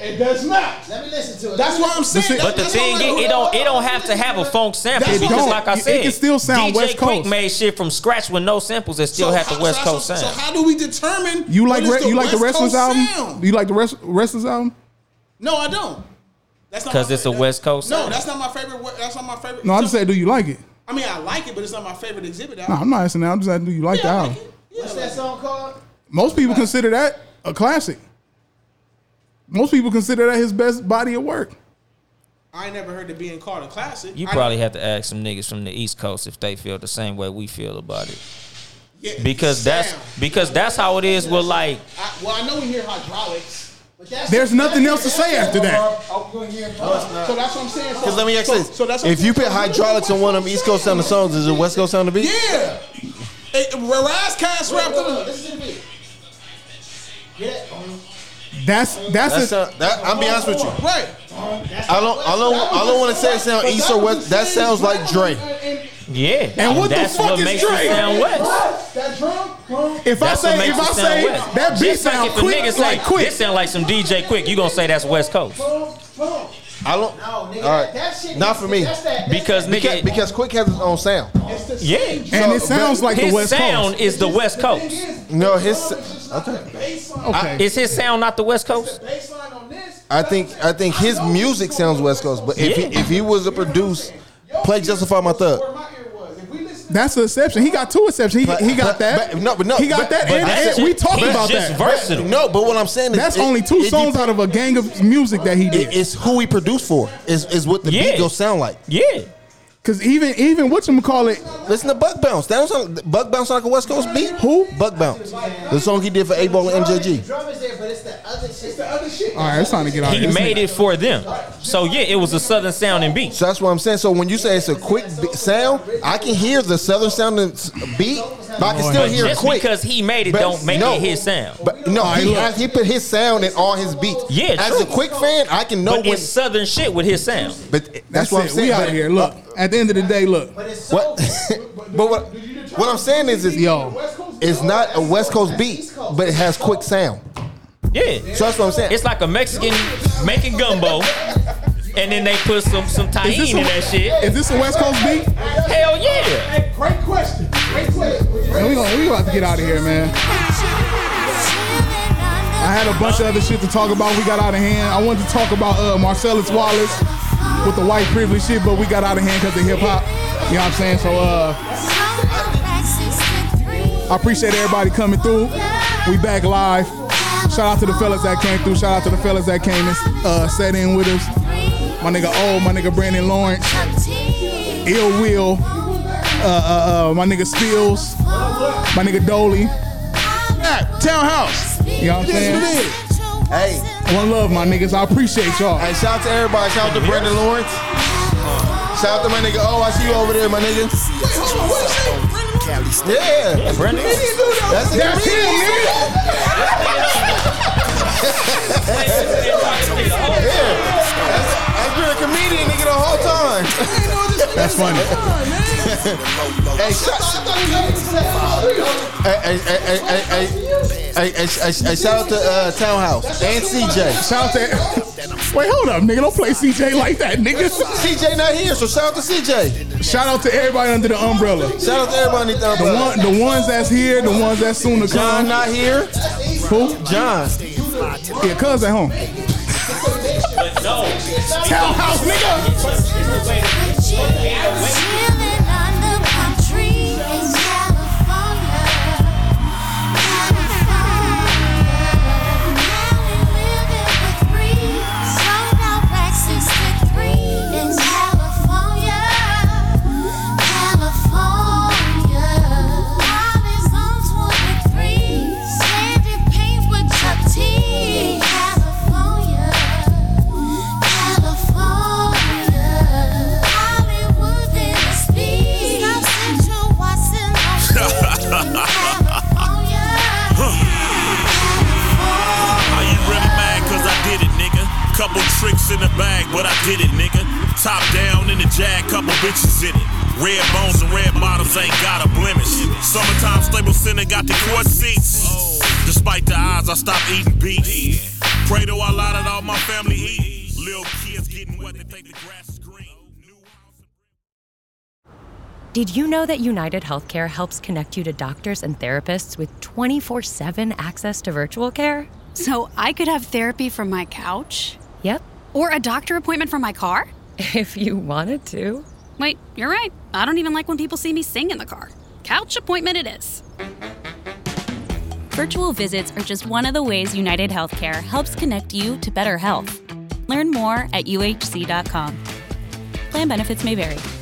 S9: It does not.
S23: Let me listen to it.
S9: That's what I'm saying. That's-
S8: But the
S9: that's
S8: thing
S9: all
S8: is,
S9: I know.
S8: it don't it don't have to have a funk sample
S9: That's
S8: because,
S9: what-
S8: like I
S9: it- it
S8: said,
S9: can still sound
S8: DJ
S9: West
S8: Quick
S9: Coast.
S8: made shit from scratch with no samples that still had the
S9: how-
S8: West
S9: so-
S8: Coast
S9: so,
S8: sound.
S9: So how do we determine?
S7: You
S9: what
S7: like
S9: is
S7: re- you like the
S9: West
S7: Wrestlers
S9: Coast
S7: album?
S9: sound?
S7: Do you like the rest Wrestlers album?
S9: No, I don't. That's not
S8: Because
S9: my
S8: it's a
S9: favorite-
S8: West Coast
S9: No,
S8: sound.
S9: that's not my favorite. wa- That's not my favorite.
S7: No, I just said, do you like it?
S9: I mean, I like it, but it's not my favorite exhibit.
S7: No, I'm not asking that. I'm just asking, do you like the album?
S23: What's that song called?
S7: Most people consider that a classic. Most people consider that his best body of work.
S9: I ain't never heard it being called a classic.
S8: You
S9: I-
S8: probably have to ask some niggas from the East Coast if they feel the same way we feel about it. because that's because that's how it is with like
S9: I, well, I know we hear hydraulics. But that's
S7: There's nothing else to say after that.
S9: Oh, So that's what I'm saying. So-
S34: Because let me ask
S9: so-
S34: this:
S9: So that's what
S34: if
S9: I'm
S34: you put
S9: saying.
S34: hydraulics on one of them East Coast sounding songs, is it West Coast sounding beat?
S9: Yeah. It, Rise Cast
S23: Wait,
S9: wrapped
S23: wait,
S9: up.
S23: wait, listen to the beat. Yeah.
S7: That's that's,
S34: That's
S7: a,
S34: a- that- I'm be honest with you.
S9: Right.
S34: I don't, I don't, I don't want to say it sound East or West. That sounds like Dre.
S8: Yeah.
S6: And what the
S8: That's
S6: fuck
S8: what
S6: is
S8: makes you
S6: Drake?
S8: sound West.
S23: What? That drum? Huh?
S6: If
S8: That's
S6: I
S8: what
S6: say,
S8: makes
S6: if
S8: you
S6: I
S8: sound
S6: say
S8: West.
S6: that beat
S8: Just like
S6: sound
S8: if a
S6: quick,
S8: nigga
S6: like,
S8: say,
S6: quick.
S8: This sound like some DJ Quick. You gonna say that's West Coast?
S9: I don't.
S23: No, nigga,
S9: all right,
S23: that shit
S9: not
S23: is-
S9: for me.
S23: that's that- that's
S8: Because that- nigga-
S9: because, because Quick has his own sound.
S23: It's the
S8: Yeah.
S23: same
S8: And
S9: So,
S8: it sounds
S9: but-
S8: like the his West sound Coast. is the West Coast.
S9: No, his.
S8: Okay. Is his sound not the West Coast?
S9: I think I think his music sounds West Coast, but if he, if he was a produce, play Justify My Thug.
S7: That's an exception. He got two exceptions. He, he got that.
S9: But, no, but no,
S7: he got
S9: but-
S7: that.
S9: but
S7: and,
S9: that's
S7: and
S9: it.
S7: we talked
S9: He's
S7: about
S9: just
S7: that.
S9: versatile. No, but what I'm saying is
S7: that's
S9: it-
S7: only two
S9: it
S7: songs out of a gang of music that he did.
S9: It's who he produced for. Is is what the
S7: Yeah.
S9: beat gonna sound like.
S8: Yeah.
S7: Cause even even what you call it?
S9: Listen to Buck Bounce. That was on, Buck Bounce sound like a West Coast beat. Who? Buck Bounce. The song he did for A Ball and
S23: The
S9: MJG.
S23: drum is there, but it's the other shit. It's the other shit.
S9: All right, it's time to get out of
S8: He
S9: this
S8: made
S9: nigga.
S8: it for them. So yeah, it was a Southern sound and beat.
S9: So that's what I'm saying. So when you say it's a quick b- sound, I can hear the southern sounding s- beat, but I can still
S8: But
S9: hear
S8: just
S9: quick.
S8: because he made it,
S9: But
S8: don't make
S9: no.
S8: it his sound.
S9: But no, he, has- he put his sound in all his beats.
S8: Yeah,
S9: as
S8: true.
S9: a quick fan, I can know
S8: but
S9: when.
S8: it's Southern shit with his sound.
S9: But that's,
S7: That's,
S9: what I'm
S7: it.
S9: saying.
S7: we out
S9: but- uh,
S7: here. Look, at the end of the day, look.
S9: What? [laughs] but what? What I'm saying is, is yo, it's not a West Coast beat, but it has quick sound.
S8: Yeah.
S9: So that's what I'm saying.
S8: It's like a Mexican making gumbo, and then they put some some
S7: Is this
S8: tahini
S7: a-
S8: in that shit.
S7: Is this a West Coast beat?
S8: Hell yeah.
S23: Hey, great question. Great question.
S7: Man, we gonna, we about to get out of here, man. I had a bunch of other shit to talk about. We got out of hand. I wanted to talk about uh, Marcellus Wallace with the white privilege shit, but we got out of hand because of hip hop. You know what I'm saying? So uh, I appreciate everybody coming through. We back live. Shout out to the fellas that came through. Shout out to the fellas that came and uh, sat in with us. My nigga O, my nigga Brandon Lawrence, Ill Will, uh, uh, uh, my nigga Spills, my nigga Dolly. townhouse. You know what I'm saying?
S9: Hey,
S7: One love, my niggas. I appreciate y'all.
S9: hey, shout out to everybody. Shout out to Brandon Lawrence. Shout out to my nigga. Oh, I see you over there, my nigga. Yeah,
S8: Brandon.
S9: That's,
S6: That's
S9: him, I've been a comedian, nigga, the whole time.
S7: That's funny.
S9: [laughs] hey, shout, hey, hey, hey, hey, hey, hey, hey, hey, hey, hey, shout out to uh, Townhouse and CJ.
S7: Shout out to. Wait, hold up, nigga. Don't play CJ like that, nigga.
S9: CJ not here, so shout out to CJ.
S7: Shout out to everybody under the umbrella.
S9: Shout out to everybody. in The
S7: The
S9: umbrella.
S7: one, the ones that's here, the ones that's soon to
S9: John
S7: come.
S9: not here.
S7: Who?
S9: John.
S7: Yeah, cuz at home. Townhouse, nigga.
S35: Are you really mad cause I did it, nigga? Couple tricks in the bag, but I did it, nigga. Top down in the jag, couple bitches in it. Red bones and red bottoms ain't got a blemish. Summertime stable center got the court seats. Despite the odds, I stopped eating beef. Pray to Allah that all my family eat. Little kids getting wet, they think the grass is green.
S17: Did you know that United Healthcare helps connect you to doctors and therapists with 24 7 access to virtual care?
S36: So I could have therapy from my couch?
S17: Yep,
S36: Or a doctor appointment from my car?
S17: [laughs] if you wanted to.
S36: Wait, you're right. I don't even like when people see me sing in the car. Couch appointment it is.
S18: Virtual visits are just one of the ways United Healthcare helps connect you to better health. Learn more at uhc.com. Plan benefits may vary.